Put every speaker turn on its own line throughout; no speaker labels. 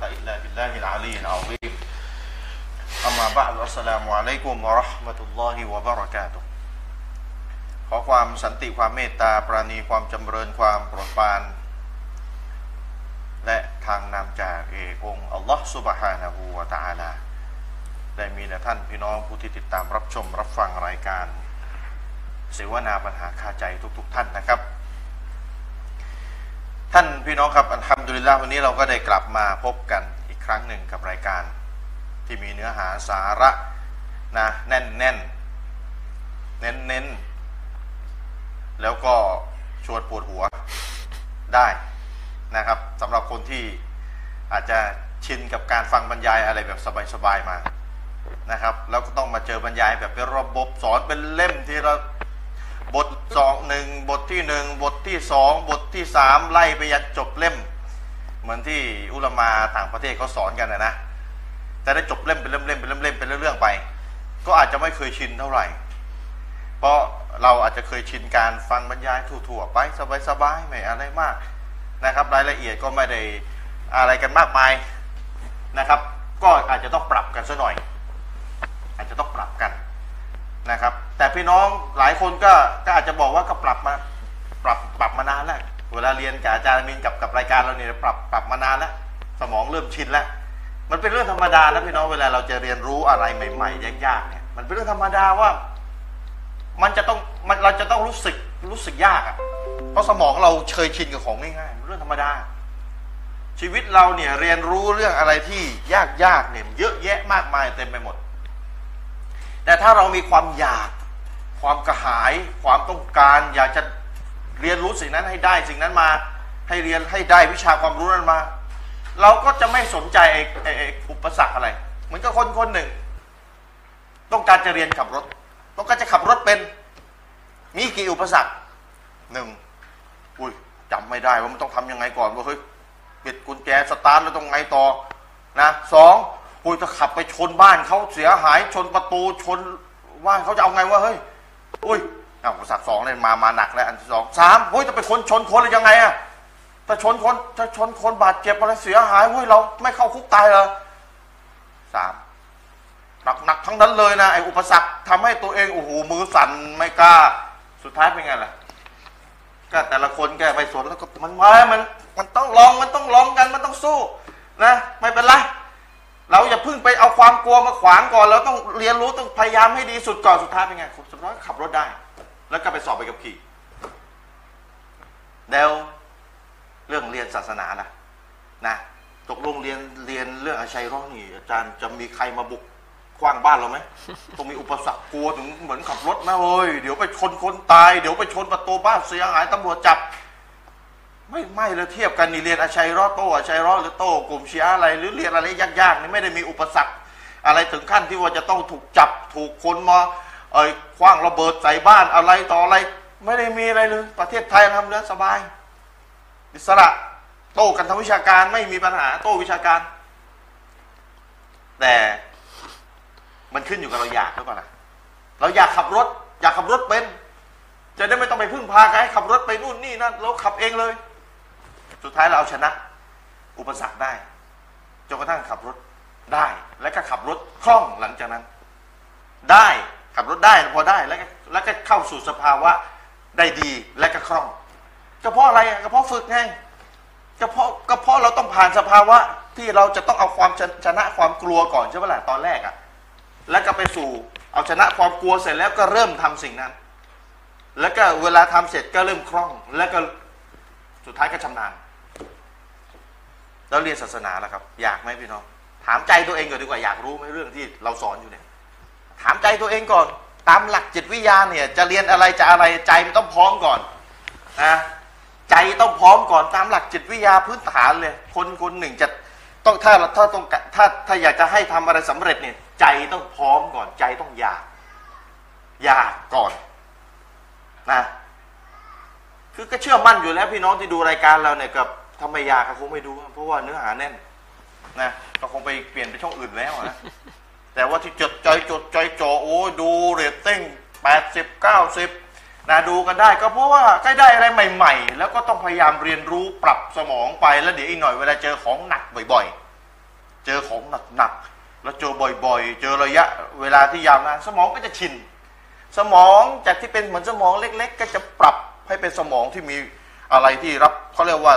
الله العلي العظيم أما بعد السلام عليكم ورحمة الله وبركاته ขอความสันติความเมตตาปราณีความจำเริญความโปรดปราน และทางนำจากเอกองค์อัลลอฮ์สุบฮานะฮูวะตะอาลา ได้มีแด่ท่านพี่น้องผู้ที่ติดตามรับชมรับฟังรายการ เสวนาปัญหาคาใจทุกๆท่านนะครับ ท่านพี่น้องครับอัลฮัมดุลิลลาห์วันนี้เราก็ได้กลับมาพบกันอีกครั้งหนึ่งกับรายการ ที่มีเนื้อหาสาระนะแน่นแน่นเน้นเน้นๆแล้วก็ชวนปวดหัวได้นะครับสำหรับคนที่อาจจะชินกับการฟังบรรยายอะไรแบบสบายๆมา นะครับแล้วก็ต้องมาเจอบรรยายแบบเป็นระบบสอนเป็นเล่มทีละบทสองหนึ่งบทที่หนึ่งบทที่สองบทที่สามไล่ไปยันจบเล่ม เหมือนที่อุลามาต่างประเทศเขาสอนกันนะนะแต่ได้จบเล่มเป็นเล่มเล่มเป็นเล่มเล่มเป็นเรื่องๆไป ก็อาจจะไม่เคยชินเท่าไหร่ เพราะเราอาจจะเคยชินการฟังบรรยายทั่วๆไปสบายๆไม่อะไรมากนะครับ รายละเอียดก็ไม่ได้อะไรกันมากมายนะครับ ก็อาจจะต้องปรับกันซะหน่อย อาจจะต้องปรับกันนะครับ แต่พี่น้องหลายคนก็ก็อาจจะบอกว่าก็ปรับมาปรับปรับมานานแล้วเวลาเรียนกับอาจารย์มินกับกับรายการเราเนี่ยปรับปรับมานานแล้วสมองเริ่มชินแล้วมันเป็นเรื่องธรรมดานะพี่น้องเวลาเราจะเรียนรู้อะไรใหม่ๆยากๆเนี่ยมันเป็นเรื่องธรรมดาว่า มันจะต้องมันเราจะต้องรู้สึกรู้สึกยากอะ่ะ เพราะสมองเราเคยชินกับของง่ายๆมันเรื่องธรรมดา ชีวิตเราเนี่ยเรียนรู้เรื่องอะไรที่ยากๆเนี่ยเยอะแยะมากมายเต็มไปหมด แต่ถ้าเรามีความอยาก ความกระหาย ความต้องการ อยากจะเรียนรู้สิ่งนั้นให้ได้ สิ่งนั้นมา ให้เรียนให้ได้วิชาความรู้นั้นมา เราก็จะไม่สนใจไอ้ไอ้ไอ้อุปสรรคอะไร เหมือนกับคนคนหนึ่ง ต้องการจะเรียนขับรถ ต้องการจะขับรถเป็น มีกี่อุปสรรคหนึ่งอุ้ยจำไม่ได้ว่ามันต้องทำยังไงก่อนว่าเฮ้ยปิดกุญแจสตาร์ทแล้วต้องไงต่อนะสองอุ้ยจะขับไปชนบ้านเขาเสียหายชนประตูชนบ้านเขาจะเอาไงวะเฮ้ยอุ้ยอ้าวอุปสรรคสองเนี่ยมามาหนักแล้วอันที่สองสามอุ้ยจะไปคนชนคนเลยยังไงอะถ้าชนคนถ้าชนคนบาดเจ็บอะไรเสียหายเฮ้ยเราไม่เข้าคุกตายเหรอสาม หนักหนักทั้งนั้นเลยนะไอ้อุปสรรคทำให้ตัวเองโอ้โหมือสั่นไม่กล้า สุดท้ายเป็นไงล่ะ ก็แต่ละคนแกไปสนแล้วก็มันมามัน มันต้องลองมันต้องลองกันมันต้องสู้นะไม่เป็นไรเราอย่าเพิ่งไปเอาความกลัวมาขวางก่อนเราต้องเรียนรู้ต้องพยายามให้ดีสุดก่อนสุดท้ายเป็นไงสุดท้ายก็ขับรถได้ แล้วก็ไปสอบไปกับขี่แล้วเรื่องเรียนศาสนาล่ะ นะตกลงเรียนเรียนเรื่องอาชัยร้องนี่อาจารย์จะมีใครมาบุกขว้างบ้านเราไหม ต้องมีอุปสรรคกลัวถึงเหมือนขับรถนะเฮ้ยเดี๋ยวไปชนคนตายเดี๋ยวไปชนประตูบ้านเสียหายตำรวจจับ ไม่ไม่เลยเทียบกันนี่เรียนอาชัยรอดโตอาชัยรอดหรือโตกลุ่มเชียร์อะไร หรือเรียนอะไรยากๆนี่ไม่ได้มีอุปสรรค อะไรถึงขั้นที่ว่าจะต้องถูกจับถูกคนมาเอ้ยคว้างระเบิดใส่บ้านอะไรต่ออะไร ไม่ได้มีอะไรเลยประเทศไทยทำเรื่องสบาย อิสระโต้กันทางวิชาการไม่มีปัญหาโต้วิชาการ แต่มันขึ้นอยู่กับเราอยากหรือเปล่าล่ะเราอยากขับรถ อยากขับรถเป็น จะได้ไม่ต้องไปพึ่งพาใครขับรถไปนู่นนี่นั่นเราขับเองเลย สุดท้ายเราเอาชนะ อุปสรรคได้จนกระทั่งขับรถได้ แล้วก็ขับรถคล่องหลังจากนั้น ได้ขับรถได้พอได้แล้วก็แล้วก็เข้าสู่สภาวะได้ดีและก็คล่อง ก็เพราะอะไรอะก็เพราะฝึกไงก็เพราะก็เพราะเราต้องผ่านสภาวะที่เราจะต้องเอาความชนชนะความกลัวก่อนใช่ไหมล่ะตอนแรกอะแล้วก็ไปสู่เอาชนะความกลัวเสร็จแล้วก็เริ่มทำสิ่งนั้น แล้วก็เวลาทำเสร็จก็เริ่มคล่อง แล้วก็สุดท้ายก็ชำนาญแล้วเรียนศาสนาล่ะครับ อยากไหมพี่น้องถามใจตัวเองก่อนดีกว่าอยากรู้ไหมเรื่องที่เราสอนอยู่เนี่ย ถามใจตัวเองก่อน ตามหลักจิตวิทยาเนี่ย จะเรียนอะไรจะอะไรใจมันต้องพร้อมก่อนนะ ใจต้องพร้อมก่อนตามหลักจิตวิทยาพื้นฐานเลย คนคนหนึ่งจะต้องถ้าถ้าต้องถ้าถ้าอยากจะให้ทำอะไรสำเร็จเนี่ย ใจต้องพร้อมก่อนใจต้องอยาก อยากก่อนนะคือก็เชื่อมั่นอยู่แล้ว พี่น้องที่ดูรายการเราเนี่ยกับทำไมอยากก็คงไม่ดูเพราะว่าเนื้อหาแน่นนะก็คงไปเปลี่ยนไปช่องอื่นแล้วนะ แต่ว่าที่จดใจจดใจจ่อโอ้ยดูเรตติ้ง80 90นะดูกันได้ก็เพราะว่าใกล้ได้อะไรใหม่ ๆ แล้วก็ต้องพยายามเรียนรู้ปรับสมองไปแล้วเดี๋ยวอีกหน่อยเวลาเจอของหนักบ่อย ๆ เจอของหนักๆแล้วเจอบ่อยๆ เจอระยะเวลาที่ยาวนานสมองก็จะชิน สมองจากที่เป็นเหมือนสมองเล็ก ๆ ก็จะปรับให้เป็นสมองที่มีอะไรที่รับเขาเรียกว่า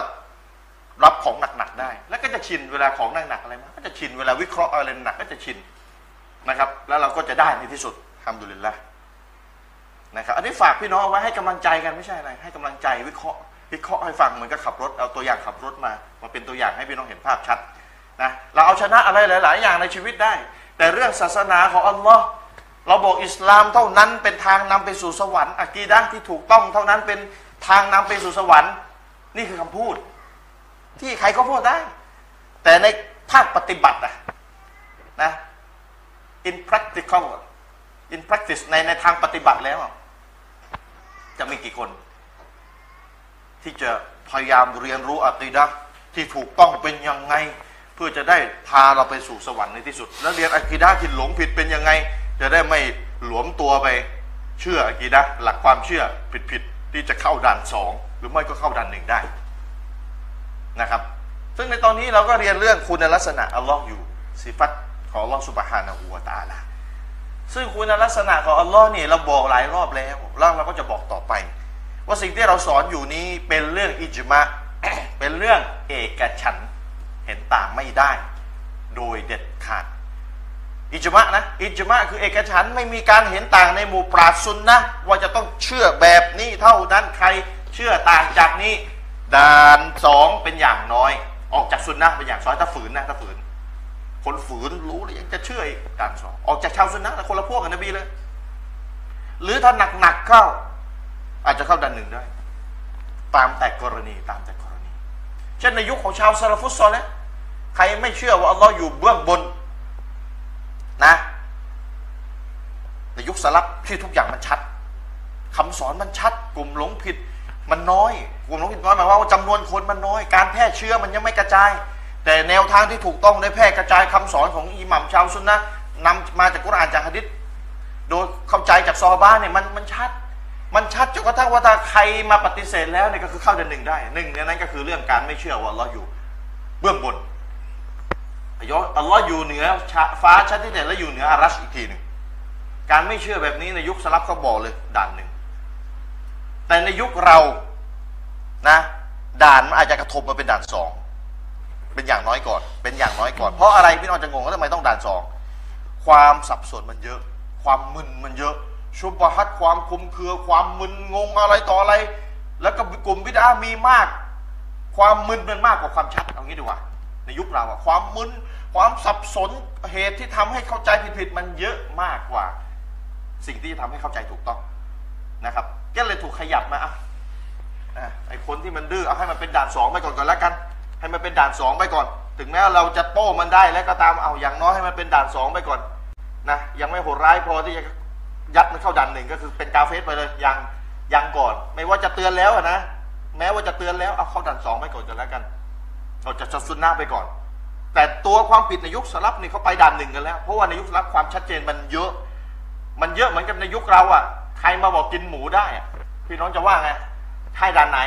รับของหนักๆได้ แล้วก็จะชินเวลาของหนักๆอะไรมาก็จะชินเวลาวิเคราะห์อะไรหนักก็จะชินนะครับ แล้วเราก็จะได้ในที่สุดทำดุลิลละนะครับ อันนี้ฝากพี่น้องเอาไว้ให้กำลังใจกันไม่ใช่อะไร ให้กำลังใจวิเคราะห์วิเคราะห์ให้ฟังเหมือนกับขับรถเอาตัวอย่างขับรถมามาเป็นตัวอย่างให้พี่น้องเห็นภาพชัดนะเราเอาชนะอะไรหลาย ๆ อย่างในชีวิตได้ แต่เรื่องศาสนาของอัลลอฮ์ เราบอกอิสลามเท่านั้นเป็นทางนำไปสู่สวรรค์อะกีดะห์ที่ถูกต้องเท่านั้นเป็นทางนำไปสู่สวรรค์ นี่คือคำพูด ที่ใครก็พูดได้ แต่ในภาคปฏิบัติอะนะ in practical in practice ในในทางปฏิบัติแล้วอะจะมีกี่คน ที่จะพยายามเรียนรู้อะกีดะห์ที่ถูกต้องเป็นยังไง เพื่อจะได้พาเราไปสู่สวรรค์ในที่สุด แล้วเรียนอะกีดะห์ที่หลงผิดเป็นยังไง จะได้ไม่หลวมตัวไปเชื่ออะกีดะห์หลักความเชื่อผิดๆที่จะเข้าด่านสองหรือไม่ก็เข้าด่านหนึ่งได้นะครับ ซึ่งในตอนนี้เราก็เรียนเรื่องคุณลักษณะอัลลอฮ์อยู่สิฟัตของอัลลอฮ์สุบฮานะฮูวะตะอาลา ซึ่งคุณลักษณะของอัลลอฮ์เนี่ยเราบอกหลายรอบแล้วแล้วเราก็จะบอกต่อไป ว่าสิ่งที่เราสอนอยู่นี้เป็นเรื่องอิจมะ เป็นเรื่องเอกฉันท์เห็นต่างไม่ได้ โดยเด็ดขาด อิจมะนะอิจมะคือเอกฉันท์ไม่มีการเห็นต่างในหมู่ปราชญ์ซุนนะห์ว่าจะต้องเชื่อแบบนี้เท่านั้นใครเชื่อต่างจากนี้ด่านสองเป็นอย่างน้อย ออกจากซุนนะห์เป็นอย่างน้อยถ้าฝืนนะถ้าฝืน คนฝืนรู้แล้วยังจะเชื่ออีกด่านสองออกจากชาวซุนนะห์แล้วคนละพวกกันนบีเลย หรือถ้าหนักๆเข้า อาจจะเข้าด่านหนึ่งได้ ตามแต่กรณีตามแต่กรณี เช่นในยุคของชาวซาลาฟุตซอลนะใครไม่เชื่อว่าอัลลอฮ์อยู่เบื้องบน นะในยุคสลับที่ทุกอย่างมันชัดคำสอนมันชัด กลุ่มหลงผิดมันน้อย กลุ่มหลงผิดน้อยหมายความว่าจำนวนคนมันน้อย การแพร่เชื้อมันยังไม่กระจาย แต่แนวทางที่ถูกต้องได้แพร่กระจายคำสอนของอิหมัมชาวซุนนะห์นำมาจากกุรอานจากฮะดิษ โดยเข้าใจจากซอฮาบ้านเนี่ยมันมันชัด มันชัดจนกระทั่งว่าถ้าใครมาปฏิเสธแล้วเนี่ยก็คือเข้าเดือนหนึ่งได้หนึ่งในนั้นก็คือเรื่องการไม่เชื่อว่าอัลเราะห์อยู่เบื้องบนอัลเลาะห์อัลเลอฮ์อยู่เหนือชะฟ้าชั้นที่เด่นและอยู่เหนืออารัชอีกทีหนึ่งการไม่เชื่อแบบนี้ในยุคสลับเขาบอกเลยด่านหนึ่งแต่ในยุคเรานะ ด่านมันอาจจะกระทบมาเป็นด่านสองเป็นอย่างน้อยก่อน เป็นอย่างน้อยก่อน เพราะอะไรพี่น้องจะงงว่าทำไมต้องด่านสอง ความสับสนมันเยอะ ความมึนมันเยอะ ชุบะฮัดความคลุมเครือ ความมึนงงอะไรต่ออะไร แล้วก็กลุ่มวิดามีมาก ความมึนมันมากกว่าความชัดเอางี้ดีกว่า ในยุคเราอะความมึน ความสับสนเหตุที่ทำให้เข้าใจผิดๆมันเยอะมากกว่า สิ่งที่จะทำให้เข้าใจถูกต้องนะครับ ก็เลยถูกขยับมาอ่ะอ่ะไอคนที่มันดื้อเอาให้มันเป็นด่านสองไปก่อนก่อนแล้วกัน ให้มันเป็นด่านสองไปก่อน ถึงแม้เราจะโต้มันได้แล้วก็ตามเอาอย่างน้อยให้มันเป็นด่านสองไปก่อน นะยังไม่โหดร้ายพอที่จะยัดมันเข้าดันหนึ่งก็คือเป็นกาเฟสไปเลยยังยังก่อน ไม่ว่าจะเตือนแล้วอะนะแม้ว่าจะเตือนแล้วเอาเข้าดันสองไปก่อนกันแล้วกันเราจะจะซุนหน้าไปก่อน แต่ตัวความผิดในยุคสลับนี่เขาไปดันหนึ่งกันแล้ว เพราะว่าในยุคสลับความชัดเจนมันเยอะ มันเยอะเหมือนกับในยุคเราอะใครมาบอกกินหมูได้อะพี่น้องจะว่าไงให้ดันไหน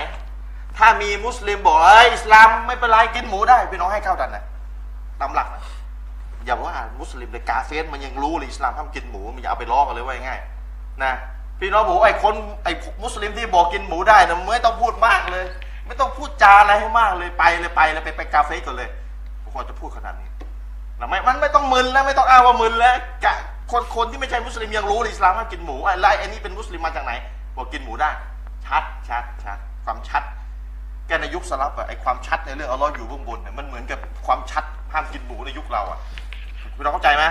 ถ้ามีมุสลิมบอกเอ้ยอิสลามไม่เป็นไรกินหมูได้พี่น้องให้เข้าดันไหนตามหลักนะ อย่าว่ามุสลิมเลยกาเฟสมันยังรู้เลยอิสลามห้ามกินหมูมันอย่าเอาไปล้อกันเลยว่าง่ายๆนะพี่น้องบอกว่าไอ้คนไอ้มุสลิมที่บอกกินหมูได้นะไม่ต้องพูดมากเลย ไม่ต้องพูดจาอะไรให้มากเลยไปเลยไปเลยไปไปกาเฟสก่อนเลยผมควรจะพูดขนาดนี้นะไม่มันไม่ต้องมึนแล้วไม่ต้องอ้างว่ามึนแล้วกะคนคนที่ไม่ใช่มุสลิมยังรู้เลยอิสลามห้ามกินหมูไอ้ไล่ไอ้นี่เป็นมุสลิมมาจากไหน บอกกินหมูได้ ชัดชัดชัดความชัด แกในยุคสลับอะไอความชัดในเรื่องอัลลอฮ์อยู่เบื้องบนเนี่ยมันเหมือนกับความชัดห้ามกินหมูในยุคเราอะ คุณเข้าใจไหม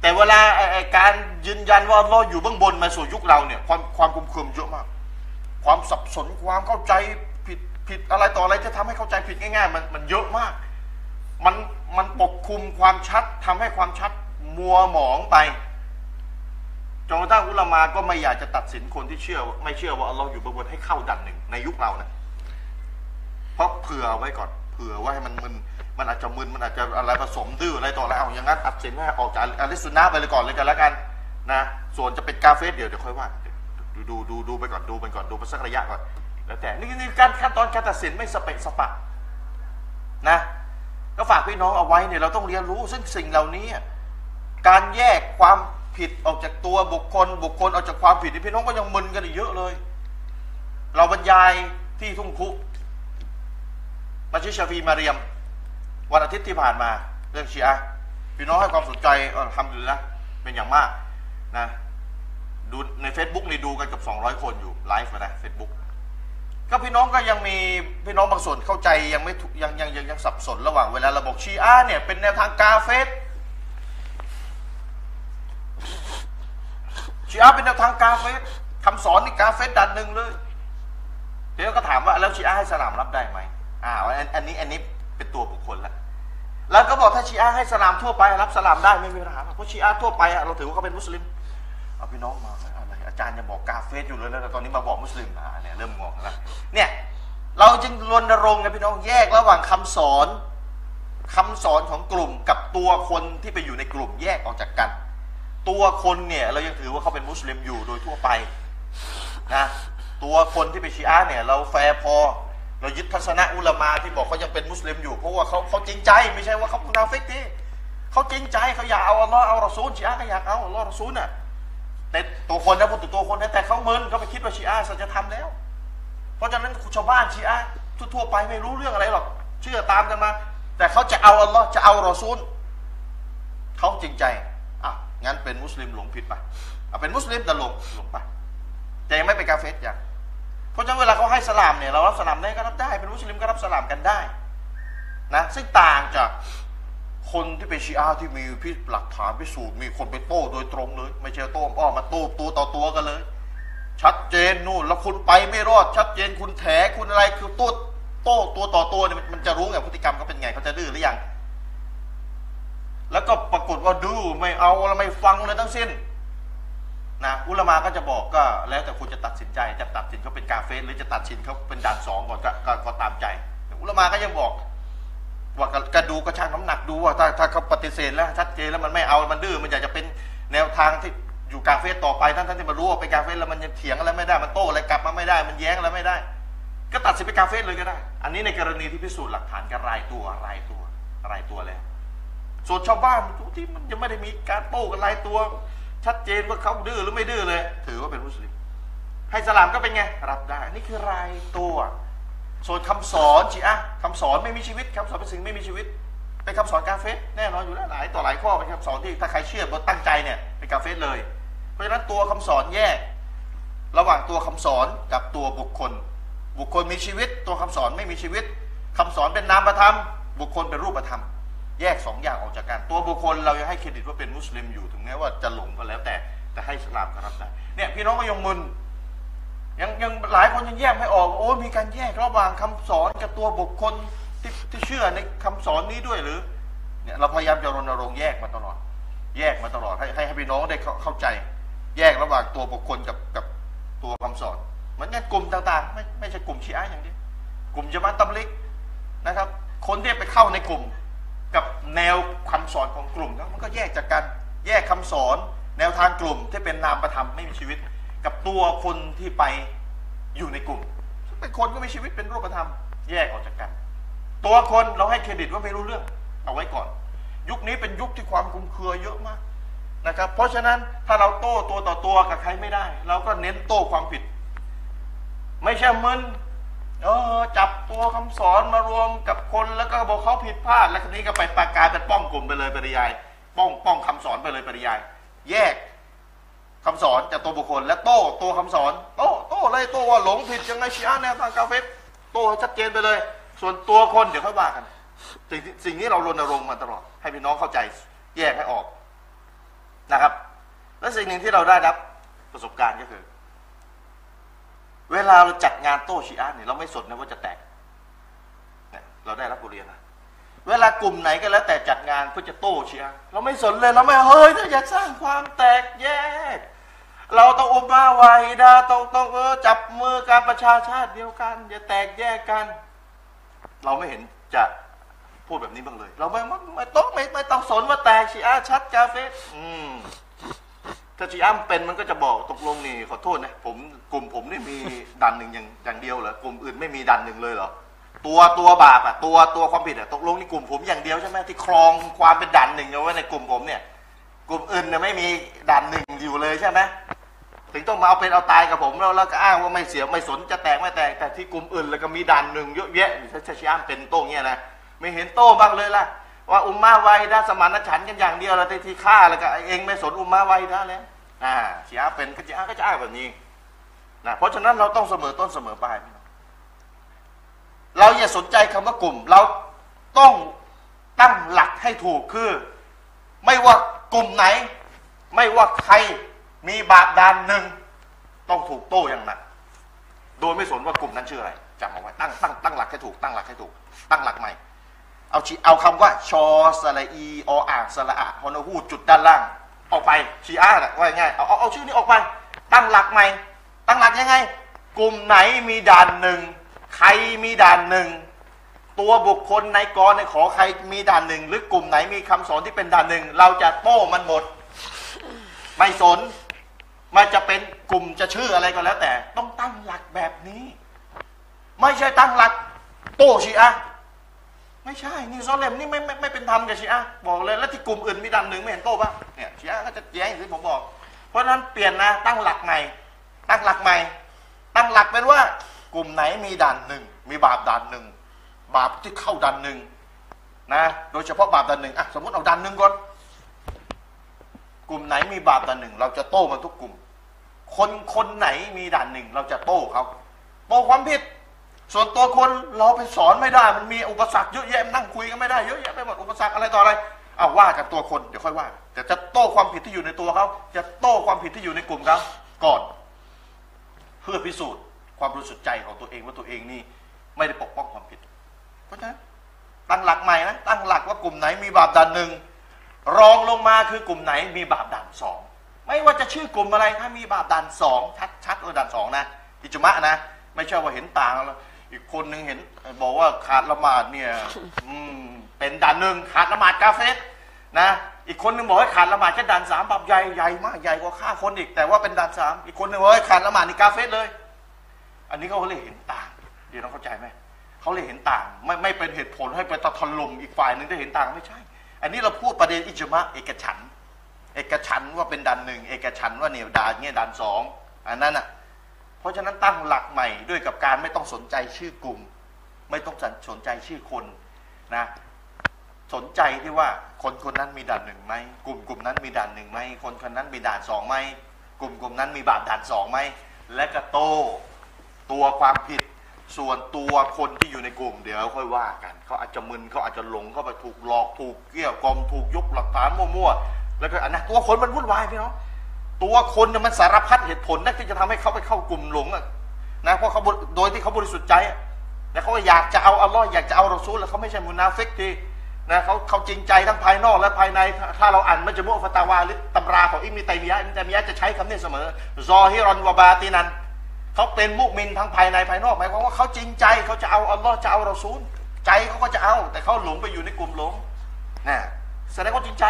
แต่เวลาไอ้ไอ้การยืนยันว่าเราอยู่เบื้องบนมาสู่ยุคเราเนี่ยความความคลุมเครือมเยอะมาก ความสับสนความเข้าใจผิดผิดอะไรต่ออะไรที่ทำให้เข้าใจผิดง่ายๆ มันมันเยอะมาก มันมันปกคลุมความชัดทำให้ความชัดมัวหมองไปจนกระทั่งอุลามาก็ไม่อยากจะตัดสินคนที่เชื่อ ไม่เชื่อว่าเราอยู่เบื้องบนให้เข้าดันหนึ่งในยุคเรานะ เพราะเผื่อไว้ก่อนเผื่อไว่าให้มันมึนมันอาจจะมึนมันอาจจะอะไรผสมดื้ออะไรต่ออะไรเอาอย่างนั้นตัดสินให้ออกจากอาริสุนนาไปเลยก่อนเลยกันแล้วกันนะส่วนจะเป็นกาเฟสเดี๋ยวเดี๋ยวค่อยว่าเดี๋ยวดูดูดูดูไปก่อนดูไปก่อนดูไปสักระยะก่อนแล้วแต่นี่นี่การขั้นตอนการตัดสินไม่สเปะสปะนะ ก็ฝากพี่น้องเอาไว้เนี่ยเราต้องเรียนรู้ซึ่งสิ่งเหล่านี้อะการแยกความผิดออกจากตัวบุคคล บุคคลออกจากความผิดนี่พี่น้องก็ยังมึนกันอีกเยอะเลย เราบรรยายที่ทุ่งคุมัสยิดชาฟีมาเรียม วันอาทิตย์ที่ผ่านมาเรื่องชีอะห์พี่น้องให้ความสนใจเออทำดีแล้วเป็นอย่างมากนะดูใน Facebook นี่ดูกันเกับ 200 คนอยู่ไลฟ์นะ Facebook ก็พี่น้องก็ยังมีพี่น้องบางส่วนเข้าใจยังไม่ถูกยังยังยังยังสับสนระหว่างเวลาเราบอกชีอะห์เนี่ยเป็นแนวทางกาเฟสชีอะห์เป็นแนวทางกาเฟสคำสอนนี่กาเฟสดันหนึ่งเลย เดี๋ยวก็ถามว่าแล้วชีอะห์ให้สลามรับได้ไหมอ่าอันอันนี้อันนี้เป็นตัวบุคคลละแล้วก็บอกถ้าชีอะห์ให้สลามทั่วไปรับสลามได้ไม่มีปัญหาหรอกเพราะชีอะห์ทั่วไปอะเราถือว่าเขาเป็นมุสลิมเอาพี่น้องมาอะไรอาจารย์ยังบอกกาเฟสอยู่เลยแล้วตอนนี้มาบอกมุสลิมอ่าเนี่ยเริ่มงงแล้วเนี่ยเราจึงรณรงค์นะพี่น้องแยกระหว่างคำสอนคำสอนของกลุ่มกับตัวคนที่ไปอยู่ในกลุ่มแยกออกจากกัน ตัวคนเนี่ยเรายังถือว่าเขาเป็นมุสลิมอยู่โดยทั่วไป นะตัวคนที่เป็นชีอะห์เนี่ย เราแฟร์พอ เรายึดทัศนะอุลามาที่บอกเขายังเป็นมุสลิมอยู่ เพราะว่าเขาเขาจริงใจไม่ใช่ว่าเขามุนาฟิกที่เขาจริงใจเขาอยากเอาอัลลอฮ์เอารอซูลชีอะห์ก็อยากเอาอัลลอฮ์รอซูลน่ะแต่ตัวคนนะพูดถึงตัวคนนะแต่เขาเมินเขาไปคิดว่าชีอะห์สัจธรรมแล้ว เพราะฉะนั้นชาวบ้านชีอะห์ทั่วๆไปไม่รู้เรื่องอะไรหรอกเชื่อตามกันมา แต่เขาจะเอาอัลลอฮ์จะเอารอซูล เขาจริงใจ อ่ะ งั้นเป็นมุสลิมหลงผิดไปอ่ะเป็นมุสลิมแต่หลงหลงไป แต่ยังไม่เป็นกาเฟสอย่างเพราะฉะนั้นเวลาเขาให้สลามเนี่ยเรารับสลามได้ก็รับได้ เป็นมุสลิมก็รับสลามกันได้นะซึ่งต่างจากคนที่เป็นชีอะห์ที่มีพิษหลักฐานพิสูจน์มีคนไปโต้โดยตรงเลย ไม่ใช่โต้อ้อมมาโต้ตัวต่อตัวกันเลย ชัดเจนนู่นแล้วคุณไปไม่รอด ชัดเจนคุณแถคุณอะไรคือโต้โต้ตัวต่อตัวเนี่ยมันมันจะรู้ไงพฤติกรรมเขาเป็นไงเขาจะดื้อหรือยัง แล้วก็ปรากฏว่าดื้อไม่เอาแล้วไม่ฟังเลยทั้งสิ้น นะอุลามาก็จะบอกก็แล้วแต่คุณจะตัดสินใจจะตัดสินเขาเป็นกาเฟสหรือจะตัดสินเขาเป็นด่านสองก่อนก็ก็ก็ตามใจ อุลามาก็ยังบอก ว่ากกระดูก็ช่างน้ำหนักดูว่าถ้าถ้าเขาปฏิเสธแล้วชัดเจนแล้วมันไม่เอามันดื้อมันอยากจะเป็นแนวทางที่อยู่กาเฟสต่อไปทั้งทั้งที่มันรู้ว่าเป็นกาเฟสแล้วมันยังเถียงอะไรไม่ได้มันโต้อะไรกลับมาไม่ได้ มันแย้งอะไรไม่ได้ ก็ตัดสินเป็นกาเฟสเลยก็ได้ อันนี้ในกรณีที่พิสูจน์หลักฐานกันรายตัวรายตัวรายตัวแล้ว ส่วนชาวบ้านที่มันยังไม่ได้มีการโต้กันรายตัว ชัดเจนว่าเขาดื้อหรือไม่ดื้อเลย ถือว่าเป็นมุสลิมให้สลามก็เป็นไง รับได้ นี่คือรายตัว ส่วนคำสอนชีอะห์คำสอนไม่มีชีวิตคำสอนเป็นสิ่งไม่มีชีวิต เป็นคำสอนกาเฟสแน่นอนอยู่แล้วหลายต่อหลายข้อเป็นคำสอนที่ถ้าใครเชื่อบนตั้งใจเนี่ยเป็นกาเฟสเลย เพราะฉะนั้นตัวคำสอนแยก ระหว่างตัวคำสอนกับตัวบุคคล บุคคลมีชีวิต ตัวคำสอนไม่มีชีวิตคำสอนเป็นนามธรรม บุคคลเป็นรูปธรรม แยกสองอย่างออกจากกัน ตัวบุคคลเรายังให้เครดิตว่าเป็นมุสลิมอยู่ถึงแม้ว่าจะหลงก็แล้วแต่แต่ให้อิสลามก็รับได้เนี่ยพี่น้องก็ยังมึนยังยังหลายคนยังแยกไม่ออกโอ้ยมีการแยกระหว่างคำสอนกับตัวบุคคลที่ที่เชื่อในคำสอนนี้ด้วยหรือเนี่ยเราพยายามจะรณรงค์แยกมาตลอด แยกมาตลอดให้ให้ให้พี่น้องได้เข้าเข้าใจ แยกระหว่างตัวบุคคลกับกับตัวคำสอนเหมือนกันกลุ่มต่างๆ ไม่ไม่ใช่กลุ่มชีอะห์อย่างเดียวกลุ่มจามาตตํลิกนะครับ คนที่ไปเข้าในกลุ่ม กับแนวคำสอนของกลุ่มแล้วมันก็แยกจากกันแยกคำสอน แนวทางกลุ่มที่เป็นนามประธรรมไม่มีชีวิต กับตัวคนที่ไปอยู่ในกลุ่มซึ่งเป็นคนก็มีชีวิตเป็นรูปธรรม แยกออกจากกัน ตัวคนเราให้เครดิตว่าไม่รู้เรื่อง เอาไว้ก่อน ยุคนี้เป็นยุคที่ความคลุมเครือเยอะมากนะครับ เพราะฉะนั้นถ้าเราโต้ตัวต่อตัวกับใครไม่ได้ เราก็เน้นโต้ความผิด ไม่ใช่มึนเออจับตัวคำสอนมารวมกับคนแล้วก็บอกเขาผิดพลาด แล้วทีนี้ก็ไปประกาศเป็นป้องกลุ่มไปเลยปริยาย ป้องป้องคำสอนไปเลยปริยาย แยกคำสอนจากตัวบุคคล และโต้ตัวคำสอน โต้โต้เลยโต้ว่าหลงผิดยังไงชีอะห์แนวทางกาเฟสโต้ให้ชัดเจนไปเลย ส่วนตัวคนเดี๋ยวค่อยว่ากันสิ่งที่สิ่งนี้เรารณรงค์มาตลอดให้พี่น้องเข้าใจ แยกให้ออกนะครับ และสิ่งหนึ่งที่เราได้รับประสบการณ์ก็คือ เวลาเราจัดงานโต้ชีอะห์เนี่ยเราไม่สนนะว่าจะแตกเนี่ยเราได้รับบทเรียนนะเวลากลุ่มไหนก็แล้วแต่จัดงานเพื่อจะโต้ชีอะห์เราไม่สนเลยเราไม่เฮ้ยถ้าอยากสร้างความแตกแยก เราต้องอุมมาวาฮิดาต้องต้องเออจับมือการประชาชาติเดียวกัน อย่าแตกแยกกัน เราไม่เห็นจะพูดแบบนี้บ้างเลย เราไม่ไม่ไม่ต้องไม่ไม่ต้องสนว่าแตกชีอะห์ชัดกาเฟสอืม ถ้าจีอ้ำเป็นมันก็จะบอกตกลงนี่ขอโทษนะผมกลุ่มผมนี่มีดันหนึ่งอย่างอย่างเดียวเหรอกลุ่มอื่นไม่มีดันหนึ่งเลยเหรอ ตัวตัวบาปอะตัวตัวความผิดอะตกลงในกลุ่มผมอย่างเดียวใช่ไหมที่ครองความเป็นด่านหนึ่งเอาไว้ในกลุ่มผมเนี่ย กลุ่มอื่นเนี่ยไม่มีด่านหนึ่งอยู่เลยใช่ไหมถึงต้องมาเอาเป็นเอาตายกับผมแล้วแล้วก็อ้างว่าไม่เสียไม่สนจะแตกไม่แตกแต่ที่กลุ่มอื่นแล้วก็มีด่านหนึ่งเยอะแยะถ้าชะชิอ้ามเป็นโต้งเนี่ยนะไม่เห็นโต้บ้างเลยล่ะ ว่าอุมมาไวด้าสมานฉันท์กันอย่างเดียวแล้วแต่ที่ฆ่าแล้วก็เองไม่สนอุมมาไวด้าแล้วอ่าชีอาเป็นก็ชีอาก็จะอ้างแบบนี้นะเพราะฉะนั้นเราต้องเสมอต้นเสมอปลาย เราอย่าสนใจคำว่ากลุ่ม เราต้องตั้งหลักให้ถูกคือ ไม่ว่ากลุ่มไหน ไม่ว่าใครมีบาปดานหนึ่ง ต้องถูกโต้อย่างหนักโดยไม่สนว่ากลุ่มนั้นชื่ออะไรจำเอาไว้ตั้งตั้งตั้งหลักให้ถูกตั้งหลักให้ถูก ตั้งหลักใหม่ เอาชีเอาคำว่าชอสระอีออ่างสระอะฮอนอฮูจุดด้านล่าง ออกไปชีอาน่ะว่าง่ายเอาเอาเอาชื่อนี้ออกไป ตั้งหลักใหม่ ตั้งหลักยังไง กลุ่มไหนมีด่านหนึ่งใครมีด่านหนึ่งตัวบุคคลในกรในขอใครมีด่านหนึ่งหรือกลุ่มไหนมีคำสอนที่เป็นด่านหนึ่งเราจะโต้มันหมด ไม่สน มันจะเป็นกลุ่มจะชื่ออะไรก็แล้วแต่ ต้องตั้งหลักแบบนี้ ไม่ใช่ตั้งหลัก โต้ชีอะห์ ไม่ใช่ นี่ซอเลมนี่ไม่ไม่ไม่เป็นธรรมกับชีอะห์บอกเลย แล้วที่กลุ่มอื่นมีดันหนึ่งไม่เห็นโต้ปะเนี่ยชีอะห์ก็จะแย้งอย่างที่ผมบอก เพราะฉะนั้นเปลี่ยนนะ ตั้งหลักใหม่ ตั้งหลักใหม่ ตั้งหลักเป็นว่ากลุ่มไหนมีด่านหนึ่ง มีบาปด่านหนึ่ง บาปที่เข้าด่านหนึ่งนะ โดยเฉพาะบาปด่านหนึ่งอ่ะสมมติเอาด่านหนึ่งก่อน กลุ่มไหนมีบาปด่านหนึ่ง เราจะโต้มันทุกกลุ่ม คนคนไหนมีด่านหนึ่ง เราจะโต้เขาโต้ความผิด ส่วนตัวคนเราไปสอนไม่ได้ มันมีอุปสรรคเยอะแยะนั่งคุยกันไม่ได้เยอะแยะไปหมดอุปสรรคอะไรต่ออะไรเอาว่ากับตัวคนเดี๋ยวค่อยว่าแต่จะโต้ความผิดที่อยู่ในตัวเขาจะโต้ความผิดที่อยู่ในกลุ่มเขาก่อน เพื่อพิสูจน์ความรู้สึกใจของตัวเองว่าตัวเองนี่ไม่ได้ปกป้องความผิด เพราะฉะนั้นตั้งหลักใหม่นะตั้งหลักว่ากลุ่มไหนมีบาปด่านหนึ่งรองลงมาคือกลุ่มไหนมีบาปด่านสองไม่ว่าจะชื่อกลุ่มอะไรถ้ามีบาปด่านสองชัดชัดว่าด่านสองนะอิจุมะนะ ไม่ใช่ว่าเห็นต่างแล้วอีกคนหนึ่งเห็นบอกว่าขาดละหมาดเนี่ยอืมเป็นด่านหนึ่งขาดละหมาดกาเฟสนะอีกคนหนึ่งบอกว่าขาดละหมาดแค่ด่านสามบาปใหญ่ใหญ่มากใหญ่กว่าฆ่าคนอีกแต่ว่าเป็นด่านสามอีกคนหนึ่งบอกว่าขาดละหมาดในกาเฟสเลย อันนี้เขาเลยเห็นต่าง เดี๋ยวน้องเข้าใจไหม เขาเลยเห็นต่าง ไม่ไม่เป็นเหตุผลให้ไปตะทลุมอีกฝ่ายหนึ่งได้เห็นต่างไม่ใช่ อันนี้เราพูดประเด็นอิจมะเอกฉันท์เอกฉันท์ว่าเป็นดันหนึ่งเอกฉันท์ว่าเนี่ยดานเนี่ยดันสองอันนั้นอ่ะ เพราะฉะนั้นตั้งหลักใหม่ด้วยกับการไม่ต้องสนใจชื่อกลุ่ม ไม่ต้องสนใจชื่อคนนะ สนใจที่ว่าคนคนนั้นมีด่านหนึ่งไหมกลุ่มกลุ่มนั้นมีด่านหนึ่งไหมคนคนนั้นมีด่านสองไหมกลุ่มกลุ่มนั้นมีบาปด่านสองไหมและก็โต ตัวความผิดส่วนตัวคนที่อยู่ในกลุ่มเดี๋ยวค่อยว่ากัน เขาอาจจะมึนเขาอาจจะหลงเขาไปถูกหลอกถูกเกี่ยวกล่อมถูกยกหลักฐานมั่วๆแล้วก็อันนั้นตัวคนมันวุ่นวายพี่น้องตัวคนเนี่ยมันสารพัดเหตุผลนะที่จะทำให้เขาไปเข้ากลุ่มหลงอะนะเพราะเขาบริโดยที่เขาบริสุทธิ์ใจอะแล้วเขาก็อยากจะเอาอัลลอฮ์อยากจะเอาเราซูลแล้วเขาไม่ใช่มุนาฟิกที่นะเขาเขาจริงใจทั้งภายนอกและภายในถ้าถ้าเราอ่านมัจมุฟตาวาหรือตำราของอิมนิตัยมียะห์อิมนิตัยมียะห์จะใช้คำนี้เสมอซอฮิรอนวะบาตินัน เขาเป็นมุสลิมทั้งภายในภายนอกหมายความว่าเขาจริงใจเขาจะเอาอัลลอฮ์จะเอาเราซูลใจเขาก็จะเอา แต่เขาหลงไปอยู่ในกลุ่มหลงนะแสดงว่าจริงใจ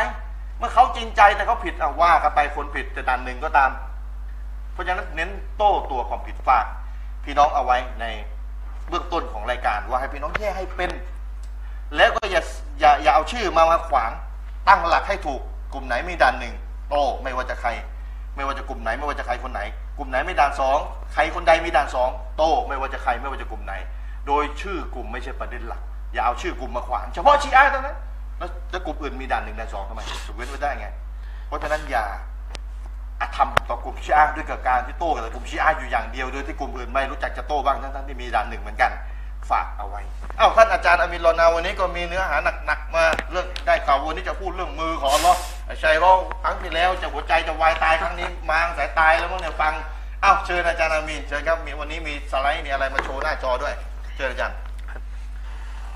เมื่อเขาจริงใจแต่เขาผิดเอาว่ากันไปคนผิดแต่ด่านหนึ่งก็ตาม เพราะฉะนั้นเน้นโต้ตัวความผิดฝาก พี่น้องเอาไว้ในเบื้องต้นของรายการว่าให้พี่น้องแยกให้เป็น แล้วก็อย่าอย่าอย่าเอาชื่อมามาขวาง ตั้งหลักให้ถูก กลุ่มไหนไม่ดันหนึ่งโต้ไม่ว่าจะใคร ไม่ว่าจะกลุ่มไหน ไม่ว่าจะใครคนไหน กลุ่มไหนไม่ด่านสองใครคนใดมีด่านสองโต้ไม่ว่าจะใครไม่ว่าจะกลุ่มไหน โดยชื่อกลุ่มไม่ใช่ประเด็นหลัก อย่าเอาชื่อกลุ่มมาขวางเฉพาะชีอะห์เท่านั้นแล้วจะกลุ่มอื่นมีด่านหนึ่งด่านสองทำไมถูกเว้นไว้ได้ไง เพราะฉะนั้นอย่า อาธรรมต่อกลุ่มชีอะห์ด้วยกับการที่โต้กับกลุ่มชีอะห์อยู่อย่างเดียวโดยที่กลุ่มอื่นไม่รู้จักจะโต้บ้างทั้งๆที่มีด่านหนึ่งเหมือนกันฝากเอาไว้เอ้าท่านอาจารย์อามินรอนาวันนี้ก็มีเนื้อหาหนักๆมาเรื่องได้ข่าววันนี้จะพูดเรื่องมือของอัลลอฮ์ชัยร้องครั้งที่แล้วจะหัวใจจะวายตายครั้งนี้มางสายตายแล้วมั้งเนี่ยฟังเอ้าเชิญอาจารย์อามินเชิญครับมีวันนี้มีสไลด์มีอะไรมาโชว์หน้าจอด้วยเชิญอาจารย์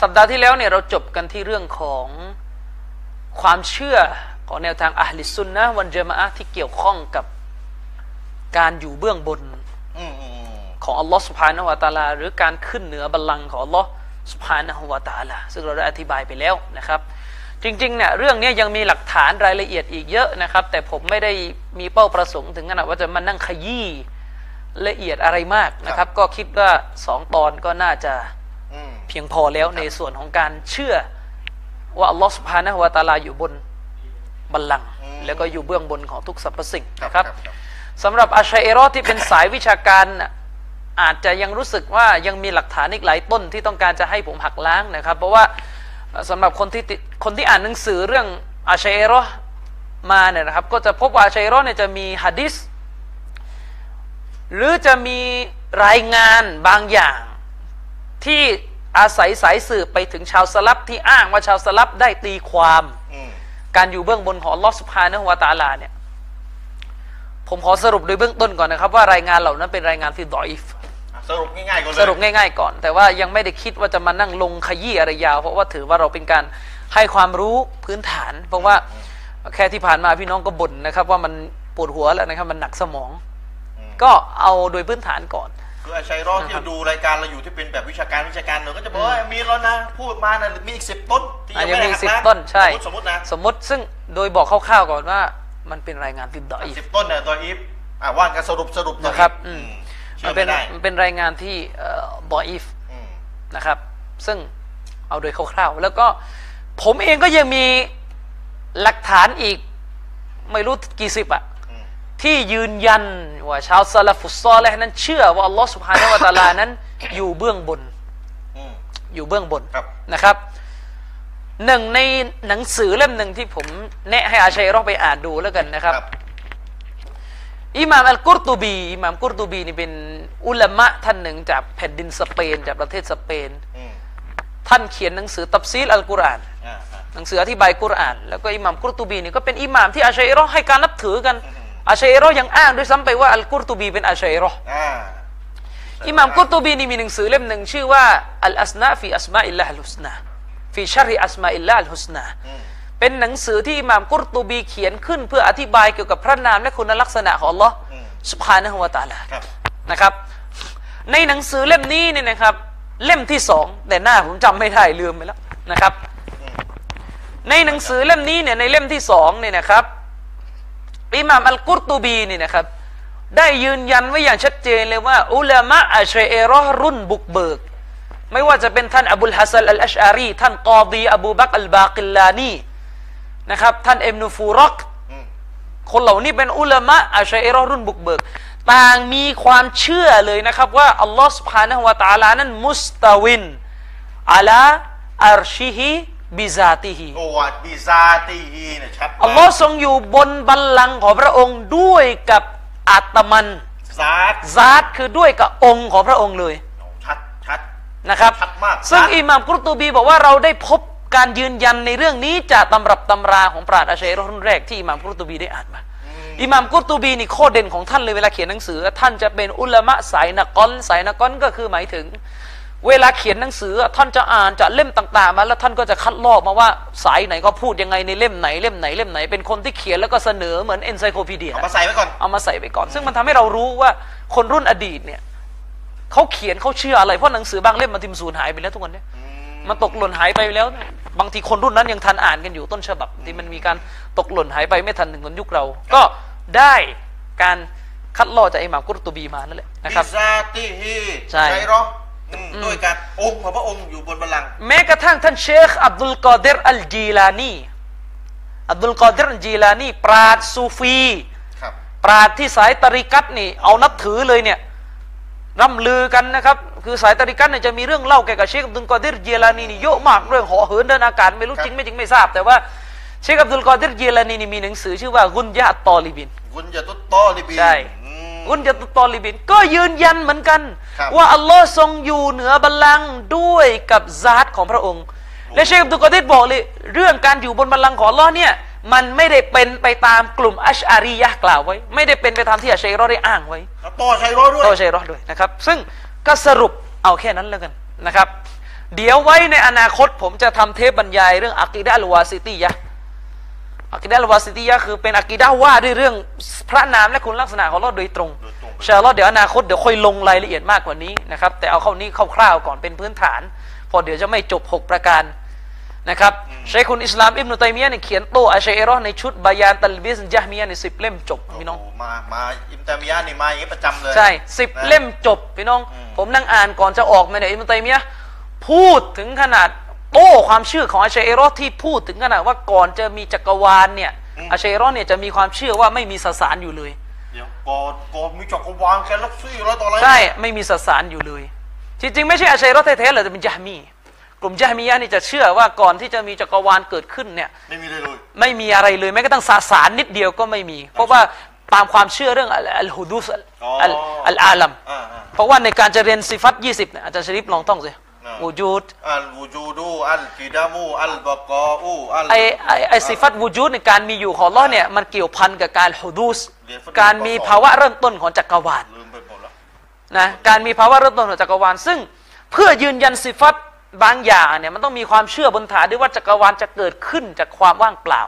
สัปดาห์ที่แล้วเนี่ยเราจบกันที่เรื่องของความเชื่อของแนวทางอะห์ลิสซุนนะฮ์วันเจามะอะฮ์ที่เกี่ยวข้องกับการอยู่เบื้องบน
อืมอืมอืม
ของอัลลอฮ์สุภาณวะตาลา หรือการขึ้นเหนือบัลลังก์ของอัลลอฮ์สุภาณวะตาลา ซึ่งเราได้อธิบายไปแล้วนะครับ จริงๆเนี่ยเรื่องเนี้ยยังมีหลักฐานรายละเอียดอีกเยอะนะครับ แต่ผมไม่ได้มีเป้าประสงค์ถึงขนาดว่าจะมานั่งขยี้ละเอียดอะไรมากนะครับ ก็คิดว่าสองตอนก็น่าจะ
อืม
เพียงพอแล้วในส่วนของการเชื่อว่าอัลลอฮ์สุภานะฮูวะตะอาลาอยู่บนบัลลังก์
อืม
แล้วก็อยู่เบื้องบนของทุกสรรพสิ่ง
ครับ
นะ
ค
ค
รั
รั
บบ ครับ
สำหรับอาชัยเอรอที่เป็นสายวิชาการน่ะอาจจะยังรู้สึกว่ายังมีหลักฐานอีกหลายต้นที่ต้องการจะให้ผมหักล้างนะครับ เพราะว่าเอ่อสำหรับคนที่ติคนที่อ่านหนังสือเรื่องอาชัยเอรอมาเนี่ยนะครับ ก็จะพบว่าอาชัยเอรอเนี่ยจะมีฮะดิษ หรือจะมีรายงานบางอย่าง ที่อาศัยสายสืบไปถึงชาวสลับที่อ้างว่าชาวสลับได้ตีความ
อืม
การอยู่เบื้องบนของอัลลอสุภานะฮวาตะอาลาเนี่ย ผมขอสรุปโดยเบื้องต้นก่อนนะครับ ว่ารายงานเหล่านั้นเป็นรายงานที่ดอยฟ
อ่ะสรุปง่ายๆก่อนเลย
สรุปง่ายๆก่อน แต่ว่ายังไม่ได้คิดว่าจะมานั่งลงขยี้อะไรยาว เพราะว่าถือว่าเราเป็นการให้ความรู้พื้นฐาน เพราะว่าแค่ที่ผ่านมาพี่น้องก็บ่นนะครับ ว่ามันปวดหัวแล้วนะครับ มันหนักสมอง ก็เอาโดยพื้นฐานก่อน
คือไอ้ชัยรอดที่ดูรายการเราอยู่ที่เป็นแบบวิชาการวิชาการเราก็จะบอกว่ามีแล้วนะพูดมานะมีอีกสิบต้นที่
อาจ
ยัง
จะ
ไม่
มี
ได้หัก
สิบ
ล้าง
ต้นใช่
สมมติสมมตินะ
สมมติซึ่งโดยบอกคร่าวๆก่อนว่ามันเป็นรายงานติดดอย
สิบต้นเนี่ยตัวอีฟอ่ะว่านกันสรุปสรุปตัว
นะครับ
อีฟ
อืม
เชื่อ
มั
น
เป็
ไม่
น
ได้
มันเป็นรายงานที่เอ่อดอยฟ
อืม
นะครับ ซึ่งเอาโดยคร่าวๆ แล้วก็ผมเองก็ยังมีหลักฐานอีกไม่รู้กี่สิบอะ
อืม
ที่ยืนยันว่าชาวซาลาฟุสซอและนั้นเชื่อว่าอัลลอฮ์สุภานะวะตะอาลานั้น อยู่เบื้องบน
อืม
อยู่เบื้องบน
ครับ
นะครับหนึ่งในหนังสือเล่มหนึ่งที่ผมแนะให้อาชัยรอไปอ่านดูแล้วกันนะครับ
ครับ
อิหม่ามอัลกุรตูบีอิหม่ามกุรตูบีนี่เป็นอุลามะท่านหนึ่งจากแผ่นดินสเปน จากประเทศสเปน
อืม
ท่านเขียนหนังสือตับซีลอัลกุรอาน
อ่าอ่า
หนังสืออธิบายกุรอาน แล้วก็อิหม่ามกุรตูบีนี่ก็เป็นอิหม่ามที่อาชัยรอให้การนับถือกัน
อืม
อาชัยรอยังอ้างด้วยซ้ำไปว่าอัลกุรตูบีเป็นอาชัยรอ
อ่า
อิหม่ามกุรตูบีนี่มีหนังสือเล่มหนึ่งชื่อว่าอัลอัสนาฟีอัสมาอิลลาฮ์อัลฮุสนาฟีชาริอัสมาอิลลาฮ์อัลฮุสนา
อืม
เป็นหนังสือที่อิหม่ามกุรตูบีเขียนขึ้นเพื่ออธิบายเกี่ยวกับพระนามและคุณลักษณะของ Allah
อืม
Subhanahu wa Taala
ครับ
นะครับ ในหนังสือเล่มนี้เนี่ยนะครับ เล่มที่สองแต่หน้าผมจำไม่ได้ลืมไปแล้วนะครับ
อืม
ในหนังสือเล่มนี้เนี่ยในเล่มที่สองเนี่ยนะครับอิหม่ามอัลกุรตูบีเนี่ยนะครับ ได้ยืนยันไว้อย่างชัดเจนเลยว่า อุลามะอัชเอรอห์รุ่นบุกเบิก ไม่ว่าจะเป็นท่านอบุลฮัสซันอัลอัชอารี ท่านกอดีอบูบักรอัลบากิลลานีนะครับ ท่านเอ็มนูฟูรัก
อืม
คนเหล่านี้เป็นอุลามะอัชเอรอห์รุ่นบุกเบิก ต่างมีความเชื่อเลยนะครับ ว่าอัลลอฮ์สุบฮานะฮวะตาลานั้นมุสตาวินอัลาอัรชิฮิบิซาติฮิ
โอวาบิซาตีฮีเนี่ยชัดมาก
อัลลอฮ์ทรงอยู่บนบัลลังก์ของพระองค์ด้วยกับอาตมัน
ซาต
ซาตคือด้วยกับองค์ของพระองค์เลย
โอ้ชัดชัด
นะครับ
ชัดมาก
ซึ่ง
ซาต
อิหม่ามกุรตูบีบอกว่าเราได้พบการยืนยันในเรื่องนี้จากตำรับตำราของปราชญ์อาชัยรอห์รุ่นแรกที่อิหม่ามกุรตูบีได้อ่านมา อิหม่ามกุรตูบีนี่โคตรเด่นของท่านเลยเวลาเขียนหนังสือ ท่านจะเป็นอุลามะสายนักกอนสายนักกอนก็คือหมายถึง เวลาเขียนหนังสือท่านจะอ่านจากเล่มต่าง ๆ มาแล้วท่านก็จะคัดลอกมาว่าสายไหนก็พูดยังไงในเล่มไหนเล่มไหนเล่มไหนเป็นคนที่เขียนแล้วก็เสนอเหมือนเอนไซโคพีเดีย
เอามาใส่ไว้ก่อน
เอามาใส่ไปก่อน ซึ่งมันทำให้เรารู้ว่าคนรุ่นอดีตเนี่ยเขาเขียนเขาเชื่ออะไร เพราะหนังสือบางเล่มมันทิมสูญหายไปแล้วทุกวันเนี้ยมันตกหล่นหายไปแล้ว บางทีคนรุ่นนั้นยังทันอ่านกันอยู่ต้นฉบับที่มันมีการตกหล่นหายไปไม่ทันถึงคนยุคเรา ก็ได้การคัดลอกจากอิหม่ามกุรตุบีมานั่นแหละนะครับ
บิซาติฮี
ใช่
เหรออืมด้วยการองค์ของพระองค์อยู่บนบัลลังก์
แม้กระทั่งท่านเชคอับดุลกอเดรอัลจีลานีอับดุลกอเดรอัลจีลานีปราดซูฟี
ครับ
ปราดที่สายตริกัตนี่เอานับถือเลยเนี่ยร่ำลือกันนะครับ คือสายตริกัตเนี่ยจะมีเรื่องเล่าเกี่ยวกับเชคอับดุลกอดิรเยลานีนี่เยอะมากเรื่องเหอเหินเดินอากาศไม่รู้
ครับ
จริงไม่จริงไม่ทราบ แต่ว่าเชคอับดุลกอดิรเยลานีนี่มีหนังสือชื่อว่ากุนยะตอลิบิน
กุนยะตุตโตอลิบี
ใช่
อืม
กุนยะตอลิบิน ก็ยืนยันเหมือนกัน
ครับ
ว่าอัลลอฮ์ทรงอยู่เหนือบัลลังก์ด้วยกับซาตของพระองค์ และเชคอับดุลกอดิรบอกเลย เรื่องการอยู่บนบัลลังก์ของอัลลอฮ์เนี่ยมันไม่ได้เป็นไปตามกลุ่มอัชอารียะห์กล่าวไว้ ไม่ได้เป็นไปตามที่อัชชัยรอได้อ้างไว้
แล้วต่อชัยรอด้วย
โตเชยรอห์ด้วยนะครับ ซึ่งก็สรุปเอาแค่นั้นแล้วกันนะครับ เดี๋ยวไว้ในอนาคตผมจะทำเทปบรรยายเรื่องอะกีดะอัลวาซิตียะห์อะกีดะอัลวาซิตียะห์คือเป็นอะกีดะห์ว่าด้วยเรื่องพระนามและคุณลักษณะของอัลลอฮ์โดยตรง
โดยตรง
อินชาอัลลอฮ์เดี๋ยวอนาคตเดี๋ยวค่อยลงรายละเอียดมากกว่านี้นะครับ แต่เอาเข้านี้คร่าวๆก่อนเป็นพื้นฐานเพอเดี๋ยวจะไม่จบหกประการ นะครับเชคคุณอิสลามอิบนุตัยมียะห์เนี่ยเขียนโตอาชัยเอรอฮ์ในชุดบายานตัลบิสยะห์มียะห์ในสิบเล่มจบพี่น้อง
โมามาอิมตามิยะห์นี่มาอย่างนี้ประจำเลย
ใช่สิบ
นะ
เล่มจบพี่น้อง
อืม
ผมนั่งอ่านก่อนจะออกมาเนี่ยอิมามตัยมียะห์พูดถึงขนาดโต้ความเชื่อของอาชัยเอรอฮ์ที่พูดถึงขนาดว่าก่อนจะมีจักรวาลเนี่ยอาชัยเอรอฮ์เนี่ยจะมีความเชื่อว่าไม่มีสสารอยู่เลย
เดี๋ยวก่อนก่อนมีจักรวาลแกาล็อกซี่แล้วต่ออะไร
ใช่ ไม่มีสสารอยู่เลยจริงๆไม่ใช่อาชัยเอรอฮ์แท้ๆเลยแต่เป็นยะฮ์มี กลุ่มยะฮ์มียะห์นี่จะเชื่อว่าก่อนที่จะมีจักรวาลเกิดขึ้นเนี่ย
ไม่มีเลยเลย
ไม่มีอะไรเลยแม้กระทั่งสาสารนิดเดียวก็ไม่มี เพราะว่าตามความเชื่อเรื่องอัลอัลฮุดูสอัล
อ๋ออั
อัลอัลอาลัม
อ่าอ่า
เพราะว่าในการจะเรียนซิฟัต20เนี่ยอาจารย์ชริปลองต้องสิ
อ่า
วูจูด
อัลวูจูดูอัลกิดามูอัลบะกออูอัล
ไอไอไอซิฟัตวูจูดในยการมีอยู่ของอัลลอฮ์เนี่ยมันเกี่ยวพันกับการฮุดูส
เรียนฟุตบอล
การมีภาวะเริ่มต้นของจักรวาล
ลืมไปหมดแล้ว
นะการมีภาวะเริ่มต้นของจักรวาล ซึ่งเพื่อยืนยันซิฟัตบางอย่างเนี่ยมันต้องมีความเชื่อบนฐานด้วยว่าจักรวาลจะเกิดขึ้นจากความว่างเปล่า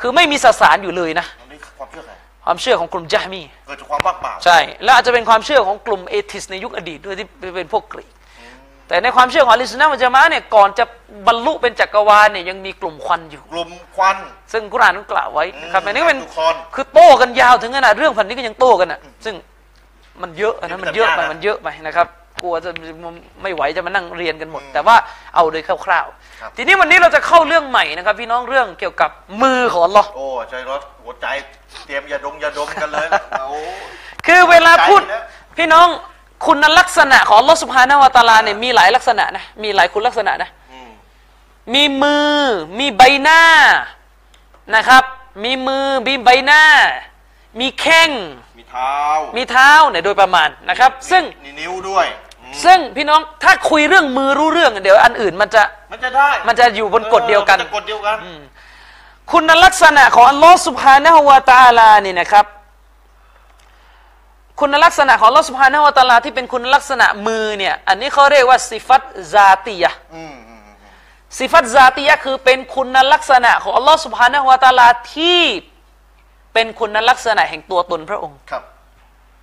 คือไม่มีสสารอยู่เลยนะ
อันนี้คือความเชื่อใคร
ความเชื่อของกลุ่มยะฮ์มี
เกิดจากความว่างเปล่า
ใช่ แล้วอาจจะเป็นความเชื่อของกลุ่มเอทิสในยุคอดีตด้วยที่เป็นพวกกรีก แต่ในความเชื่อของอาลิสนามัจญะมาเนี่ยก่อนจะบรรลุเป็นจักรวาลเนี่ยยังมีกลุ่มควันอยู่
กลุ่มควัน
ซึ่งกุรอานก็กล่าวไว้นะครับ
อืม
อันนี้ก็เป็น
กลุ่มควัน
คือโต้กันยาวถึงขนาดเรื่องพันนี้ก็ยังโต้กันอ่ะซึ่งมันเยอะอันนั้น
นี่
มั
มัน
นเยอะไป
ยากนะ
มันเยอะไปนะครับกลัวจะไม่ไหวจะมานั่งเรียนกันหมด แต่ว่าเอาโดยคร่าว
ครับ
ๆ ทีนี้วันนี้เราจะเข้าเรื่องใหม่นะครับ พี่น้องเรื่องเกี่ยวกับมือของเรา
โอ้ใจรถหัวใจเตรียมยาดมยาดมกันเลยโอ้
คือเวลาพูด
ใจนะ
พี่น้องคุณลักษณะของลอสุภานาวตาลาเนี่ยมีหลายลักษณะนะมีหลายคุณลักษณะนะ
อืม
มีมือมีใบหน้านะครับ มีมือมีใบหน้า มีแข้ง
มีเท้ามี
มีเท้าเนี่ยโดยประมาณนะครับ ซึ่ง
นิ้วด้วยอืม
ซึ่งพี่น้องถ้าคุยเรื่องมือรู้เรื่อง เดี๋ยวอันอื่นมันจะ
มันจะได้
มันจะอยู่บนกฎเดียวกัน
ออมัจะกฎเดียวกัน
คุณลักษณะของอัลลอฮ์สุบฮานะฮูวาตาลานี่นะครับ คุณลักษณะของอัลลอฮ์สุบฮานะฮูวาตาลาที่เป็นคุณลักษณะมือเนี่ยอันนี้เขาเรียกว่าสิฟัตซาติยะห์
อืมอืมอืม
สิฟัตซาติยะห์คือเป็นคุณลักษณะของอัลลอฮ์สุบฮานะฮูวาตาลาที่เป็นคุณลักษณะแห่งตัวตนพระองค์
ครับ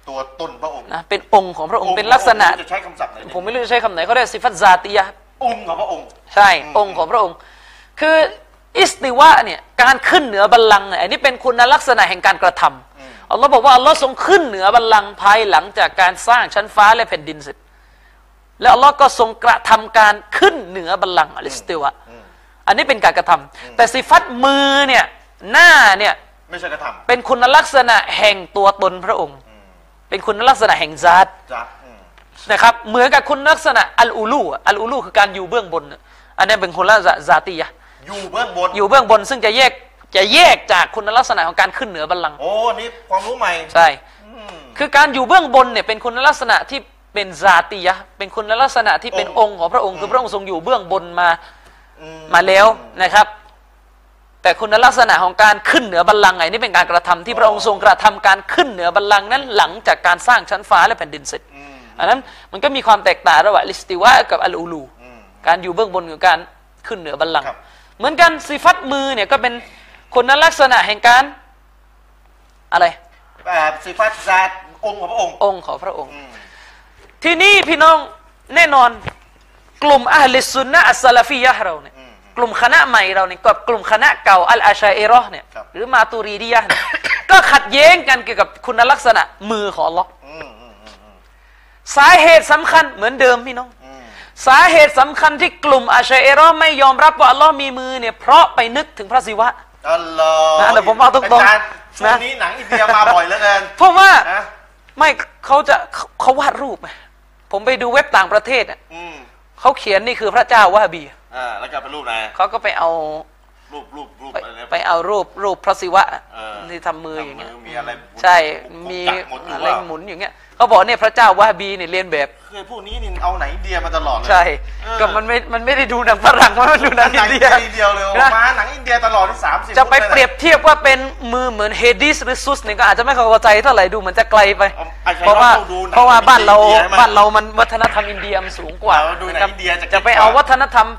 ตัวต้นพระองค์
นะเป็นองค์ของพระองค์เป็นลักษณะ
จะใช้คำศัพท์ไหน
ผมไม่รู้จะใช้คำไหนเขาเรียกสิฟัตซาติยะห์
องค์ของพระองค์
ใช่ องค์ของพระองค์ คืออิสติวะเนี่ยการขึ้นเหนือบัลลังก์เนี่ยอันนี้เป็นคุณลักษณะแห่งการกระทำอัลลอฮ์บอกว่าอัลลอฮ์ทรงขึ้นเหนือบัลลังก์ภายหลังจากการสร้างชั้นฟ้าและแผ่นดินเสร็จ แล้วอัลลอฮ์ก็ทรงกระทำการขึ้นเหนือบัลลังก์อัลอิสติวะอันนี้เป็นการกระทำแต่สิฟัตมือเนี่ยหน้าเนี่ย
ไม่ใช่กระท
เป็นคุณลักษณะแห่งตัวตนพระองค์ เป็นคุณลักษณะแห่งซาต
ำจ้ะอืม
นะครับเหมือนกับคุณลักษณะอัลอูลูอะอัลอูลูคือการอยู่เบื้องบนน่ะอันนี้เป็นคนละซาติยะห์
อยู่เบื้องบน
อยู่เบื้องบนซึ่งจะแยกจะแยกจากคุณลักษณะของการขึ้นเหนือบัลลังก์
โอ้อันนี่ความรู้ใหม่
ใช่
อืม
คือการอยู่เบื้องบนเนี่ยเป็นคุณลักษณะที่เป็นซาติยะห์เป็นคุณลักษณะที่เป็น
อ
อง
ค์
งค์ของพระองค์คือพระองค์ทรงอยู่เบื้องบนมา
อื
มาแล้วนะครับ แต่คุณลักษณะของการขึ้นเหนือบัลลังก์ไงนี่เป็นการกระทำที่พระองค์ทรงกระทำการขึ้นเหนือบัลลังก์นั้นหลังจากการสร้างชั้นฟ้าและแผ่นดินเสร็จ
อืม
อันนั้นมันก็มีความแตกต่างระหว่างลิสติวะกับอัลอูลู
อืม
การอยู่เบื้องบนกับการขึ้นเหนือบัลลังก์
ครับ
เหมือนกันสิฟัตมือเนี่ยก็เป็นคนลักษณะแห่งการอะไร
แบบสิฟัตซาตองค์ของพระองค์
องค์ของพระองค์
อืม
ที่นี่พี่น้องแน่นอนกลุ่มอัลลิสุนนะอัสซาลาฟียะห์เราเนี่ย
อืม
กลุ่มคณะใหม่เราเนี่ยกับกลุ่มคณะเก่าอัลอาชาเอรอห์เนี่ย
ครับ
หรือมาตูรีดียะห์เนี่ย ก็ขัดแย้งกันเกี่ยวกับคุณลักษณะมือของอัลลอฮ์
อืมอืมอืม
สาเหตุสำคัญเหมือนเดิมพี่น้อง
อืม
สาเหตุสำคัญที่กลุ่มอาชัยเอรอไม่ยอมรับว่าอัลลอฮ์มีมือเนี่ยเพราะไปนึกถึงพระศิวะ
อัลลอฮ์
นะเดี๋ยวผมเอาตรงๆ
จารย์ช่ว
นะ
งนี้หนังอินเดียมาบ่อยเหลือเกิน
เพราะว่า
นะ
ไม่เขาจะเขาเขาวาดรูปไงผมไปดูเว็บต่างประเทศอะ
อืม
เขาเขียนนี่คือพระเจ้าวะฮาบี
อ่าแล้วก็เป็นรูปไหน
เขาก็ไปเอา
รูปรูปรูป
ไป
อะไรนะ
ไปเอารูปรูปพระศิวะอะ
เออ
ที่ทำมืออย่างเงี้ย
ทำมือมีอะไร
ใช่
บุก
มี
จักหมุนอยู่
อะไร
ว่า
หมุนอย่างเงี้ย เขาบอกเนี่ยพระเจ้าวะฮาบีเนี่ยเรียนแบบ
คือพวกนี้นี่เอาไหนอินเดียมาตลอดเลย
ใช่
เออ
ก็มันไม่ มันไม่ได้ดูหนังฝรั่ง ว่ามันดูหนัง
ห
อิ
นัง
น
อิ
เดี
นเดี
ย
ยทีเดียวเลย
นะ
มาหนังอินเดียตลอดที่สามสิบ
จะไปเปรียบเทียบว่าเป็นมือเหมือนเฮดิสหรือซุสเนี่ยก็อาจจะไม่เข้าใจเท่าไหร่ดูเหมือนจะไกลไป เพราะว่าเพราะว่าบ้านเราบ้านเรามันวัฒนธรรมอินเดียมันสูงกว่า
เราดูหนังอินเดียจะ
จะไปเอาวัฒนธรรม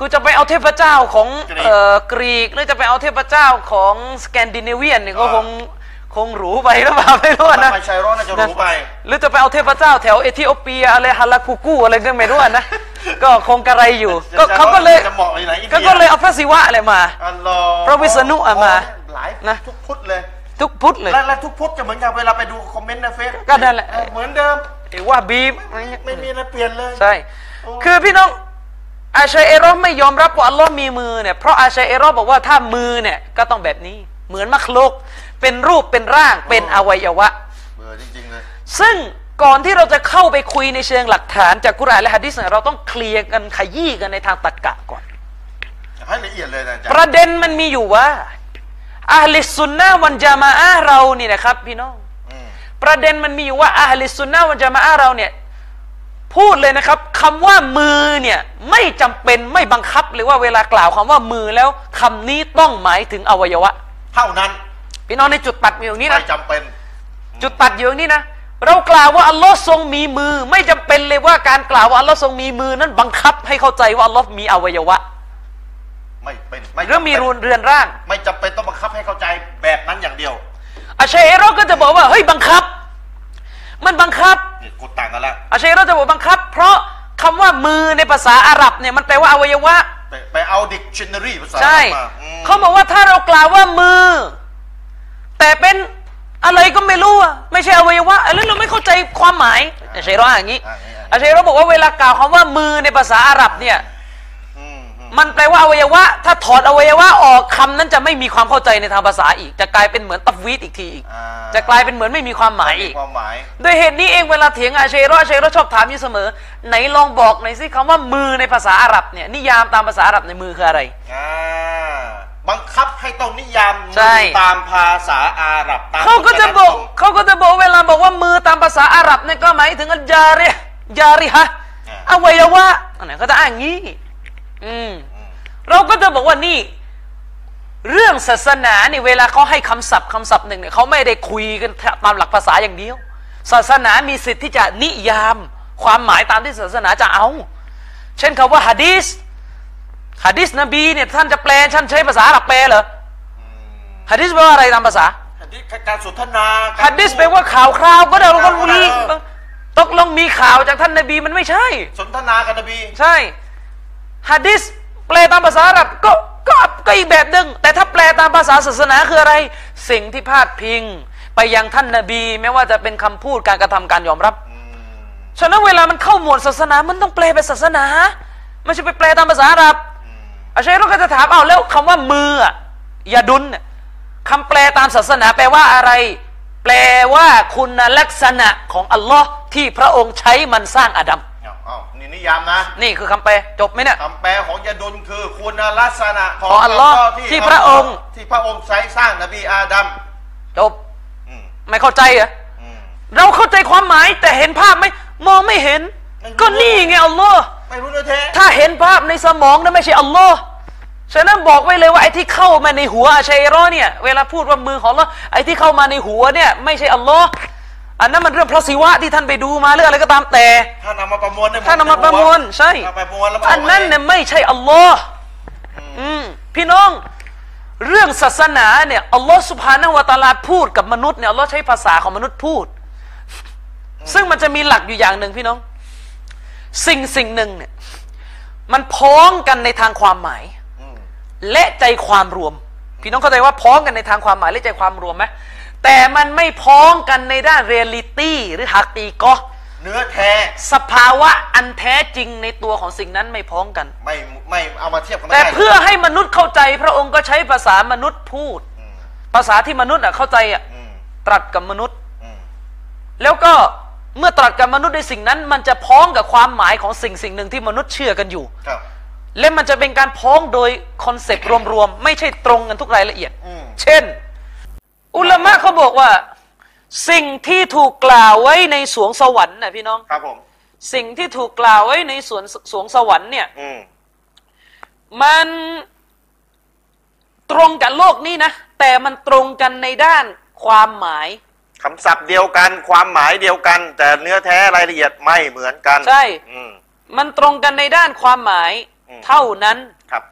คือจะไปเอาเทพเจ้าของเอ่อกรีกหรือจะไปเอาเทพเจ้าของสแกนดิเนเวียนเนี่ยก็คงคงหรูไปหรือเปล่า ไม่รู้
มั
นะ
นไปใช้ร้อนน่าจะรู้ไป
หรือจะไปเอาเทพเจ้าแถวเอธิโอเปียอะไรฮาราคูกูอะไรก็ไม่รู้อะ นะ ก็คงกระไรอยู่ ก็
จะ
เขาก็เลย
จะเหมาะอยู่ไหนอินเดีย
ก็ก็เลยเอาพระศิวะอะไรมา
อัลลอ
พระวิษณุอะมา
หลาย
นะ
ทุกพุทธเลย
ทุกพุทธเลย
และและทุกพุทธจะเหมือนกันเวลาไปดูคอมเมนต์ในเฟซ
ก็นั่นแหละ
เออเหมือนเดิม
ไอ้ว่าบีม
ไม่มีอะไรเปลี่ยนเลย
ใช่
โอ้
คือพี่น้องอาชัยเอรอไม่ยอมรับว่าอัลลอฮ์มีมือเนี่ย เพราะอาชัยเอรอบอกว่าถ้ามือเนี่ยก็ต้องแบบนี้ เหมือนมัคลุก เป็นรูป เป็นร่าง เป็นอวัยวะ
เบื่อจริงๆเลย
ซึ่งก่อนที่เราจะเข้าไปคุยในเชิงหลักฐานจากกุรอานและฮะดิษเนี่ยเราต้องเคลียร์กันขยี้กันในทางตรรกะก่อน
ให้ละเอียดเลยนะอาจ๊ะ
ประเด็นมันมีอยู่ว่าอาลิสซุนนะฮ์วันจามาอะฮ์เรานี่นะครับ พี่น้อง ประเด็นมันมีอยู่ว่าอาลิสซุนนะฮ์วันจามาอะฮ์เราเนี่ย พูดเลยนะครับคำว่ามือเนี่ยไม่จำเป็นไม่บังคับเลยว่าเวลากล่าวคำว่ามือแล้วคำนี้ต้องหมายถึงอวัยวะ
เท่านั้น
พี่น้องในจุดตัดมีอยู่ตรงนี้
ไม่
นะ
จำเป็น
จุดตัดอยู่ตรงนี้นะ เรากล่าวว่าอัลลอฮ์ทรงมีมือ ไม่จำเป็นเลยว่าการกล่าวว่าอัลลอฮ์ทรงมีมือนั้นบังคับให้เข้าใจว่าอัลลอฮ์มีอวัยวะ
ไม่เป็นไม่
หรือมีรูนเรือนร่าง
ไม่จำเป็นต้องบังคับให้เข้าใจแบบนั้นอย่างเดียว
อาชัยเอโรก็จะบอกว่าเฮ้ยบังคับ มันบังคับ
นี่กูต่างกันละ
อาชัยเอโรจะบอกบังคับ เพราะคำว่ามือในภาษาอาหรับเนี่ยมันแปลว่าอวัยวะ
ไปไปเอาดิกชันนารีภาษา
ใช่
มาอืม
เขาบอกว่าถ้าเรากล่าวว่ามือ แต่เป็นอะไรก็ไม่รู้อะไม่ใช่อวัยวะอันนั้นเราไม่เข้าใจความหมายอาชัยเอโรอ่านอย่างนี้
อ่าอย่างนี้
อาชัยเอโรบอกว่าเวลากล่าวคำว่ามือในภาษาอาหรับเนี่ย
อืมอืม
มันแปลว่าอวัยวะ ถ้าถอดอวัยวะออกคำนั้นจะไม่มีความเข้าใจในทางภาษาอีก จะกลายเป็นเหมือนตัฟวีดอีกทีอีก
อ่า
จะกลายเป็นเหมือนไม่มีความหมายอีก
ความหมาย
ด้วยเหตุนี้เองเวลาเถียงอาเชโรอาเชโรชอบถามอยู่เสมอ ไหนลองบอกหน่อยสิคำว่ามือในภาษาอาหรับเนี่ยนิยามตามภาษาอาหรับในมือคืออะไร
อ่าบังคับให้ต้องนิยาม
ใช่
ตามภาษาอาหรับตาม
เขาก็จะบอก
วัฒนธรรม
เขาก็จะบอกเวลาบอกว่ามือตามภาษาอาหรับเนี่ยก็หมายถึงอัลจาริฮ์ยาริฮะ
อ่า
อวัยวะอันไหนเขาจะอ้างงี้อืมเราก็จะบอกว่านี่ เรื่องศาสนาเนี่ยเวลาเขาให้คำศัพท์คำศัพท์หนึ่งเนี่ยเขาไม่ได้คุยกันตามหลักภาษาอย่างเดียว ศาสนามีสิทธิ์ที่จะนิยาม ความหมายตามที่ศาสนาจะเอา เช่นคำว่าฮะดีสฮะดีสนบีเนี่ยท่านจะแปลท่านใช้ภาษาอาหรับแปลเหรอฮะดีสแปลว่าอะไรตามภาษา
ฮัดดิสการสนทนาการ
ฮัดดิสแปลว่าข่าวคราวก็ได้ว่ามี
ข่าวคราว
ตกลงมีข่าวจากท่านนบีมันไม่ใช่
สนทนากันนบี
ใช่ฮัดดิสแปลตามภาษาอาหรับก็ก็ก็อีกแบบหนึ่งแต่ถ้าแปลตามภาษาศาสนาคืออะไร สิ่งที่พาดพิง ไปยังท่านนบี ไม่ว่าจะเป็นคำพูดการกระทำการยอมรับ ฉะนั้นเวลามันเข้าหมวดศาสนา มันต้องแปลเป็นศาสนาไม่ใช่ไปแปลตามภาษาอาหรับอาชัยเราก็จะถามเอาแล้วคำว่ามืออะยาดุลเนี่ยคำแปลตามศาสนาแปลว่าอะไร แปลว่าคุณลักษณะของอัลลอฮ์ที่พระองค์ใช้มันสร้างอาดัม
เอาเอานี่นิยามนะ
นี่คือคำแปลจบไหมเนี่ย
คำแปลของยาดุลคือคุณลักษณะของ
ของอัลลอฮ์ที่พระองค์
ที่พระองค์ใช้สร้างนบีอาดัม
จบ
อืม
ไม่เข้าใจเหรอ
อืม
เราเข้าใจความหมายแต่เห็นภาพไหมมองไม่เห็น
ไม่รู้
ก็นี่ไงอัลลอฮ์
ไม่รู้เนื้อแท้
ถ้าเห็นภาพในสมองนั้นไม่ใช่อัลลอฮ์ฉะนั้นบอกไว้เลยว่าไอ้ที่เข้ามาในหัวอาชัยรอเนี่ย เวลาพูดว่ามือของอัลลอฮ์ไอ้ที่เข้ามาในหัวเนี่ยไม่ใช่อัลลอฮ์อันนั้นมันเรื่องพระศิวะที่ท่านไปดูมาหรืออะไรก็ตามแต่
ถ้านำมาประมวลได้หด
ถ้านำมาประมวลใช่
เอาไปประมวลแล้วมา
อันนั้นเนี่ยไม่ใช่อัลลอฮ์อืมพี่น้อง เรื่องศาสนาเนี่ยอัลลอฮ์สุภาณวตาลาพูดกับมนุษย์เนี่ยอัลลอฮ์ใช้ภาษาของมนุษย์พูด ซึ่งมันจะมีหลักอยู่อย่างหนึ่งพี่น้อง สิ่งสิ่งหนึ่งเนี่ยมันพ้องกันในทางความหมาย
อืม
และใจความรวม พี่น้องเข้าใจว่าพ้องกันในทางความหมายและใจความรวมไหมแต่มันไม่พ้องกันในด้านเรียลิตี้หรือฮักตีกอ
เนื้อแท้
สภาวะอันแท้จริงในตัวของสิ่งนั้นไม่พ้องกัน
ไม่ไม่เอามาเทียบกันไม่
แต่
ได้
เพื่อให้มนุษย์เข้าใจพระองค์ก็ใช้ภาษามนุษย์พูด
อืม
ภาษาที่มนุษย์อ่ะเข้าใจอ่ะ
อืม
ตรัสกับมนุษย์
อืม
แล้วก็เมื่อตรัสกับมนุษย์ในสิ่งนั้น มันจะพ้องกับความหมายของสิ่งสิ่งหนึ่งที่มนุษย์เชื่อกันอยู่
ครับ
และมันจะเป็นการพ้องโดยคอนเซปต์รวมๆ ไม่ใช่ตรงกันทุกรายละเอียด
อืม
เช่น อุลามะเขาบอกว่า สิ่งที่ถูกกล่าวไว้ในสวงสวรรค์นะพี่น้อง
ครับผม
สิ่งที่ถูกกล่าวไว้ในสวนสวงสวรรค์เนี่ย
อืม
มันตรงกับโลกนี้นะ แต่มันตรงกันในด้านความหมาย
คำศัพท์เดียวกันความหมายเดียวกัน แต่เนื้อแท้รายละเอียดไม่เหมือนกัน
ใช่
อืม
มันตรงกันในด้านความหมาย
อืม
เท่านั้น
ครับ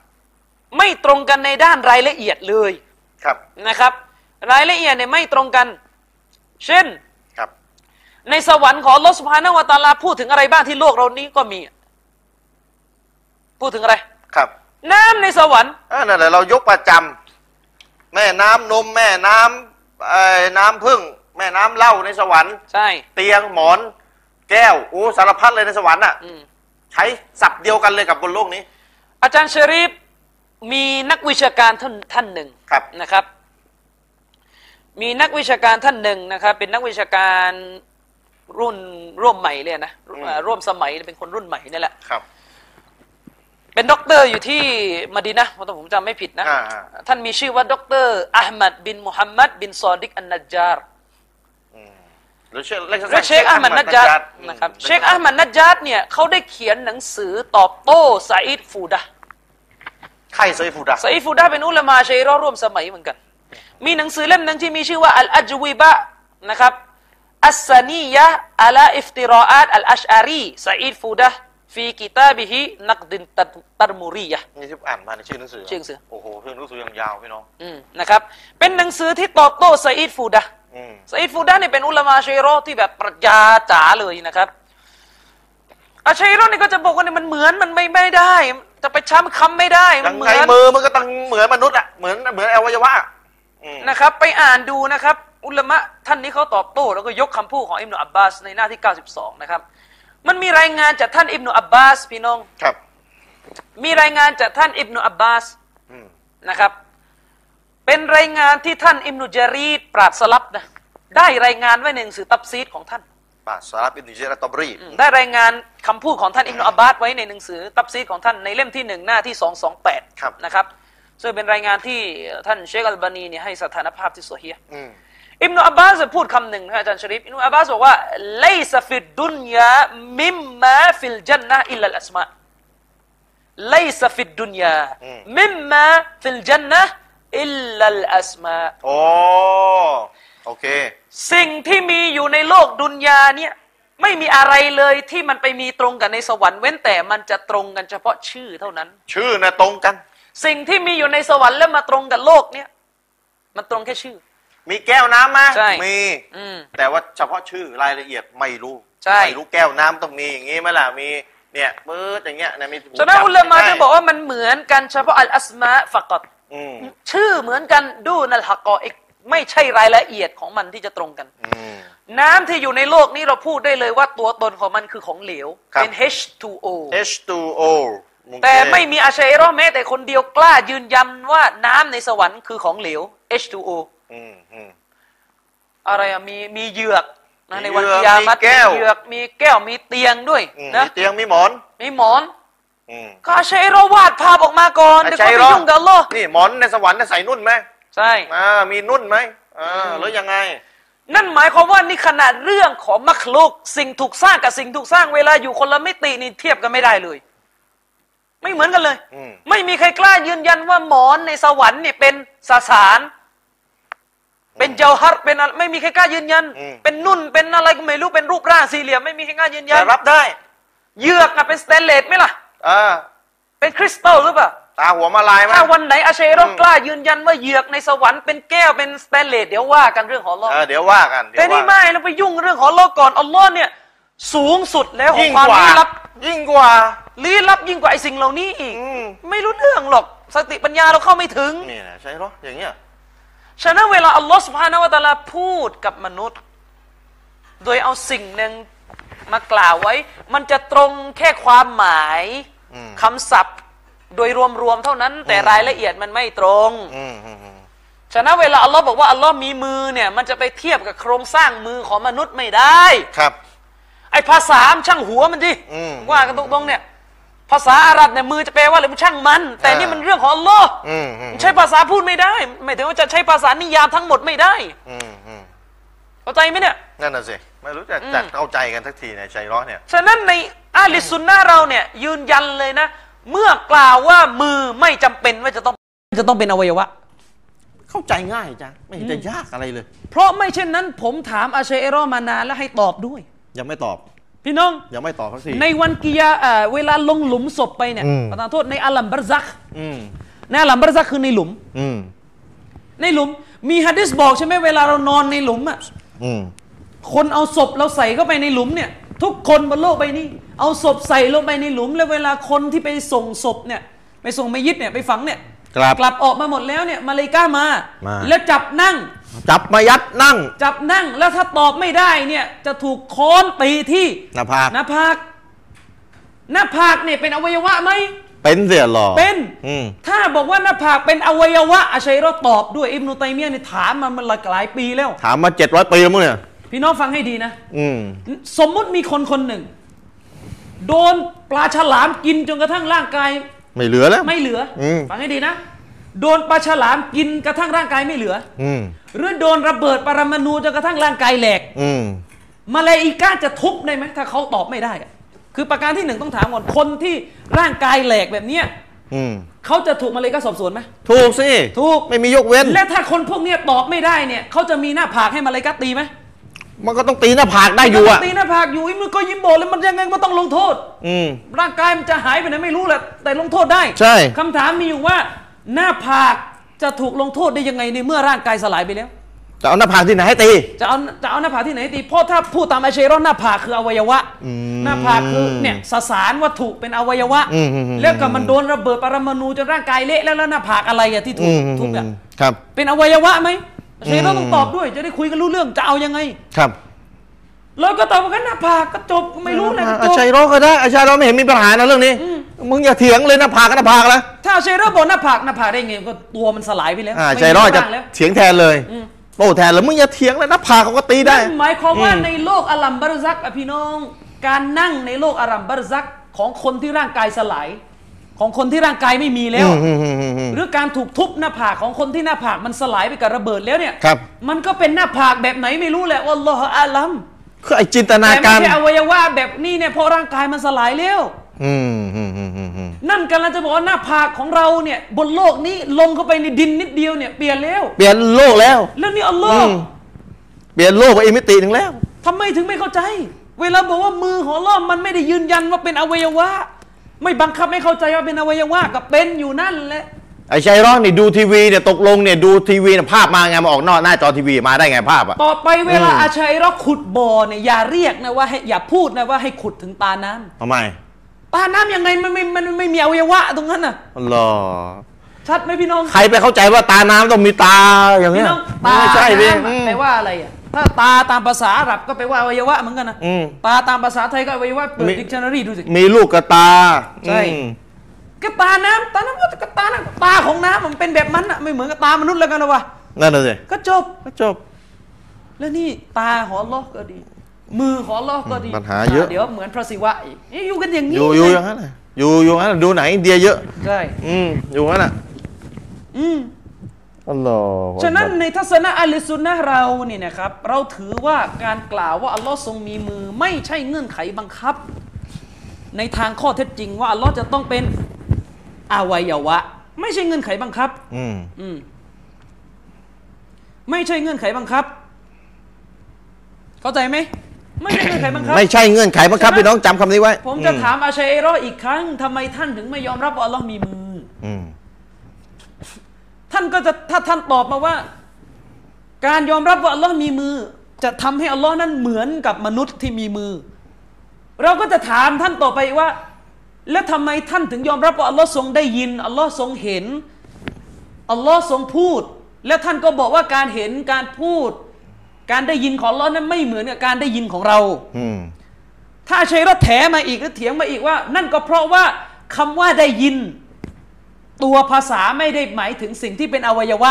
ไม่ตรงกันในด้านรายละเอียดเลย
ครับ
นะครับ รายละเอียดเนี่ยไม่ตรงกัน เช่น
ครับ
ในสวรรค์ของอัลลอฮ์สุบฮานาวะตะอาลาพูดถึงอะไรบ้างที่โลกเรานี้ก็มี พูดถึงอะไร
ครับ
น้ำในสวรรค์
อ่านั่นแหละเรายกประจำแม่น้ำนมแม่น้ำเอ่อน้ำพึ่ง แม่น้ำเหล้าในสวรรค์
ใช่
เตียงหมอน แก้วโอ้สารพัดเลยในสวรรค์อ่ะ
อืม
ใช้ศัพท์เดียวกันเลยกับบนโลกนี้
อาจารย์ชริฟมีนักวิชาการท่านท่านหนึ่ง
ครับ
นะครับ มีนักวิชาการท่านหนึ่งนะครับ เป็นนักวิชาการรุ่นร่วมใหม่เลยนะ
อืม
เอ่อร่วมสมัยเป็นคนรุ่นใหม่นี่แหละ
ครับ
เป็นด็อกเตอร์อยู่ที่มะดีนะห์ถ้าผมจำไม่ผิดนะ
อ่า
ท่านมีชื่อว่าด็อกเตอร์อัลมัดบินมุฮัมมัดบินซอดิกอันนัจจาร์
หรือเชคเรียกสั้นๆ
และเชคอัลมัดนัจจาร์นะครับ เชคอัลมัดนัจจาร์เนี่ยเขาได้เขียนหนังสือตอบโต้ซาอิดฟูดะห์
ไข่เซยฟูดะ
ซาอิดฟูดาเป็นอุลามาชัยรอร่วมสมัยเหมือนกัน มีหนังสือเล่มหนึ่งที่มีชื่อว่าอัลอัจวิบะนะครับ อัสซานียะอัลาอิฟติรออาตอัลอัชอารีซาอิดฟูดะฟีกิตาบิฮินักดินตัดตัรมูรียะห์
นี่ที่อ่านมาในชื่อหนังสือ
ชื่อหนังสือ
โอ้โหชื่อหนังสือยังยาวพี่น้อง
อืมนะครับ เป็นหนังสือที่ตอบโต้ซาอิดฟูดะ
อืม
ซาอิดฟูดานเนี่ยเป็นอุลามะอาชัยรอที่แบบปรัชญาจ๋าเลยนะครับอาชัยรอเนี่ยก็จะบอกว่าเนี่ยมันเหมือนมันไม่ไม่ได้ จะไปช้ำค้ำไม่ได้
ยั
มัน
ง
เหมื
ไง
อน
มือมันก็ต้องเหมือนมนุษย์อ่ะเหมือนเหมือนอวัยวะอะอืม
นะครับ ไปอ่านดูนะครับ อุลามะท่านนี้เขาตอบโต้แล้วก็ยกคำพูดของอิบนุอับบาสในหน้าที่ 92 นะครับ มันมีรายงานจากท่านอิบนุอับบาสพี่น้อง
ครับ
มีรายงานจากท่านอิบนุอับบาส
อืม
นะครับ เป็นรายงานที่ท่านอิบนุจารีดปราดสลับนะได้รายงานไว้ในหนังสือตับซีดของท่าน
ป่าสารับอินดิเจรตอบรี
อืมได้รายงานคำพูดของท่านอิมนุอับบาสไว้ในหนังสือตับซีดของท่านในเล่มที่หนึ่งหน้าที่สองสองแปด
ครับ
นะครับซึ่งเป็นรายงานที่เอ่อท่านเชคอัลบานีเนี่ยให้สถานภาพที่สวยเฮีย
อืม
อิมนุอับบาสพูดคำหนึ่งนะอาจารย์ชริฟอิมนุอับบาสบอกว่าไลซฟิดดุนยามิมมาฟิลจันนะอิลลัลอัสมาไลซฟิดดุนยามิมมาฟิลจันนะอิลลัลอัสมา
โอ้โอเค
สิ่งที่มีอยู่ในโลกดุนยาเนี่ยไม่มีอะไรเลยที่มันไปมีตรงกันในสวรรค์เว้นแต่มันจะตรงกันเฉพาะชื่อเท่านั้น
ชื่อนะตรงกัน
สิ่งที่มีอยู่ในสวรรค์แล้วมาตรงกับโลกเนี่ยมันตรงแค่ชื่อ
มีแก้วน้ำไหม
ใช่
มี
อืม
แต่ว่าเฉพาะชื่อรายละเอียดไม่รู้
ใช่
ไม่รู้แก้วน้ำต้องมีอย่างงี้ไหมล่ะมีเนี่ยปื๊ดอย่างเงี้ยนะมี
ฉะนั้นอุลามะ
ใช่
จะบอกว่ามันเหมือนกันเฉพาะอัลอัสมาฟักอด
อืม
ชื่อเหมือนกันดูนัลฮักกออิกไม่ใช่รายละเอียดของมันที่จะตรงกัน
อืม
น้ำที่อยู่ในโลกนี้เราพูดได้เลยว่าตัวตนของมันคือของเหลว
ครับ
เป็น H2O
H2O มึง
แต่ไม่
เ
มีอาชัยรอแม้แต่คนเดียวกล้ายืนยันว่าน้ำในสวรรค์คือของเหลว H2O
อืมอืม
อะไรอะมีมีเหยือกนะในวัน
มีเหยือก
กิยามัต
มีแก้ว
เหยือกมีแก้วมีเตียงด้วย
อืม
นะ
มีเตียงมีหมอน
มีหมอน
อืม
ก็อาชัยรอวาดภาพออกมาก่อนเดี๋ยวเขาไป
ร้
ยุ่งกับโลก
นี่หมอนในสวรรค์น่ะใส่นุ่นไหม
ใช่
อ่ามีนุ่นไหมอ่าหรือยังไง
นั่นหมายความว่านี่ขนาดเรื่องของมัคลุกสิ่งถูกสร้างกับสิ่งถูกสร้างเวลาอยู่คนละมิตินี่เทียบกันไม่ได้เลย ไม่เหมือนกันเลย
อืม
ไม่มีใครกล้ายืนยันว่าหมอนในสวรรค์เนี่ยเป็นสสาร เป็นเจ้าฮัรเป็นอะไรไม่มีใครกล้ายืนยัน
อืม
เป็นนุ่นเป็นอะไรก็ไม่รู้เป็นรูปร่างสี่เหลี่ยมไม่มีใครกล้ายืนยั
แต่
น
รับได้
เหยือกอะเป็นสเตนเลสไหมล่ะ
อ่า
เป็นคริสตัลหรือเปล่า
ตาหัวมาลายไหม
ถ้าวันไหนอาเชโรกล้ายืนยันว่าเหยือกในสวรรค์เป็นแก้วเป็นสเตนเลสเดี๋ยวว่ากันเรื่องของอัลลอฮ์
เออเดี๋ยวว่ากันเดี๋ยว
แต่นี่
ว่า
ไม่เราไปยุ่งเรื่องของอัลลอฮ์ก่อนอัลลอฮ์เนี่ย สูงสุดแล้วขอ
ยิ่
ง
ง
ความ
กว่า
ลี้ลับ
ยิ่งกว่า
ลี้ลับยิ่งกว่าไอ้สิ่งเหล่านี้อีก
อืม
ไม่รู้เรื่องหรอกสติปัญญาเราเข้าไม่ถึง
นี่นะใช่เหรออย่างเงี้ย
ฉะนั้นเวลาอัลลอฮ์สุบฮานาวะตะอาลาพูดกับมนุษย์ โดยเอาสิ่งหนึ่งมากล่าวไว้ มันจะตรงแค่ความหมาย
อืม
คำศัพท์ โดยรวมๆเท่านั้น แต่รายละเอียดมันไม่ตรง
อืมอืมอืม
ฉะนั้นเวลาอัลลอฮ์บอกว่าอัลลอฮ์มีมือเนี่ย มันจะไปเทียบกับโครงสร้างมือของมนุษย์ไม่ได้
ครับ
ไอภาษามันช่างหัวมันดิ
อืม
ว่ากันตรงๆเนี่ย ภาษาอาหรับเนี่ยมือจะแปลว่าอะไรมันช่างมัน แต่นี่มันเรื่องของอัลลอฮ์
อืมอืม
ใช้ภาษาพูดไม่ได้ ไม่ถึงว่าจะใช้ภาษานิยามทั้งหมดไม่ได้
อืมอืม
เข้าใจไหมเนี่ย
นั่นน่ะสิไม่รู้จะ
อืม
จะเข้าใจกันสักทีในชัยร้อนเนี่ย
ฉะนั้นในอาลิสุนนะห์เราเนี่ย ยืนยันเลยนะ เมื่อกล่าวว่ามือไม่จำเป็นว่าจะต้องจะต้องเป็นอวัยวะ
เข้าใจง่ายจ้ะไม่เห็นจะยากอะไรเลย
เพราะไม่เช่นนั้นผมถามอาเชเอรอมานานแล้วให้ตอบด้วย
ยังไม่ตอบ
พี่น้อง
ยังไม่ตอบสักที
ในวันกิยาเอ่อเวลาลงหลุมศพไปเนี่ย
อืม
ประทานโทษในอัลัมบารซัก
อืม
ในอัลัมบารซักคือในหลุม
อืม
ในหลุมมีฮะดิษบอกใช่ไหมเวลาเรานอนในหลุมอ่ะ
อืม
คนเอาศพเราใส่เข้าไปในหลุมเนี่ย ทุกคนบนโลกใบนี้ เอาศพใส่ลงไปในหลุม แล้วเวลาคนที่ไปส่งศพเนี่ยไปส่งไมยิดเนี่ยไปฝังเนี่ย
ครับ
กลับออกมาหมดแล้วเนี่ยมาเลกามา
มา
แล้วจับนั่ง
จับมายัดนั่ง
จับนั่งแล้วถ้าตอบไม่ได้เนี่ยจะถูกค้อนตีที่
หน้าผาก
หน้าผากหน้าผากเนี่ยเป็นอวัยวะไหม
เป็นเสียหรอ
เป็น
อืม
ถ้าบอกว่าหน้าผากเป็นอวัยวะอาชัยเราะห์ตอบด้วยอิบนุตัยมียะห์เนี่ยถามมามันหลายปีแล้ว
ถามมาเจ็ดร้อยปีแล้วมั้งเนี่ย
พี่น้องฟังให้ดีนะ
อืม
สมมุติมีคนคนหนึ่ง โดนปลาฉลามกินจนกระทั่งร่างกาย
ไม่เหลือแล้ว
ไม่เหลืออ
ม
ฟังให้ดีนะ โดนปลาฉลามกินกระทั่งร่างกายไม่เหลือ
อืม
หรือโดนระเบิดปรมาณูจนกระทั่งร่างกายแหลก
อืม
มาเลาอิกาจะทุบได้ไหมถ้าเขาตอบไม่ได้อะคือประการที่หนึ่งต้องถามก่อนคนที่ร่างกายแหลกแบบเนี้ย
อืม
เขาจะถูกมาเลาอิกาสอบสวนไหม
ถูกสิ
ถูก
ไม่มียกเว้น
และถ้าคนพวกเนี้ยตอบไม่ได้เนี่ยเขาจะมีหน้าผากให้มาเลาอิกาตีไหม
มันก็ต้องตีหน้าผากได้อยู่อ่ะ
ตีหน้าผากอยู่อิมันก็ยิ้มโบอกแล้วมันยังไงมันต้องลงโทษ
อืม
ร่างกายมันจะหายไปไหนไม่รู้แหละแต่ลงโทษได้
ใช่
คำถามมีอยู่ว่า หน้าผากจะถูกลงโทษได้ยังไงในเมื่อร่างกายสลายไปแล้ว
จะเอาหน้าผากที่ไหนให้ตี
จะเอาจะเอาหน้าผากที่ไหนตีเพราะถ้าพูดตามอาเชยรอนหน้าผากคืออวัยวะ หน้าผากคือเนี่ยสสารวัตถุเป็นอวัยวะ
อืมอืมอืม
แล้วก็มันโดนระเบิดปรมาณูจนร่างกายเละแล้วแล้วหน้าผากอะไรอะที่ถู
อื
ก
มอืม
ทุบอะ
ครับ
เป็นอวัยวะไหมอาเชยรอนต้องตอบด้วย จะได้คุยกันรู้เรื่องจะเอายังไง
ครับ
แล้วก็ตอบว่าก็หน้าผากก็จบไม่รู้แหละก็
อา
จบ
ชัยร้องก็ได้อาชัยร้องไม่เห็นมีปัญหานะเรื่องนี้ มึงอย่าเถียงเลยหน้าผากกับหน้าผากละ
ถ้าอาเชยรอนบอกหน้าผากหน้าผากได้ไงก็ตัวมันสลายไปแล้ว
อ่า
ไม่
ชัยร้องจะ
ร่างแล้ว
เถียงแทนเลยโต้แทนแล้วมึงอย่าเถียงเลยหน้าผากเขาก็ตีได้
นั่นหมายความว่า
อืม
ในโลกอารัมบารซักอะพี่น้อง การนั่งในโลกอารัมบารซักของคนที่ร่างกายสลาย ของคนที่ร่างกายไม่มีแล้ว
อืมอืมอืมอืม
หรือการถูกทุบหน้าผากของคนที่หน้าผากมันสลายไปกับระเบิดแล้วเนี่ย
ครับ
มันก็เป็นหน้าผากแบบไหนไม่รู้แหละวัลลอฮฺอาลัม
คือไอ้จินตนา
แต่ไม่
การ
ใช่อวัยวะแบบนี้เนี่ยเพราะร่างกายมันสลายแล้ว
อืมอืมอืมอืมอืม
นั่นกำลังจะบอกว่าหน้าผากของเราเนี่ยบนโลกนี้ลงเข้าไปในดินนิดเดียวเนี่ยเปลี่ยนแล้ว
เปลี่ยนโลกแล้ว
แล้วนี่อัลลอฮ
อืม
์
เปลี่ยนโลกไปอีกมิติหนึ่งแล้ว
ทำไมถึงไม่เข้าใจ เวลาบอกว่ามือของอัลล่อฮ์มันไม่ได้ยืนยันว่าเป็นอวัยวะ ไม่บังคับให้เข้าใจว่าเป็นอวัยวะกับเป็นอยู่นั่นแหละ
ไอ้ชัยร้อนนี่ดูทีวีเนี่ยตกลงเนี่ยดูทีวีเนี่ยภาพมาไงมาออกนอกหน้าจอทีวีมาได้ไงภาพอ่ะ
ต่อไปเวลา
อืม
อาชัยเราะห์ขุดบ่อเนี่ยอย่าเรียกนะว่าให้อย่าพูดนะว่าให้ขุดถึงตาน้ำ
ทำไม
ตาน้ำยังไงมันไม่มันมันไม่มีอวัยวะตรงนั้นน่ะ
อ๋อเหรอ
ชัดไหมพี่น้อง
ใครไปเข้าใจว่าตาน้ำต้องมีตาอย่างเงี้ย
พี่น้องตา
ไม่ใช่พี่
น้ำอะ
อืม
แปลว่าอะไรอ่ะถ้าตาตามภาษาอาหรับก็แปลว่าอวัยวะเหมือนกันนะ
อืม
ตาตามภาษาไทยก็อวัยวะเปิด
มี
ดิกชันนารีดูสิ
มีลูกกับตา
ใช่
อืม
ก็ตาน้ำตาน้ำก็ก็ตาน้ำตาของน้ำมันเป็นแบบนั้นอ่ะไม่เหมือนกับตามนุษย์แล้วกันนะวะ
นั่นน่ะสิ
ก็จบ
ก็จบ
แล้วนี่ตาของอัลลอฮ์ก็ดี มือของอัลลอฮ์ก็ดี
ปัญหาเยอะ
เดี๋ยวเหมือนพระศิวะอีกนี่อยู่กันอย่างนี้
อยู่อยู่อย่างนั้นน่ะอยู่อยู่อย่างนั้นน่ะดูหนังอินเดียเยอะ
ใช่
อืมอยู่อย่างนั้นอ่ะ
อืม
อ๋อเหรอ
ฉะนั้นในทัศนะอัลลิซุนนะห์เราเนี่ยนะครับ เราถือว่าการกล่าวว่าอัลลอฮ์ทรงมีมือไม่ใช่เงื่อนไขบังคับ ในทางข้อเท็จจริงว่าอัลลอฮ์จะต้องเป็นอวัยวะ ไม่ใช่เงื่อนไขบังคับ
อืม
อืมไม่ใช่เงื่อนไขบังคับ เข้าใจไหมไม่ใช่เงื่อนไขบังคับ
ไม่ใช่เงื่อนไขบังคับ
ฉะนั้น
พี่น้องจำคำนี้ไว้
ผมจะถามอาชัยรออีกครั้งทำไมท่านถึงไม่ยอมรับว่าอัลลอฮ์มีมือ
อืม
ท่านก็จะถ้าท่านตอบมาว่า การยอมรับว่าอัลลอฮ์มีมือ จะทำให้อัลลอฮ์นั้นเหมือนกับมนุษย์ที่มีมือ เราก็จะถามท่านต่อไปว่า แล้วทำไมท่านถึงยอมรับว่าอัลลอฮ์ทรงได้ยินอัลลอฮ์ทรงเห็นอัลลอฮ์ทรงพูด และท่านก็บอกว่าการเห็นการพูด การได้ยินของอัลลอฮ์นั้นไม่เหมือนกับการได้ยินของเรา
อืม
ถ้าอาชัยรถแถมาอีกหรือเถียงมาอีกว่า นั่นก็เพราะว่าคำว่าได้ยิน ตัวภาษาไม่ได้หมายถึงสิ่งที่เป็นอวัยวะ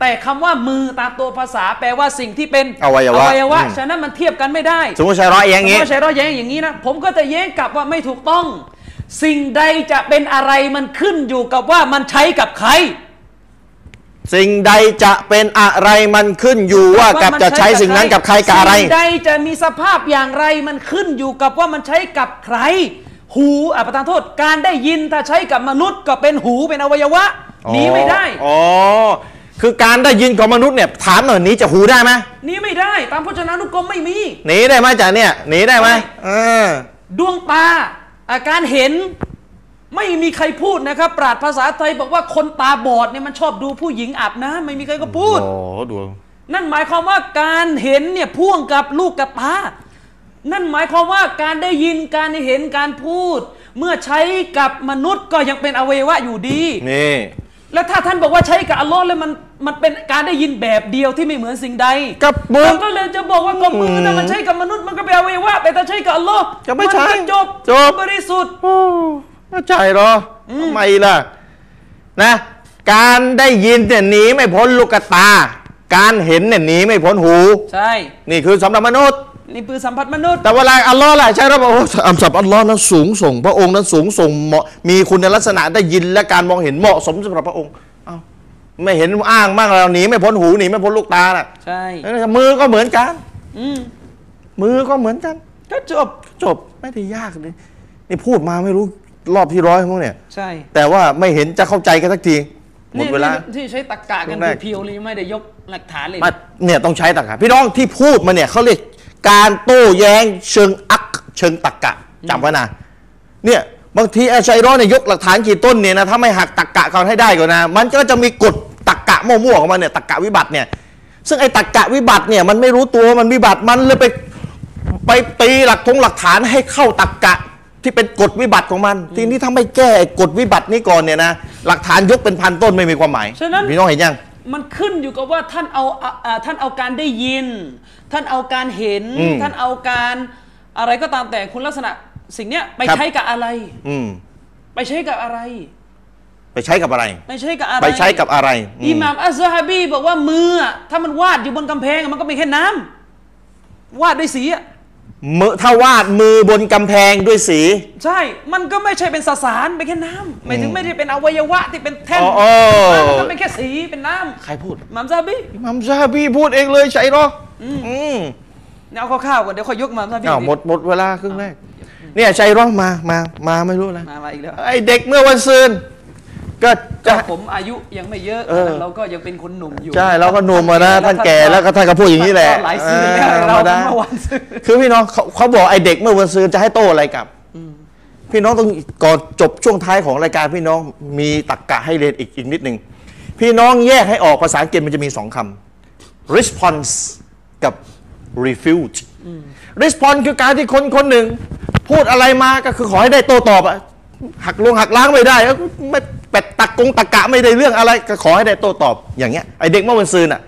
แต่คำว่ามือตามตัวภาษาแปลว่าสิ่งที่เป็น
อืม
ฉะนั้นมันเทียบกันไม่ได้
สมมติชัยร้อยเอย่างงี้
ถ้าอาชัยรถแย้งอย่างนี้นะผมก็จะแย้งกลับว่าไม่ถูกต้อง สิ่งใดจะเป็นอะไรมันขึ้นอยู่กับว่ามันใช้กับใคร
สิ่งใดจะเป็นอะไรมันขึ้นอยู่ว่ากับ
มัน
จะใช้สิ่งนั้นกับใครกับอะไร
สิ่งใดจะมีสภาพอย่างไรมันขึ้นอยู่กับว่ามันใช้กับใคร หูอ่ะประทานโทษการได้ยินถ้าใช้กับมนุษย์ก็เป็นหูเป็นอวัยวะหนีไม่ได้
อ๋อ คือการได้ยินของมนุษย์เนี่ยถามหน่อยหนี้จะหูได้ไหม
หนีไม่ได้ ตามพจนานุกรมไม่มี
หนีได้ไหมจ๋าเนี่ยหนีได้ไหม
ไม่
เออ
ดวงตาอาการเห็นไม่มีใครพูดนะครับ ปราดภาษาไทยบอกว่าคนตาบอดเนี่ยมันชอบดูผู้หญิงอาบน้ำไม่มีใครก็พูด
โอ้ดู
นั่นหมายความว่าการเห็นเนี่ยพ่วงกับลูกกับตา นั่นหมายความว่าการได้ยินการเห็นการพูด เมื่อใช้กับมนุษย์ก็ยังเป็นอวัยวะอยู่ดี
นี่
แล้วถ้าท่านบอกว่าใช้กับอัลลอฮ์แล้วมันมันเป็นการได้ยินแบบเดียวที่ไม่เหมือนสิ่งใด
กับมือ
เราก็เลยจะบอกว่ากับมือแต่ะมันใช้กับมนุษย์มันก็เป็นอวัยวะแต่ถ้าใช้กับอัลลอฮ์
จะไม่ใช้
นก็จบ
จบ
บริสุทธิ์
โอ้ไม่ใช่เหรออทำไมล่ะ นะ การได้ยินเนี่ยหนีไม่พ้นลูกตา การเห็นเนี่ยหนีไม่พ้นหู
ใช่
นี่คือสำหรับมนุษย์
นี่คือสัมผัสมนุษย์
แต่เวลาอัลลอฮ์ล่ะใช่หรือเปล่าโอ้อัมสับอัลลอฮ์นั้นสูงส่ง พระองค์นั้นสูงส่งเหมาะมีคุณลักษณะได้ยินและการมองเห็นเหมาะสมสำหรับพระองค์เอ้าไม่เห็นอ้างมากเราหนีไม่พ้นหูหนีไม่พ้นลูกตาน่ะ
ใช่
เอ้ยมือก็เหมือนกัน
อืม
มือก็เหมือนกัน
ก็จบ
จบไม่ได้ยากเลยนี่พูดมาไม่รู้รอบที่ร้อยมั้งเนี่ย
ใช่
แต่ว่าไม่เห็นจะเข้าใจกันสักทีหมดเวลา
นี่นี่ที่ใช้ตะกะกัน
ช่วงแรก
เพียวๆเลยยังไม่ได้ยกหลักฐานเลย
มาเนี่ยต้องใช้ตรรกะพี่น้องที่พูดมาเนี่ยเขาเรียกการโต้แย้งเชิงอักเชิงตรรกะจำไว้นะเนี่ยบางทีอาชัยร้อนเนี่ยยกหลักฐานกี่ต้นเนี่ยนะถ้าไม่หักตรรกะก่อนให้ได้ก่อนนะ มันก็จะมีกฎตรรกะมั่วๆของมันเนี่ยตรรกะวิบัติเนี่ย ซึ่งไอ้ตรรกะวิบัติเนี่ยมันไม่รู้ตัวว่ามันวิบัติมันเลยไปไปตีหลักทงหลักฐานให้เข้าตรรกะที่เป็นกฎวิบัติของมัน ทีนี้ถ้าไม่แก้ไอ้กฎวิบัตินี้ก่อนเนี่ยนะหลักฐานยกเป็นพันต้นไม่มีความหมาย
ฉะนั้น
พี่น้องเห็นยัง
มันขึ้นอยู่กับว่าท่านเอาอ่ะอ่ะท่านเอาการได้ยิน ท่านเอาการเห็น
อืม
ท่านเอาการอะไรก็ตามแต่คุณลักษณะสิ่งเนี้ยไป
ครับ
ใช้กับอะไร
อืม
ไปใช้กับอะไร
ไปใช้กับอะไร
ไปใช้กับอะไร
ไปใช้กับอะไรอืม
อิหม่ามอัซฮะบีบอกว่ามืออ่ะถ้ามันวาดอยู่บนกำแพงอ่ะมันก็เป็นแค่น้ำวาดด้วยสีอ่ะ
มือถ้าวาดมือบนกำแพงด้วยสี
ใช่ มันก็ไม่ใช่เป็นสสารเป็นแค่น้ำหมายถึงไม่ได้เป็นอวัยวะที่เป็นแท่น
อ๋ออ๋อ
มันก็เป็นแค่สีเป็นน้ำ
ใครพูด
อิหมัมซะฮะบี
มัมซาบีพูดเองเลยใช่หรออืม
เนี่ยเอาข้าวๆก่อนเดี๋ยวค่อยยกมาท่านพี่
อ้าวหมดหมดเวลาครึ่งแรก เนี่ยใช่หรอมามามาไม่รู้นะ
มามาอีกแล้ว
ไอเด็กเมื่อวันซืนก็
ก็
จะ
ผมอายุยังไม่เยอะ
เออ
เราก็ยังเป็นคนหนุ่มอยู่
ใช่เราก็หนุ่มอะนะท่านแก่แล้วก็ท่านก็พูดอย่างนี้แหละ
หลายซื้อแล้ว
ออธร
เรา
รมดา
เมื่อวันซื้อ
คือพี่น้องเขาเขาบอกไอเด็กเมื่อวันซืนจะให้โต้อะไรกลับพี่น้องต้องก่อนจบช่วงท้ายของรายการพี่น้องมีตรกกะให้เรียนอีกอีกนิดหนึ่งพี่น้องแยกให้ออกภาษาอังกฤษมันจะมีสองคำ response กับ refuge response คือการที่คนคนหนึ่ง พูดอะไรมาก็คือขอให้ได้โต้ตอบอะหักลงหักล้างไม่ได้แล้วไม่แปดตักกงตะกะไม่ได้เรื่องอะไร ก็ขอให้ได้โต้ตอบอย่างเงี้ยไอเด็กเมื่อวันซืนอะ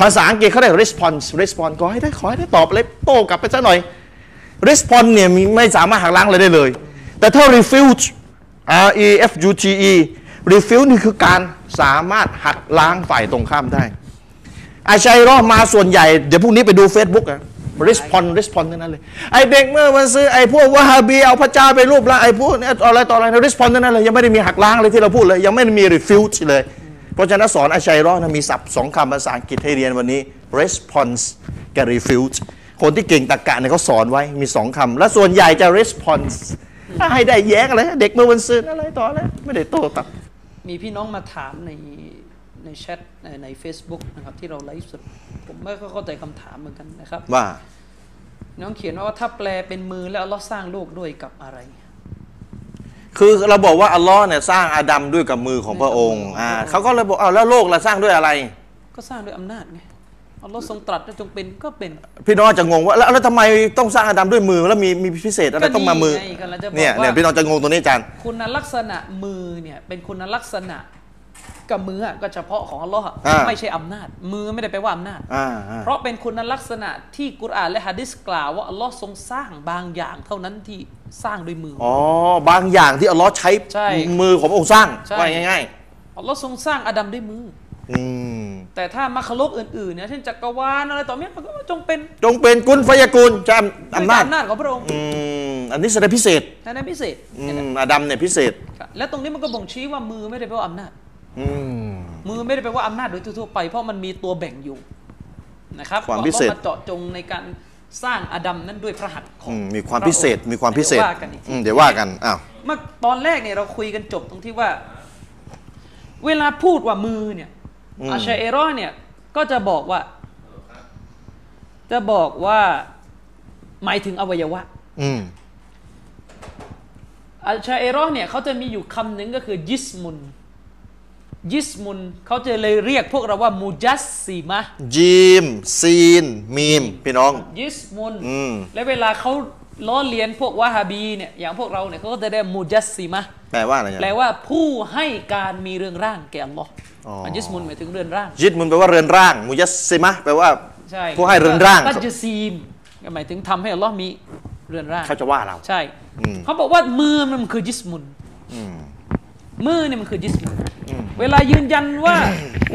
ภาษาอังกฤษเขาเรียก response response ขอให้ได้ขอให้ได้ตอบอะไรโต้กลับไปซะหน่อย response เนี่ยมีไม่สามารถหักล้างอะไรได้เลย แต่ถ้า refute R E F U T E refute นี่คือการสามารถหักล้างฝ่ายตรงข้ามได้ อาชัยรอมาส่วนใหญ่ เดี๋ยวพรุ่งนี้ไปดู Facebook อะ response response ทั้งนั้นเลย ไอเด็กเมื่อมันซื้อไอพวกวะฮาบี เอาพระเจ้าไปรูปแล้วไอพวกเนี่ยอะไรต่ออะไรนะ response ทั้งนั้นเลย ยังไม่ได้มีหักล้างเลยที่เราพูดเลย ยังไม่ได้มี refute เลย เพราะฉะนั้นสอนอาชัยรอนะมีศัพท์สองคำภาษาอังกฤษให้เรียนวันนี้ response กับ refute คนที่เก่งตรรกะเนี่ยเขาสอนไว้มีสองคำและส่วนใหญ่จะ response ให้ได้แย้งอะไรเด็กเมื่อวันซื้ออะไรต่ออะไรไม่ได้โต้ตอบ
มีพี่น้องมาถามในในแชทในใน Facebook นะครับที่เราไลฟ์สดผมไม่ค่อยเข้าใจคำถามเหมือนกันนะครับ
ว่า
น้องเขียนว่าถ้าแปลเป็นมือแล้วเราสร้างโลกด้วยกับอะไร
คือเราบอกว่าอัลลอฮ์เนี่ยสร้างอาดัมด้วยกับมือของพระองค์อ่าเขาก็เลยบอกอ้าวแล้วโลกเราสร้างด้วยอะไร
ก็สร้างด้วยอำนาจไงอัลลอฮ์ทรงตรัสแล้วจงเป็นก็เป็น
พี่น้องจะงงว่าแล้วแล้วทำไมต้องสร้างอาดัมด้วยมือแล้วมีมีพิเศษอะไรต้องมามือ
ก็นี่ไงกำลังจะบอก
เนี่ย
ว่า
เนี่ยพี่น้องจะงงตรงนี้อาจารย์
คุณลักษณะมือเนี่ยเป็นคุณลักษณะกับมืออะก็เฉพาะของอัลลอฮ์อะ
อ่า
ไม่ใช่อำนาจ มือไม่ได้ไปลว่าอำนาจ
อ่าอ่า
เพราะเป็นคุณลักษณะที่กุรอานและฮะดิษกล่าวว่าอัลลอฮ์ทรงสร้างบางอย่างเท่านั้นที่สร้างด้วยมือ
อ๋อบางอย่างที่อัลลอฮ์ใช้
ใช่
มือของพระองค์สร้าง
ใช่
ว่าง่าย
อัลลอฮ์ทรงสร้างอาดัมด้วยมือ
ๆอืม
แต่ถ้ามัคโลกอื่นๆเนี่ยเช่นจักรวาลอะไรต่อเมื่อมันก็จงเป็น
จงเป็นกุลฟยากุลจะอำนาจ
ด้วยอำนาจของพระองค์
อืมอันนี้แสดงพิเศษ
ในนั้นพิเศษ
อืมอาดัมเนี่ยพิเศษ
ครับและตรงนี้มันก็บ่งชี้ว่ามือไม่ได้แปลว่าอำนาจ
อืม
มือไม่ได้แปลว่าอำนาจโดยทั่วๆไป เพราะมันมีตัวแบ่งอยู่นะครับ
ความพิเศษ
พระเจาะจงในการสร้างอาดัมนั้นด้วยพระหัตถ์ของ
อืมมีความ
พระอง
พิเศษมีความพิเศษ
ดี๋ยวว่ากันอีกที
อืมเดี๋ยวว่ากันอ้าว
เมื่อตอนแรกเนี่ยเราคุยกันจบตรงที่ว่า เวลาพูดว่ามือเนี่ย
อืม
อาชาเอรอเนี่ย ก็จะบอกว่า จะบอกว่าหมายถึงอวัยวะ
อืม
อาชาเอรอเนี่ยเขาจะมีอยู่คำหนึ่งก็คือยิสมุนยิสมุนเขาจะเลยเรียกพวกเราว่ามูจัสซีมะ
ยีมซีน มีม พี่น้อง
ยิสมุน
อืม
และเวลาเขาล้อเลียนพวกวาฮาบีเนี่ยอย่างพวกเราเนี่ยเขาก็จะได้มูจัสซีมะ
แปลว่าอะไรเนี่ย
แปลว่าผู้ให้การมีเรืองร่างแก่อัลลอฮ์
อ๋ออั
อันยิสมุนหมายถึงเรือนร่าง
ยิดมุนแปลว่าเรือนร่าง มุยัสซิมะแปลว่า
ใช่
ผู้ให้เรือนร่าง
ตัจซีมก็หมายถึงทำให้อัลลอฮ์มีเรือนร่าง
เขาจะว่าเรา
ใช่
อืม
เขาบอกว่ามือมันคือยิสมุน
อืม
มือเนี่ยมันคือยิสมุนเวลายืนยันว่า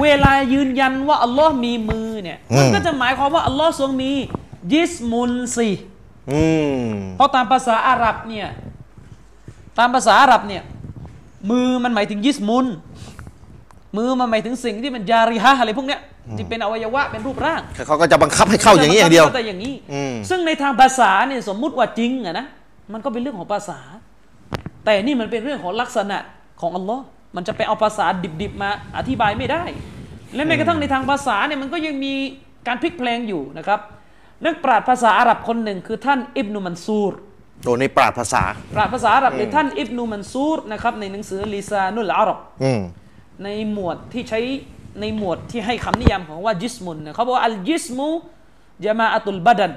เวลายืนยันว่าอัลลอฮ์มีมือเนี่ย
อืม
มันก็จะหมายความว่าอัลลอฮ์ทรงมียิสมุนสิ
อืม
เพราะตามภาษาอาหรับเนี่ยตามภาษาอาหรับเนี่ยมือมันหมายถึงยิสมุนมือมันหมายถึงสิ่งที่มันยาริฮะห์อะไรพวกเนี้ยที่เป็นอวัยวะเป็นรูปร่าง
คือเขาก็จะบังคับให้เข้าอย่างนี้อย่างเดียว
แต่อย่างนี้
อืม
ซึ่งในทางภาษาเนี่ยสมมุติว่าจริงอะนะ มันก็เป็นเรื่องของภาษา แต่นี่มันเป็นเรื่องของลักษณะของอัลลอฮ์มันจะไปเอาภาษาดิบๆมาอธิบายไม่ได้ และแม้กระทั่งในทางภาษาเนี่ยมันก็ยังมีการพลิกแพลงอยู่นะครับ นักปราชญ์ภาษาอาหรับคนหนึ่งคือท่านอิบนุมันซูร
ตัวนี้ปราดภาษา
ปราชญ์ภาษาอาหรับคือท่านอิบนุมันซูรนะครับในหนังสือลิซานุลอาหรับ
อืม
ในหมวดที่ใช้ในหมวดที่ให้คำนิยามของว่าจิสมุนนะเขาบอกว่าอัลจิสมุจามาอัตุลบัดัน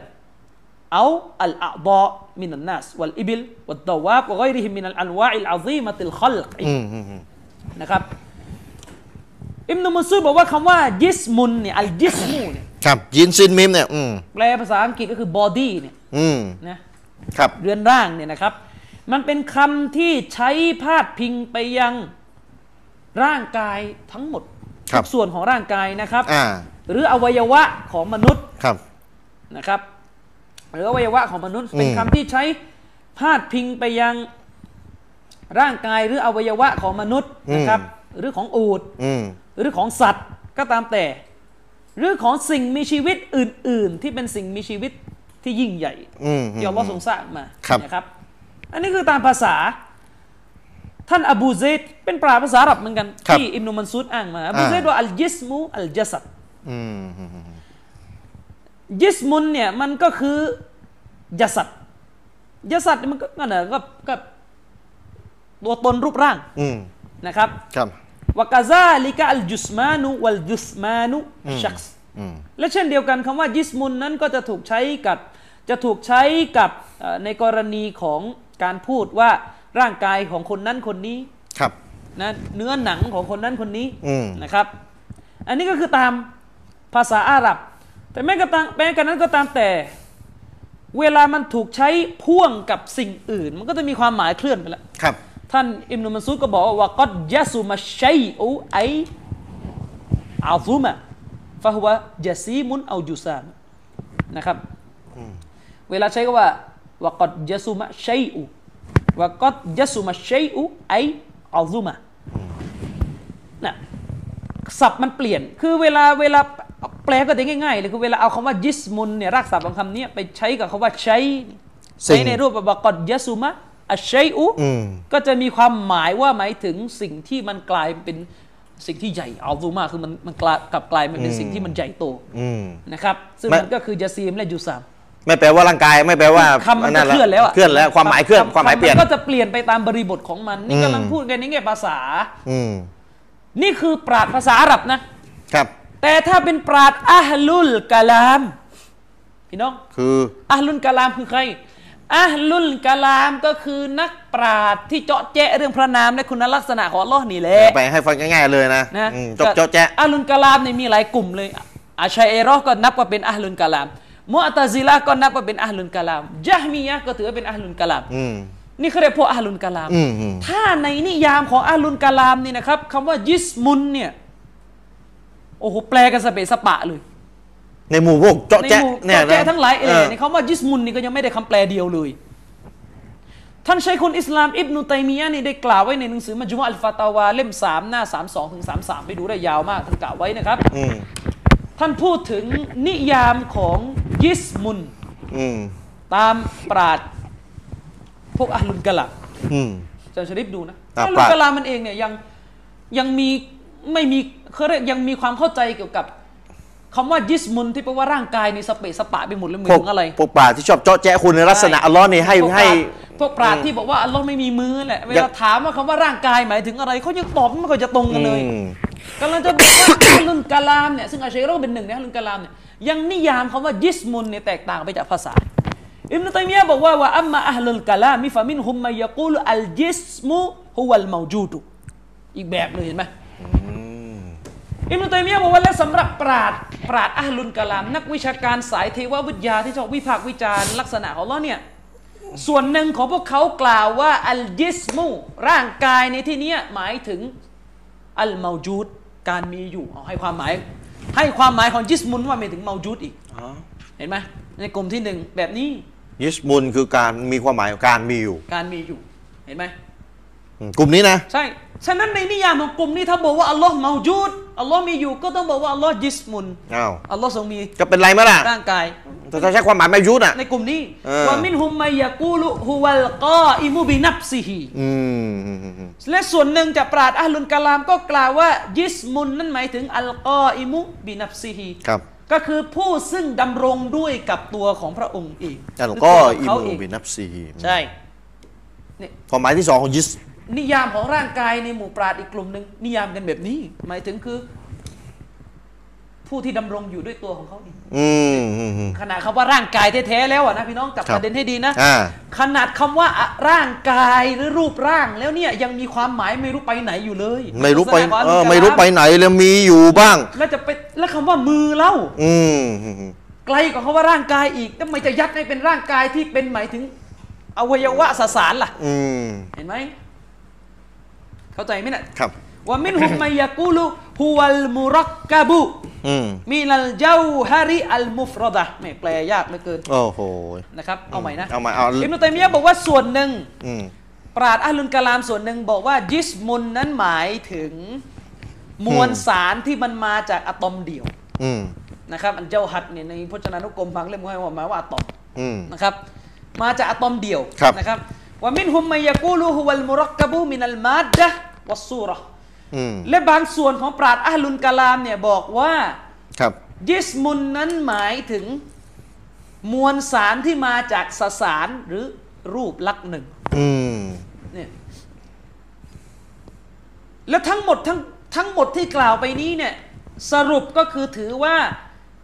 เอาอัลอะดอมินันนัสวัลอิบิลวัดดาวาบวะไกริฮิมมินัลอันวาอิลอาซีมะติลคอลก
อืมอืมอืม
นะครับอิมนุมุซูบอกว่าคำว่าจิสมุนเนี่ยอัลจิสมูเนี่ย
ครับยินซินมิมเนี่ย อืม
แปลภาษาอังกฤษก็คือบอดี้เนี่ย
อืม
นะครับ เรือนร่างเนี่ยนะครับ มันเป็นคำที่ใช้พาดพิงไปยังร่างกายทั้งหมด
ครับ
ทุกส่วนของร่างกายนะครับ
อ่า
หรืออวัยวะของมนุษย์
ครับ
นะครับ หรืออวัยวะของมนุษย์
อืม
เป็นคำที่ใช้พาดพิงไปยังร่างกายหรืออวัยวะของมนุษย์นะครับ หรือของอูฐ
อืม
หรือของสัตว์ก็ตามแต่ หรือของสิ่งมีชีวิตอื่น ๆ ที่เป็นสิ่งมีชีวิตที่ยิ่งใหญ่
อืม
ที่อัลลอฮ์ทรงสร้างมา
ครับ
นะครับ อันนี้คือตามภาษา ท่านอบูเซดเป็นปราชญ์ภาษาอาหรับเหมือนกันที่อิมนุมันซูดอ้างมาอบูเซดว่าอัลยิสมูอัลจัสัด
อืมอืมอืม
ยิสมุนเนี่ยมันก็คือยสัตว์ยสัตว์มันก็นั่นแหละก็ก็ตัวตนรูปร่าง
อืม
นะครับ
ครับ
วกาซาลิกะอัลจุสมานุวัลจุสมานุชักส์
อืม
และเช่นเดียวกันคำว่ายิสมุนนั้นก็จะถูกใช้กับจะถูกใช้กับเอ่อในกรณีของการพูดว่าร่างกายของคนนั้นคนนี้
ครับ
นะเนื้อหนังของคนนั้นคนนี้
อืม
นะครับ อันนี้ก็คือตามภาษาอาหรับ แต่แม้กระทั่งแม้กระนั้นก็ตามแต่ เวลามันถูกใช้พ่วงกับสิ่งอื่น มันก็จะมีความหมายเคลื่อนไปแล้ว
ครับ
ท่านอิมนุมันซูดก็บอกว่าวะกัดยะซุมาชัยอูไออาซุมะฟะฮุวะยะซีมุนเอาจุซามนะครับเวลาใช้ก็ว่าวะกัดยะซุมาชัยอูวะกัดยะซุมาชัยอูไออาซุมะนะศัพท์มันเปลี่ยนคือเวลาเวลาแปลก็จะง่ายๆเลยคือเวลาเอาคำว่ายิสมุนเนี่ยรากศัพท์ของคำเนี้ยไปใช้กับคำว่าชัย
สิ่
ใช้
ง
ในรูปแบบวะกัดยะซุมะอัชชัยอู
อืม
ก็จะมีความหมายว่าหมายถึงสิ่งที่มันกลายเป็นสิ่งที่ใหญ่อาซูมาคือมันมันกลายกลับกลายมันเป็นสิ่งที่มันใหญ่โต
อืม
นะครับซึ่ง
ไม่
มันก็คือยาซีมและยูซาม
ไม่แปลว่าร่างกาย ไม่แปลว่า
คำมันก็เคลื่อนแล้วอะ
เคลื่อนแล้ว ความหมายเคลื่อน
ำ
ความหมายเปลี่ยน
ำก็จะเปลี่ยนไปตามบริบทของมัน นี่
อืม
กำลังพูดกันในแง่ภาษา
อืม
นี่คือปราดภาษาอาหรับนะ
ครับ
แต่ถ้าเป็นปราดอัฮลุลกะลามพี่น้อง
คือ
อัลลุนกะลามคือใครอัลลุนกะลามก็คือนักปราชญ์ที่เจาะแจะเรื่องพระนามและคุณลักษณะของอัลลอฮ์นี่แหละ
ไปให้ฟังง่ายๆเลยนะ
นะ
อืมจบเจ้าแจ๊ะ
อัลลุนกะลามเนี่ยมีหลายกลุ่มเลยอาชัยเอรอก็นับว่าเป็นอัลลุนกะลามมุอ์ตะซิละห์ก็นับว่าเป็นอัลลุนกะลามยะฮ์มียะห์ก็ถือว่าเป็นอัลลุนกะลาม
อืม
นี่เขาเรียกพวกอัลลุนกะลาม
อืมอืม
ถ้าในนิยามของอัลลุนกะลามนี่นะครับคำว่ายิสมุนเนี่ยโอ้โหแปลกันสเปะสปะเลย
ในหมู่พวกเจ้า
ใน
แจ๊ะ
หมู่
เนี่ยนะ
เจ้าแจ๊ทั้งหลายเอ
เอ
อ
อ
ในคำว่ายิสมุนนี่ก็ยังไม่ได้คำแปลเดียวเลย ท่านชัยคุลอิสลามอิบนุตัยมียะห์นี่ได้กล่าวไว้ในหนังสือมัจมุอะอัลฟาตาวาเล่ม 3 หน้า 32ถึง33 ไปดูได้ยาวมากท่านกล่าวไว้นะครับ
อืม
ท่านพูดถึงนิยามของยิสมุน
อืม
ตามปราดพวกอัลลุนกะลา
อืม
อาจารย์ชริปดูนะ
อ่ะ
อัลลุ
ปราน ชญ์
กะลามันเองเนี่ยยังยังมีไม่มีเขาเรียกยังมีความเข้าใจเกี่ยวกับคำว่ายิสมุนที่แปลว่าร่างกายในสเปะสปะไปหมดแล้วหมื
พวก
ถึงอะไร
พวกป่าที่ชอบเจาะแจ๊คุณในลักษณะอัลลอฮ์นี่ให้
พวกปราช
ให้
ญ์พวกปราชญ์ที่บอกว่าอัลลอฮ์ไม่มีมือแหละเว
ยั
ลาง ถามว่าคำว่าร่างกายหมายถึงอะไรเขายังตอบไม่ค่อยจะตรงกันเลย
อืม
กำลังจะบอกว่า อัลลุนกะลามเนี่ยซึ่งอาชัยโรเป็นหนึ่งในอัลลุนกะลามเนี่ยยังนิยามคำว่ายิสมุนเนี่ยแตกต่างไปจากภาษาอิบนุตัยมียะห์บอกว่าว่าอัมมาอัลลุลกะลามิฟะมินฮุมมายะกูลอัลยิสมุฮุวัลเมาจูดุอีกแบบหนึงเห็นไหมอิบนุตัยมียะห์บอกว่าและสำหรับปราดปราดอัลลุนกะลาม นักวิชาการสายเทววิทยาที่ชอบวิพากษ์วิจารณ์ลักษณะของอัลลอฮ์เนี่ย ส่วนหนึ่งของพวกเขากล่าวว่าอัลยิสมูร่างกายในที่เนี้ยหมายถึงอัลเมาจูดการมีอยู่เอาให้ความหมาย ให้ความหมายของยิสมุนว่าหมายถึงเมาจูดอีกเห็นไหมในกลุ่มที่หนึ่งแบบนี้
ยิสมุนคือการมีความหมายของการมีอยู่
การมีอยู่เห็นไหม
อืมกลุ่มนี้นะ
ใช่ ฉะนั้นในนิยามของกลุ่มนี้ถ้าบอกว่าอัลลอฮ์เมาจูดอัลลอฮ์มีอยู่ก็ต้องบอกว่าอัลลอฮ์ยิสมุน
อ้าว
อัลลอฮ์ทรงมี
จะเป็นไรไหมล่ะ
ร่างกาย
แต่ถ้าใช้ความหมายมายุทธ์อ่ะ
ในกลุ่มนี้
เออ
ว่ามินฮุมมายะกูลุฮุวัลกออิมุบินับซิฮี
อืมอืมอืมอืม
และส่วนหนึ่งจากปราดอัลลุนกะลามก็กล่าวว่า ยิสมุนนั่นหมายถึงอัลกออิมุบินับซิฮี
ครับ
ก็คือผู้ซึ่งดำรงด้วยกับตัวของพระองค์เอง
อัลก็
หรื
อิ
ตัวขงเขา
มู
เง
บินับซีฮิ
ใช่
ความหมายที่สองของยิส
นิยามของร่างกายในหมู่ปราดอีกกลุ่มหนึ่งนิยามกันแบบนี้ หมายถึงคือ ผู้ที่ดำรงอยู่ด้วยตัวของเขาเอง
อืมอืมอืม
ขนาดคำว่าร่างกายแท้ๆแล้วอะนะพี่น้องจับ
ครับ
ประเด็นให้ดีนะ
อ่า
ขนาดคำว่าอะร่างกายหรือรูปร่างแล้วเนี่ยยังมีความหมายไม่รู้ไปไหนอยู่เลย
ไม่รู้ไป
ลักษณะของอัล
เอ
ลุ
อน
กะลา
ไม่รู้ไปไหนเลยมีอยู่บ้าง
แล้วจะไปแล้วคำว่ามือเล่า
อืมอืมอืม
ไกลกว่าคำว่าร่างกายอีกทำไมจะยัดให้เป็นร่างกายที่เป็นหมายถึงอวัยวะสสารล่ะ
อืม
เห็นไหมเข้าใจไหมน่ะ
ครับ
ว่ามินฮุม มายะกูลุฮุวัลมุรักกะบุ
อืม
มินัลเจ้าฮาริอัลมุฟรดะไม่แปลยากเหลือเกิน
โอ้โห
นะครับ เอาใหม่นะ
เอาใหม่เอา
อิบนุตัยมียะห์บอกว่าส่วนหนึ่ง
อืม
ปราดอัลลุนกะลามส่วนหนึ่งบอกว่ายิสมุนนั้นหมายถึงมวลสารที่มันมาจากอะตอมเดียว
อืม
นะครับอันเจ้าหัดเนี่ยในพจนานุกรมบางเล่มก็ให้ความหมายว่าอะตอม
อืม
นะครับมาจากอะตอมเดียว
ครับ
นะครับว่ามินฮุมมายะกูลูฮุวัลมุรักกะบูมินัลมาดดะห์วัสซูเราะห์
อืม
และบางส่วนของปราชญ์อัลลุนกะลามเนี่ยบอกว่า
ครับ
ยิสมุนนั้นหมายถึงมวลสารที่มาจากสสารหรือรูปลักษณ์หนึ่ง
อืม
เนี่ยแล้วทั้งหมดทั้งทั้งหมดที่กล่าวไปนี้เนี่ยสรุปก็คือถือว่า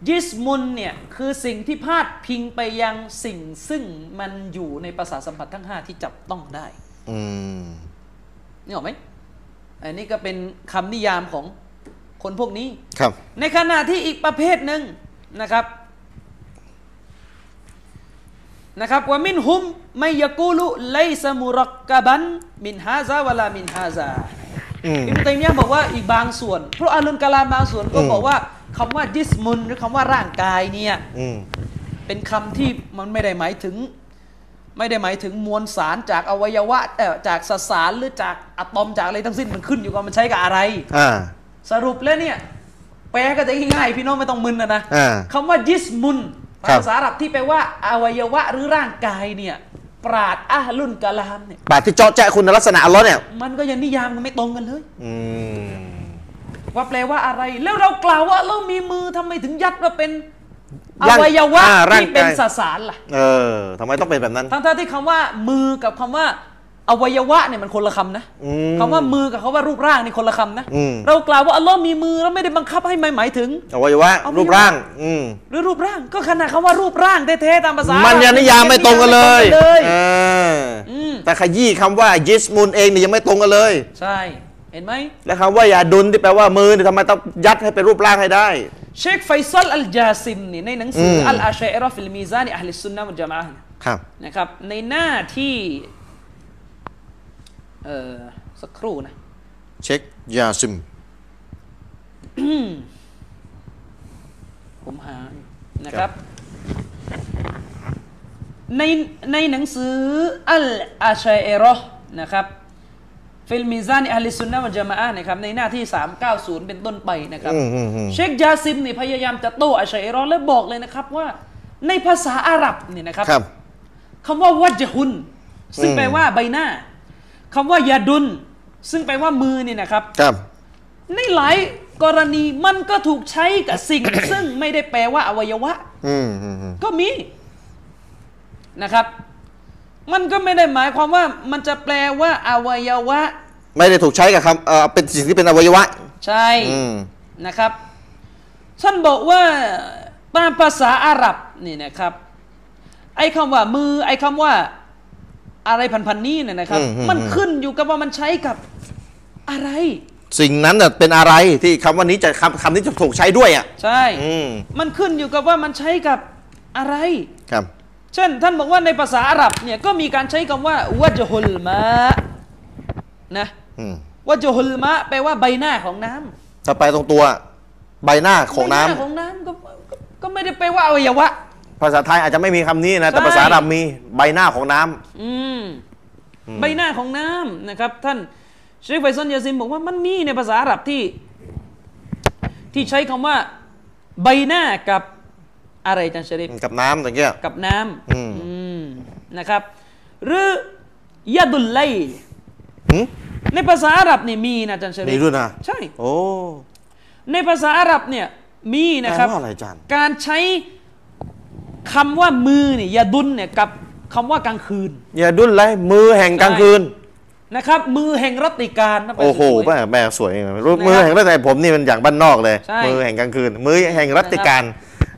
ยิสมุนเนี่ยคือสิ่งที่พาดพิงไปยังสิ่งซึ่งมันอยู่ในประสาทสัมผัสทั้ง 5 ที่จับต้องได้
อืม
นี่ออกไหมอันนี้ก็เป็นคำนิยามของคนพวกนี้
ครับ
ในขณะที่อีกประเภทหนึ่งนะครับนะครับว่ามินฮุมไม่ยกูลุไลสมุรักกะบันมินฮาซาวะลามินฮาซา
อืม
อิบนุตัยมียะห์บอกว่าอีกบางส่วน เพราะอาลุนกะลามบางส่วนก็
อืม
บอกว่าคำว่าจิสมุนหรือคำว่าร่างกายเนี่ย
อืม
เป็นคำที่มันไม่ได้หมายถึง ไม่ได้หมายถึงมวลสารจากอวัยวะเอ่อจากสสารหรือจากอะตอมจากอะไรทั้งสิ้นมันขึ้นอยู่กับมันใช้กับอะไร
อ่า
สรุปแล้วเนี่ย แปลก็จะง่ายๆพี่น้องไม่ต้องมึนนะนะ
อ่า
คำว่ายิสมุน
ครั
ภา
บ
ษาอาหรับที่แปลว่าอวัยวะหรือร่างกายเนี่ย ปราดอาลุนกะลามเนี่ย
บาทที่เจาะแจ๊คุณในลักษณะอัลลอฮ์เนี่ย
มันก็ยังนิยามกันไม่ตรงกันเลย
อืม
ว่าแปลว่าอะไร แล้วเรากล่าวว่าเรามีมือทำไมถึงยัดว่าเป็นอ
ร่าง
วัยวะ
อ่าร่าง
ที่เป็น
กาย
สสารล่ะ
เออทำไมต้องเป็นแบบนั้น
ทั้งๆที่คำว่ามือกับคำว่า อวัยวะเนี่ยมันคนละคำนะ
อืม
คำว่ามือกับคำว่ารูปร่างนี่คนละคำนะ
อืม
เรากล่าวว่าอัลลอฮ์มีมือแล้วไม่ได้บังคับให้มันหมายถึง
อวัยวะ
อวัยวะ
รูปร่าง อืม
หรือรูปร่างก็ขนาดคำว่ารูปร่างแท้ๆตามภาษา
มั
มัน
ยังนิยามไม่ตรงกันเลยเอออ
อืม
แต่ขยี้คำว่ายิสมุนเองเนี่ยยังไม่ตรงกันเลย
ใช่ เห็นไหม
และคำว่าอย่าดุลที่แปลว่ามือเนี่ยทำไมต้องยัดให้เป็นรูปร่างให้ได้
เชคไฟซัลอัลจาซินนี่ในหนังสืออ
ม
อัลอาชัยรอฟิลมีซานีอัลลิสุนนะมุจามะฮ์
ครับ
นะครับ ในหน้าที่เออสักครู่นะ
เช็คยาซิม
ผมหาอยู่นะครับ ในในหนังสืออัลอาชัยเอรอห์นะครับฟิลมิซานอัลลิสุนนะวะจามะอะห์นะครับในหน้าที่ 390 เป็นต้นไปนะครับ
อืมอืมอืม
เชคยาซิมนี่พยายามจะโต้อาชัยเอรอห์และบอกเลยนะครับว่า ในภาษาอาหรับเนี่ยนะครับ
ครับ
คำว่าวัจหุน ซึ่ง
อืม
แปลว่าใบหน้าคำว่ายาดุน ซึ่งแปลว่ามือเนี่ยนะครับ
ครับ
ในหลายกรณีมันก็ถูกใช้กับสิ่ง ซึ่งไม่ได้แปลว่าอวัยวะ
อืมอืมอืม
ก็มีนะครับ มันก็ไม่ได้หมายความว่ามันจะแปลว่าอวัยวะ
ไม่ได้ถูกใช้กับคำเอ่อเป็นสิ่งที่เป็นอวัยวะ
ใช่
อืม
นะครับ ท่านบอกว่าตามภาษาอาหรับนี่นะครับ ไอ้คำว่ามือ ไอ้คำว่าอะไรพันๆนี้เนี่ยนะครับ
อืมอืม
มันขึ้นอยู่กับว่ามันใช้กับอะไร
สิ่งนั้นน่ะเป็นอะไรที่คำว่านี้จะคำคำนี้จะถูกใช้ด้วยอ่ะ
ใช่
อืม
มันขึ้นอยู่กับว่ามันใช้กับอะไร
ครับ
เช่น ท่านบอกว่าในภาษาอาหรับเนี่ยก็มีการใช้คำว่าวัจฮุลมะนะ
อืม
วัจฮุลมะแปลว่าใบหน้าของน้ำ
ถ้าไปตรงตัวใบหน้าของน้ำ
ใบหาของน้ำก็ก็ก็ไม่ได้แปลว่าอวัยวะ
ภาษาไทยอาจจะไม่มีคำนี้นะ แต่
ใช่
ภาษาอาหรับมีใบหน้าของน้ำ
อืมใบหน้าของน้ำนะครับ ท่านเชคไฟซอนยาซินบอกว่ามันมีในภาษาอาหรับที่ ที่ใช้คำว่า ใบหน้ากับอะไรอาจันชริฟ
กับน้ำตรงเงี้ย
กับน้ำ
อืม
อืมนะครับ หรือยาดุลไล
หึ
ในภาษาอาหรับเนี่ยมีนะอาจันชริ
มี
ฟ
ด้วยนะ
ใช่
โอ้
ในภาษาอาหรับเนี่ยมี
แปล
นะครับ
ว่าอะไรอาจารย์
การใช้คำว่ามือเนี่ยยาดุลเนี่ยกับคำว่ากลางคืน
อย่าดุนเลยมือแห่งกลางคืน
นะครับมือแห่งรัตติการนะไป
โอ้โห
สวยๆ
แม่แม่สวยจังเลยรูปมือแห่งรัตติการผมนี่มันอย่างบ้านนอกเลย
ใช่
มือแห่งกลางคืน มือแห่งรัตติการ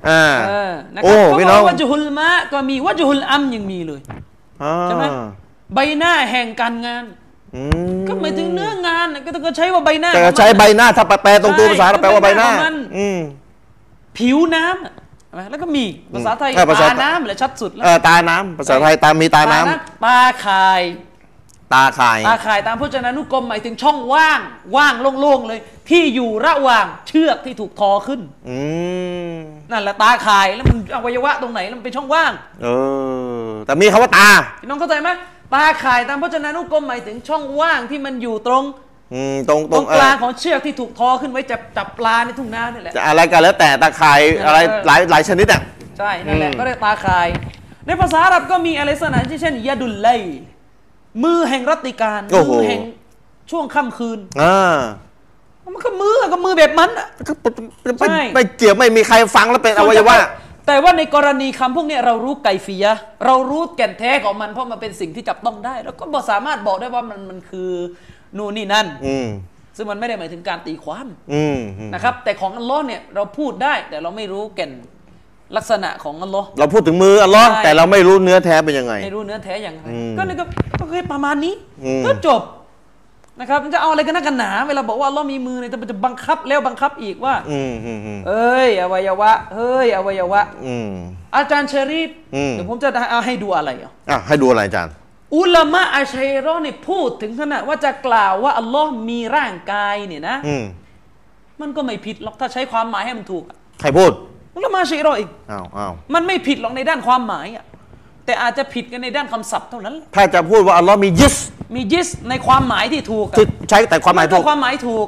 อ่า
เออนะค
โอ้
รับเขา
พี่
บ
น้อ
อง กว่าจุฮุลมะก็มีว่าจุฮุลอัมยังมีเลย
อ่า
ใช่ไหม ใบหน้าแห่งการงาน
อืม
ก็หมายถึงเนื้องานน่ะก็ต้องก็ใช้ว่าใบหน้า
แต่
ของมัน
ใช้ใบหน้าถ้าแปลตรงตัวภาษา
ใช่
เราแปลว่าใบหน้า
ก็เป็นหน้าของมัน
อืม
ผิวน้ำอ่ะใช่ไหมแล้วก็มีภาษาไทย
เออภาษา
ตาน้ำแหละชัดสุดแล้ว
เออตาน้ำภาษาไทยตามีตาน้ำ
ตาคาย
ตาข่าย
ตาคายตามพจนานุกรมหมายถึงช่องว่างว่างโล่งๆเลย ที่อยู่ระหว่างเชือกที่ถูกทอขึ้น
อืม
นั่นแหละตาคายแล้วมันอวัยวะตรงไหนแล้วมันเป็นช่องว่าง
เออแต่มีคำว่าตา
พี่น้องเข้าใจไหมตาข่ายตามพจนานุกรมหมายถึงช่องว่างที่มันอยู่ตรง
อืมตรง
ต
ต
ร
รง ง
ก
เอ
ลาง
อ
ของเชือกที่ถูกทอขึ้นไว้จับจับปลาในทุ่งนาเนี่ยแหละ
จะอะไรกันแล้วแต่ตาข่ายอะไร
เออ
หลายหลายชนิดอ่ะ
ใช่นั่นแหละ
อืม
ก็เรียกตาข่าย ในภาษาอาหรับก็มีอะไรสนานที่เช่นยาดุลไลมือแห่งรัตติการมืแห่งช่วงค่ำคืน
อ่า
มันก็มือก็มือแบบมันอะ
ก็ปะปะ
ใช่
ไม่ไม่เกี่ยวไม่มีใครฟังแล้วเป็นอวัยวะ
แต่ว่าในกรณีคำพวกเนี้ยเรารู้ไกฟียะห์เรารู้แก่นแท้ของมันเพราะมันเป็นสิ่งที่จับต้องได้ แล้วก็บ่สามารถบอกได้ว่ามันมันคือนู่นนี่นั่น
อืม
ซึ่งมันไม่ได้หมายถึงการตีความ
อืมอืม
นะครับแต่ของอัลลอฮ์เนี่ยเราพูดได้แต่เราไม่รู้แก่นลักษณะของอัลลอฮ์
เราพูดถึงมืออัลลอฮ์
ใช่
แต่เราไม่รู้เนื้อแท้เป็นยังไง
ไม่รู้เนื้อแท้อย่างไร
อืม
ก็เลยก็ก็แค่ประมาณนี้
อืม
ก็จบนะครับมันจะเอาอะไรกันนักกันหนา เวลาบอกว่าอัลลอฮ์มีมือเนี่ยแต่มันจะบังคับแล้วบังคับอีกว่า
อืมอืมอืม
เอ้ยอวัยวะเฮ้ยอวัยวะ
อืม
อาจารย์เชอรีฟ
อืม
เดี๋ยวผมจะเอาให้ดูอะไรอ่ะ
อ่ะให้ดูอะไรอาจารย์
อุลามะอาชัยรอเนี่ยพูดถึงขนาดว่าจะกล่าวว่าอัลลอฮ์มีร่างกายเนี่ยนะ
อืม
มันก็ไม่ผิดหรอกถ้าใช้ความหมายให้มันถูกอะ
ใครพูด
อุลามะอาชัยรออีก
อ้าวอ้าว
มันไม่ผิดหรอกในด้านความหมายอะแต่อาจจะผิดกันในด้านคำศัพท์เท่านั้นแหละ
ถ้าจะพูดว่าอัลลอฮ์มียิส
มียิสในความหมายที่ถูกอะ
ที่ใช้แต่ความหมาย
น
ถู
ก็
ก
ความหมายถูก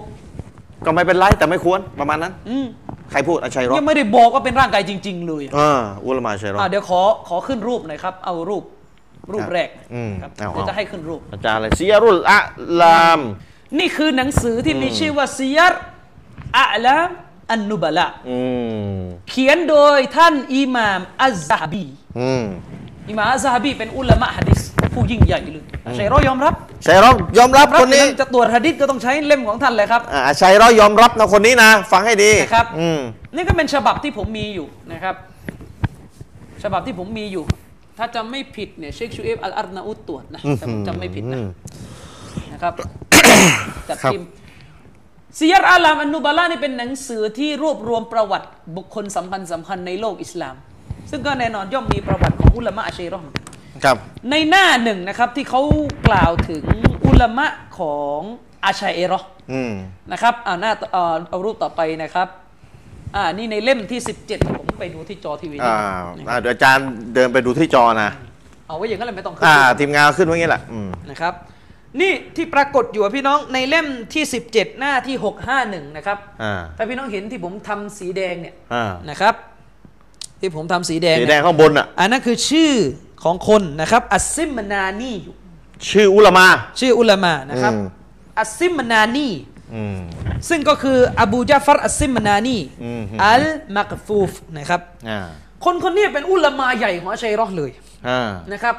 ก็ไม่เป็นไรแต่ไม่ควรประมาณนั้น
อืม
ใครพูดอาชัยรอ
ยังไม่ได้บอกว่าเป็นร่างกายจริง ๆ เลยอะ
อ่าอุลามะอาชัยรอ
อ่ะเดี๋ยวขอขอขึ้นรูปหน่อยครับ เอารูปรูปแรก
อืม
ครับ
เอาๆ
เดี๋ยวจะให้ขึ้นรูป
อาจารย์อะไรซียรุลอะลาม
นี่คือหนังสือที่มีชื่อว่าซียร์อะลามอันนุบะละ
อืม
เขียนโดยท่านอิหม่ามอัซซะฮบี
อืม
อิหม่ามอัซซะฮบีเป็นอุลามะฮะดิษผู้ยิ่งใหญ่เลยอาชัยรอยอมรับ
ชัยรอยอมรับ
รับ
คนนี้
เดี๋ยวจะตรวจฮะดิษก็ต้องใช้เล่มของท่านเลยครับ
อ่าอาชัยรอยอมรับนะคนนี้นะฟังให้ดี
นะครับ
อืม
นี่ก็เป็นฉบับที่ผมมีอยู่นะครับ ฉบับที่ผมมีอยู่ ถ้าจำไม่ผิดเนี่ยเชคชูเอฟอัลอาร์นาอุดตรวจนะถ้าผมจำไม่ผิดนะ นะครับ จัดพิมพ์ซียร์อาลามอันนูบาลานี่เป็นหนังสือที่รวบรวมประวัติบุคคลสำคัญสำคัญในโลกอิสลาม ซึ่งก็แน่นอนย่อมมีประวัติของอุลามะอาเชยรอห์
ครับ
ในหน้าหนึ่งนะครับที่เขากล่าวถึงอุลามะของอาชัยเอรอห์
อืม
นะครับเอาหน้าต่อเอ่อเอารูปต่อไปนะครับ อ่า นี่ในเล่มที่ 17 ผมไปดูที่จอทีวี
อ่า
นิดนึงนะค
อ่า
รับ
เดี๋ยวอาจารย์เดินไปดูที่จอนะ
เอาไว้อย่างนั้นเลยไม่ต้องขึ้น
อ่า ทีมงานขึ้นไว่างี้แหละอืม
นะครับ นี่ที่ปรากฏอยู่อะพี่น้องในเล่มที่ 17 หน้าที่ 651 นะครับ
อ่า
ถ้าพี่น้องเห็นที่ผมทำสีแดงเนี่ย
อ่า
นะครับ ที่ผมทำสีแดง
สี
เนี่ย
แดงข้างบนอ่ะ
อันนั้นคือชื่อของคนนะครับ อัสซิมนานีอยู่
ชื่ออุลามา
ชื่ออุลามานะครับ
อืม
อัสซิมนานี
อืม
ซึ่งก็คืออบูจาฟัรอัสซิมนานี
อืม
อัลมักฟูฟนะครับ
อ่า
คนคนนี้เป็นอุลามาใหญ่ของอาชัยรอห์เลย
อ่า
นะครับ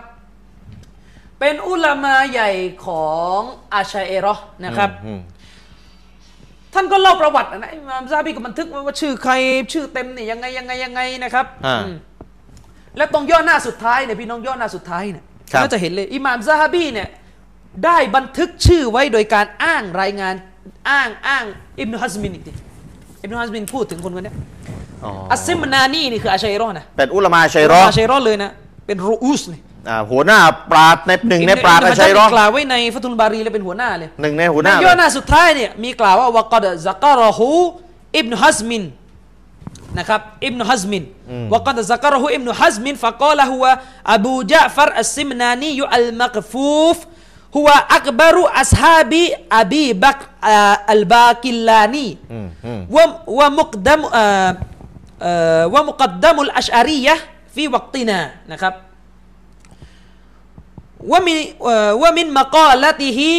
เป็นอุลามาใหญ่ของอาชัยรอห์นะครับ
อืม
ท่านก็เล่าประวัตินะอิหมามซาบีก็บันทึกไว้ว่าชื่อใคร ชื่อเต็มเนี่ยยังไงยังไงยังไงนะครับ
อ่า
อืมและตรงย่อหน้าสุดท้ายเนี่ยพี่น้องย่อหน้าสุดท้ายเนี่ย
ครับ
ก็จะเห็นเลยอิหมามซาบีเนี่ยได้บันทึกชื่อไว้โดยการอ้างรายงานอ้างอ้างอิบนุฮัซมินอีกทีอิบนุฮัซมินพูดถึงคนคนเนี้ย
อ๋อ
อัสซิมนานีนี่คืออาชัยรอห์นะ
เป็นอุลามาชัยรอห์
อาชัยรอห์เลยนะเป็นรูอุสเนี่ย
อ่าหัวหน้าปราดในหนึ่งในปราด
อิบ
ชัยรอห์
กล่าวไว้ในฟัตุลบารีเลยเป็นหัวหน้าเลย
หนึ่งในหัวหน้า
ในย่อหน้าสุดท้ายเนี่ยมีกล่าวว่าวกัดซักรหูอิบนุฮัซมินนะครับอิบนุฮัซมินวกัดซักรหูอิบนุฮัซมินฟะกาลฮุวะอบูจาฟรอัสซิมนานียุอัลมักฟูฟฮุวะอักบารุอัสฮาบิอบีบักรอ่าอัลบากิลลานี
อืมอืม
วะวะมุกดัมอ่าเอ่อวะมุกดัมุลอัชอารียะห์ฟีวักตินานะครับ ว่ามีเอ่อว่ามินมากอละติฮิ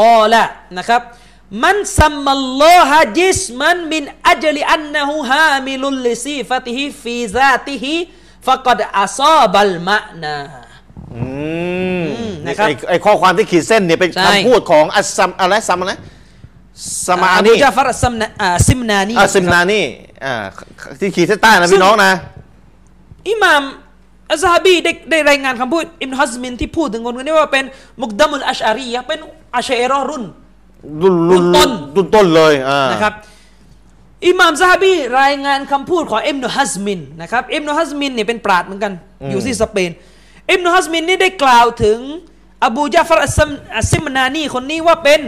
กอละนะครับมันสัมมัลลอฮะจิสมันมินอัจลิอันนะฮูฮามิลุลลิซีฟะติฮิฟีซาติฮิฟะกัดอาซาบัลมะนา
อืม
อืมนะครับ
ไอ้ไอ้ข้อความที่ขีดเส้นเนี่ยเป็น
ใช่
คำพูดของอัสซัมอะไรซัมนะสมานี
อบูจาฟัรอัสซัมนะอ่าซิมนานี
อัสซิมนานี่อ่าที่ขีดเส้นใต้นะพี่น้องนะ
อิหม่ามอัซฮาบีได้ได้รายงานคำพูดอิบนฮัซมินที่พูดถึงคนคนนี้ว่าเป็นมุกดามุลอัชอารียะห์เป็นอัชเอรอรุ่น
รุ่นรุ่น
ต้น
รุ่นต้นเลยอ่า
นะครับอิหม่ามซาฮาบีรายงานคำพูดของอิบนุฮัซมินนะครับอิบนุฮัซมินเนี่ยเป็นปราดเหมือนกัน อยู่ที่สเปนอิบนุฮัซมินนี่ได้กล่าวถึงอบูจาฟรอัสซัมอัสซิมนานีคนนี้ว่าเป็น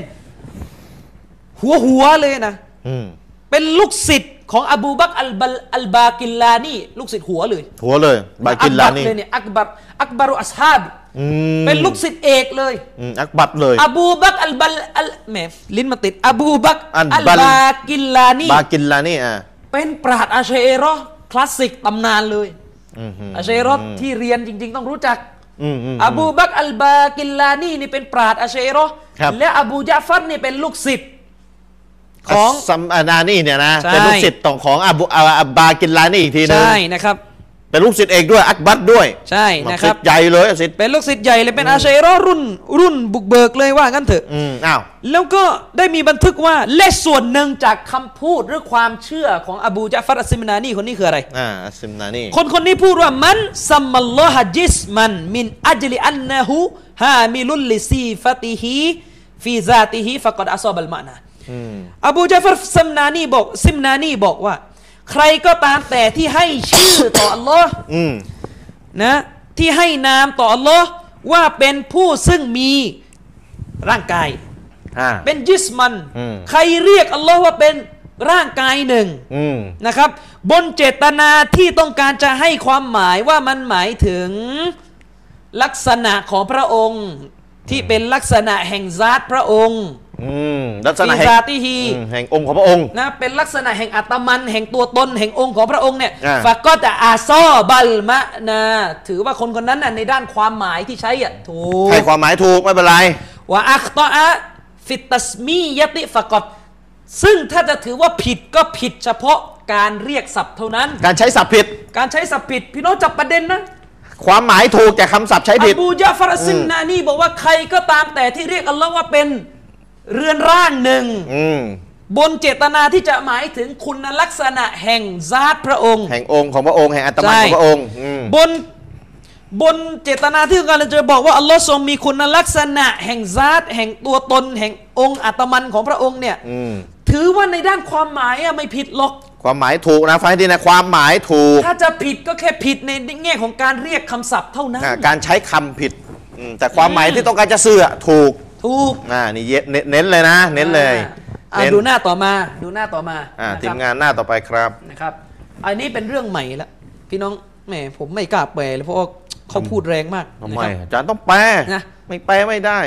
หัวหัวๆเลยนะ
อืม
เป็นลูกศิษย์ของอบูบักรอัลบลอัลบากิลลานีลูกศิษย์หัวเลย
หัวเลยบากินลานี่
อักบัรเลยเนี่ยอักบัรอักบารุอัสฮาบ
อืม
เป็นลูกศิษย์เอกเลย
อืมอักบัตเลย
อบูบักรอัลบัลอัลแหมลิ้นมาติด อบูบักร
อัลบัล
อัลบากิลลานี
บากินลานี่อ่า
เป็นปราชญ์อาเชเรอห์คลาสสิกตำนานเลย
อืม
อาเชเรอห์ที่เรียนจริง ๆ ต้องรู้จัก
อืมอืม
อบูบักรอัลบากิลลานีนี่เป็นปราชญ์อาเชเรอห์
ครับ
และอบูจาฟัรนี่เป็นลูกศิษย์ของ
สซัมอานานี่เนี่ยนะ
ใช่
เป็นลูกศิษย์ต่อของอบูอาอาบากินลานี่อีกทีนึง
ใช่นะครับ
เป็นลูกศิษย์เอกด้วยอักบัตด้วย
ใช่นะครับ
ศิษย์ใหญ่เลยศิษย์
เป็นลูกศิษย์ใหญ่เลยเป็นอาเชเรอห์รุ่นรุ่นบุกเบิกเลยว่างั้นเถอะ
อืมอ้าว
แล้วก็ได้มีบันทึกว่าและส่วนหนึ่งจากคำพูดหรือความเชื่อของอบูจาฟัรอัสซิมนานีคนนี้คืออะไร
อ่าอัสซิมนานี่
คนคนนี้พูดว่ามันซัมมัลลอฮะจิสมันมินอัจลิอันนะฮูฮามิลุลลิซีฟะติฮีฟีซาติฮีฟะกอดอัซอบัลมานะอบูจาฟัรซัมนานีบอกซิมนานีบอกว่า ใครก็ตามแต่ที่ให้ชื่อต่ออัลลอฮ์
อืม
นะที่ให้นามต่ออัลลอฮ์ว่าเป็นผู้ซึ่งมีร่างกาย
อ่า
เป็นจิสมัน
อืม
ใครเรียกอัลลอฮ์ว่าเป็นร่างกายหนึ่ง
อืม
นะครับ บนเจตนาที่ต้องการจะให้ความหมายว่ามันหมายถึงลักษณะของพระองค์ ที่เป็นลักษณะแห่งซาตพระองค์
อืม ลักษณะ
ฟี
แห่ง
ซาติฮี
อืมแห่งองค์ของพระองค์
นะเป็นลักษณะแห่งอัตมันแห่งตัวตนแห่งองค์ของพระองค์เนี่ย
อ่า
ฟะก็จะอาซอบัลมะนาถือว่าคนคนนั้นน่ะในด้านความหมายที่ใช้อ่ะถูก
ใครความหมายถูกไม่เป็นไร
ว่าอัคตออะฟิตตัสมียติฟะกอดซึ่งถ้าจะถือว่าผิดก็ผิดเฉพาะการเรียกศัพท์เท่านั้น
การใช้ศัพท์ผิด
การใช้ศัพท์ผิด พี่น้องจับประเด็นนะ
ความหมายถูกแต่คำศัพท์ใช้
อ
ผิด
บูยาฟารซินนานี่บอกว่าใครก็ตามแต่ที่เรียกอัลลอฮ์ว่าเป็นเรือนร่างหนึ่ง
อืม
บนเจตนาที่จะหมายถึงคุณลักษณะแห่งญาติพระองค์
แห่งองค์ของพระองค์ แห่งอัตมัน
ใช่
ของพระองค์ อืม
บนบนเจตนาที่กำลังจะบอกว่าอัลลอฮ์ทรงมีคุณลักษณะ แห่งซาตแห่งตัวตน แห่งองค์อัตมันของพระองค์เนี่ย
อืม
ถือว่าในด้านความหมายอะไม่ผิดหรอก
ความหมายถูกนะฟังให้ดีนะ ความหมายถูก
ถ้าจะผิดก็แค่ผิดในแง่ของการเรียกคำศัพท์เท่านั้น
อ่าการใช้คำผิดอืมแต่ความหมายที่ต้องการจะเสื่อถูก
ถูก
อ่านี่เยเนเน้นเลยนะ เน้นเลย
อ่า
เน้น
ดูหน้าต่อมาดูหน้าต่อมา
อ่า
ะครับ
ทีมงานหน้าต่อไปครับ
นะครับ อันนี้เป็นเรื่องใหม่ละพี่น้องแหมผมไม่กล้าแปลเลยเพราะว่า เขาพูดแรงมาก
ทำ
นะ
ไม
ครับ
อาจารย์ต้องแปล
นะ
ไม่แปลไม่ได้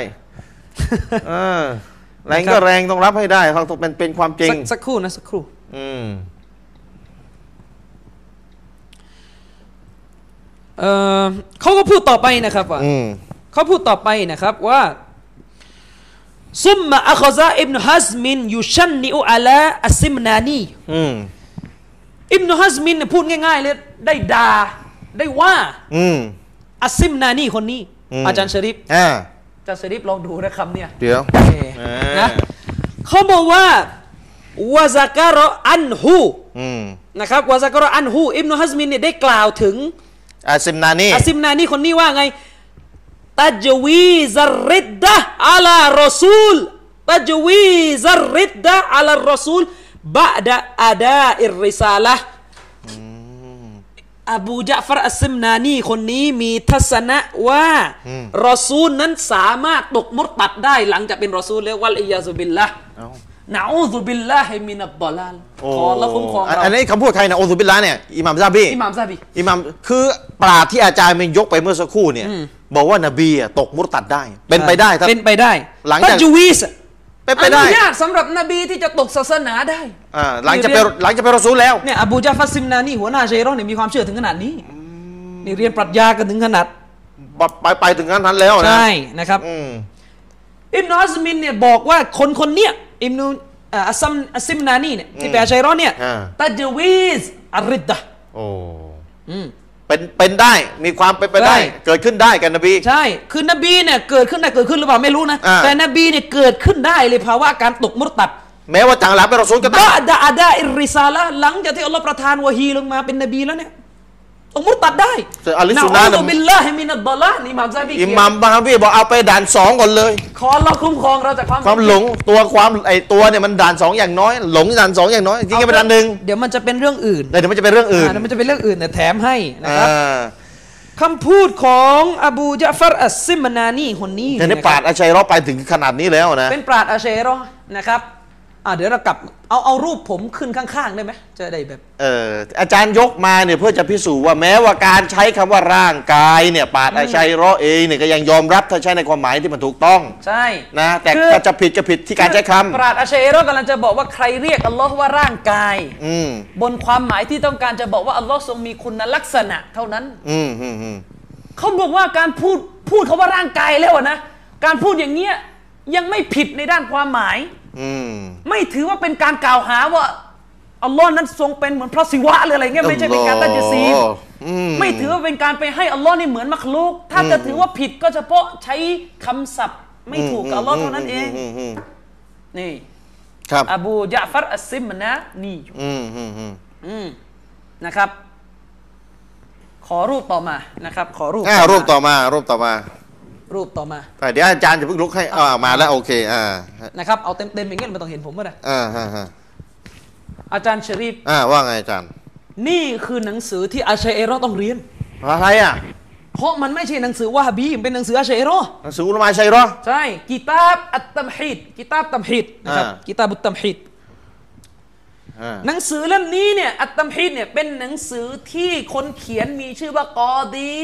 เออแรงก็แรงต้องรับให้ได้ครับต้องเป็นเป็นความจริง
สักสักครู่นะสักครู่
อืม
เอ่อเขาก็พูดต่อไปนะครับว่า
อืม
เขาพูดต่อไปนะครับว่าซุมมาอัคซาอิบนุฮัซมินยูชันนิอุอาลาอัสซิมนานี
อืม
อิบนุฮัซมินเนี่ยพูดง่ายๆเลยได้ด่าได้ว่า
อืม
อัสซิมนานีคนนี้
อืม
อาจารย์ชะริฟ
อ่า
อาจารย์ชะริฟลองดูนะคำเนี่ย
เดี๋ยว
เอ่
เอ
อ
อ
นะเขาบอกว่าวาซาการะอันฮู
อืม
นะครับวาซาการะอันฮูอิบนุฮัซมินเนี่ยได้กล่าวถึง
อาซิมนานี่
อาซิมนานี่คนนี้ว่าไงตัจวีซรริดดะอัลารอซูลตัจวีซรริดดะอัลารอซูลบะดะอาดาอิรริซาละอบูจาฟรอัสซิมนานีคนนี้มีทัศนะว่ารอซูลนั้นสามารถตกมุตัดได้หลังจากเป็นรอซูลแล้ววัลอิยาซุบิลละ
เอ้า
นะอูซุบิลละให้มินัดดอลาล
โอ้
ขอละคุ้มครอง
น
เรา
อันนี้คำพูดใครนะโอซุบิลละเนี่ยอิหม่ามซาบี
อิหม่ามซาบี
อิหม่ามคือปราชญ์ที่อาจารย์มันยกไปเมื่อสักครู่เนี่ย บอกว่านบีอะตกมุตตัดได้ เป็นไปได้ครับ
เป็นไปได้
หลังจาก
ตัจวีซ
เป็นไปได้
อนุญาตสำหรับนบีที่จะตกศาสนาได้
อ่าหลังจะไป
อยู่ใน
หลังจะไปรอซูลแล้ว
เนี่ยอบูจาฟัสซิมนานี่หัวหน้าชัยรอนเนี่ยมีความเชื่อถึงขนาดนี้นี่เรียนปรัชญากันถึงขนาด
ไปไปถึงขั้นนั้นแล้วนะ
ใช่นะครับ
อืม
อิบนอัสมินเนี่ยบอกว่าคนคนๆเนี่ยอิมนุอ่าอัสซัมอัสซิมนานี่เนี่ยที่แปลชัยรอนเนี่ย
อ่า
ตัจวีซอัรริดดะห์
โอ้
อืม
เป็นเป็นได้มีความเป็นไปได้
ได้
เกิดขึ้นได้กันนบี
ใช่ คือนบีเนี่ยเกิดขึ้นได้เกิดขึ้นหรือเปล่าไม่รู้นะ
อ่า
แต่นบีเนี่ยเกิดขึ้นได้เลยภาวะการตกมุรตัด
แม้ว่าจางหลังเป็นรอซูลก็
บะ
ตาม
ดาอาดาอิรริซาละห์หลังจากที่อัลลอฮ์ประทานวะฮีลงมาเป็นนบีแล้วเนี่ยองค์มุตตัดได้
แต่อาลิสุนนะ
นะ
น่ะ
บิลลาฮิมินัดดอลาลอิหม่ามซาบี
อิหมัมบาฮาวีบอกเอาไปด่านสองก่อนเลย
ขออัลลอฮ์คุ้มครองเราจากความ
ความหลงตัวความไอตัวเนี่ยมันด่านสองอย่างน้อย หลงด่านสองอย่างน้อย จริงๆก็เป็นด่านหนึ่ง
เดี๋ยวมันจะเป็นเรื่องอื่น
แต่เดี๋ยวมันจะเป็นเรื่องอื่น
อ่าเดี๋ยวมันจะเป็นเรื่องอื่นแต่แถมให้นะ
อ่
ครับ
า
คำพูดของอบูจาฟัรอัสซิมนานีคนนี้
แต่ใน
นะครับ
ปราดอาชัยเรอไปถึงขนาดนี้แล้วนะ
เป็นปราดอาเชโรอห์นะครับอ่าเดี๋ยวเรากลับเอาเอารูปผมขึ้นข้างๆได้ไหมจะได้แบบ
เอออาจารย์ยกมาเนี่ยเพื่อจะพิสูจน์ว่าแม้ว่าการใช้คำว่าร่างกายเนี่ยปราดอาชัยเรอเองเนี่ยก็ยังยอมรับถ้าใช้ในความหมายที่มันถูกต้อง
ใช่
นะแต่
คือ
ถ้าจะผิดก็ผิดที่การใช้ค
ปราดอาเชโรอห์กำลังจะบอกว่าใครเรียกอัลลอฮ์ว่าร่างกาย
ำอืม
บนความหมายที่ต้องการจะบอกว่า อัลลอฮ์ทรงมีคุณลักษณะเท่านั้น
อืมอืมอืม
เขาบอกว่าการพูดพูดคาว่าร่างกายแล้วอะนะ การพูดอย่างเงี้ยยังไม่ผิดในด้านความหมาย
อืม
ไม่ถือว่าเป็นการกล่าวหาว่า อัลลอฮ์นั้นทรงเป็นเหมือนพระศิวะหรืออะไรเงี้ยไม่ใช่เป็นการตัดจซีม
อืม
ไม่ถือว่าเป็นการไปให้อัลลอฮ์นี่เหมือนมักลูก ถ้าจะถือว่าผิดก็เฉพาะใช้คำศัพท์ ไม่ถูกกับอัลลอฮ์เท่านั้นเอง
มมม
นี่
ครับ
อบูยะฟัรอัสซิมนะนี่อยู่
อืมอืมอืม
อืมนะครับ ขอรูปต่อมานะครับ ขอรูป
อ่ารูปต่อมารูปต่อมา
รูปต่อมา
แต่เดี๋ยวอาจารย์จะเพิ่งลุกให้อ่ามาแล้วโอเคอ่า
นะครับเอาเต็มๆอย่างเงี้ยไม่ต้องเห็นผมก็ได้
อ่าฮะฮะ
อาจารย์ชะรีฟ
อ่าว่าไงอาจารย์
นี่คือหนังสือที่อาชัยเอโรอต้องเรียน
อะไรอ่ะ
เพราะมันไม่ใช่หนังสือวาฮาบีมันเป็นหนังสืออาชัยเอโรอ
หนังสืออุลามาชัยเหรอ
ใช่กิตาบอัตตัมฮิดกิตาบตัมฮิดนะครับ
อ่า
กิตาบุตตัมฮิด
อ่า
หนังสือเล่มนี้เนี่ยอัตตัมฮิดเนี่ยเป็นหนังสือที่คนเขียนมีชื่อว่ากอดี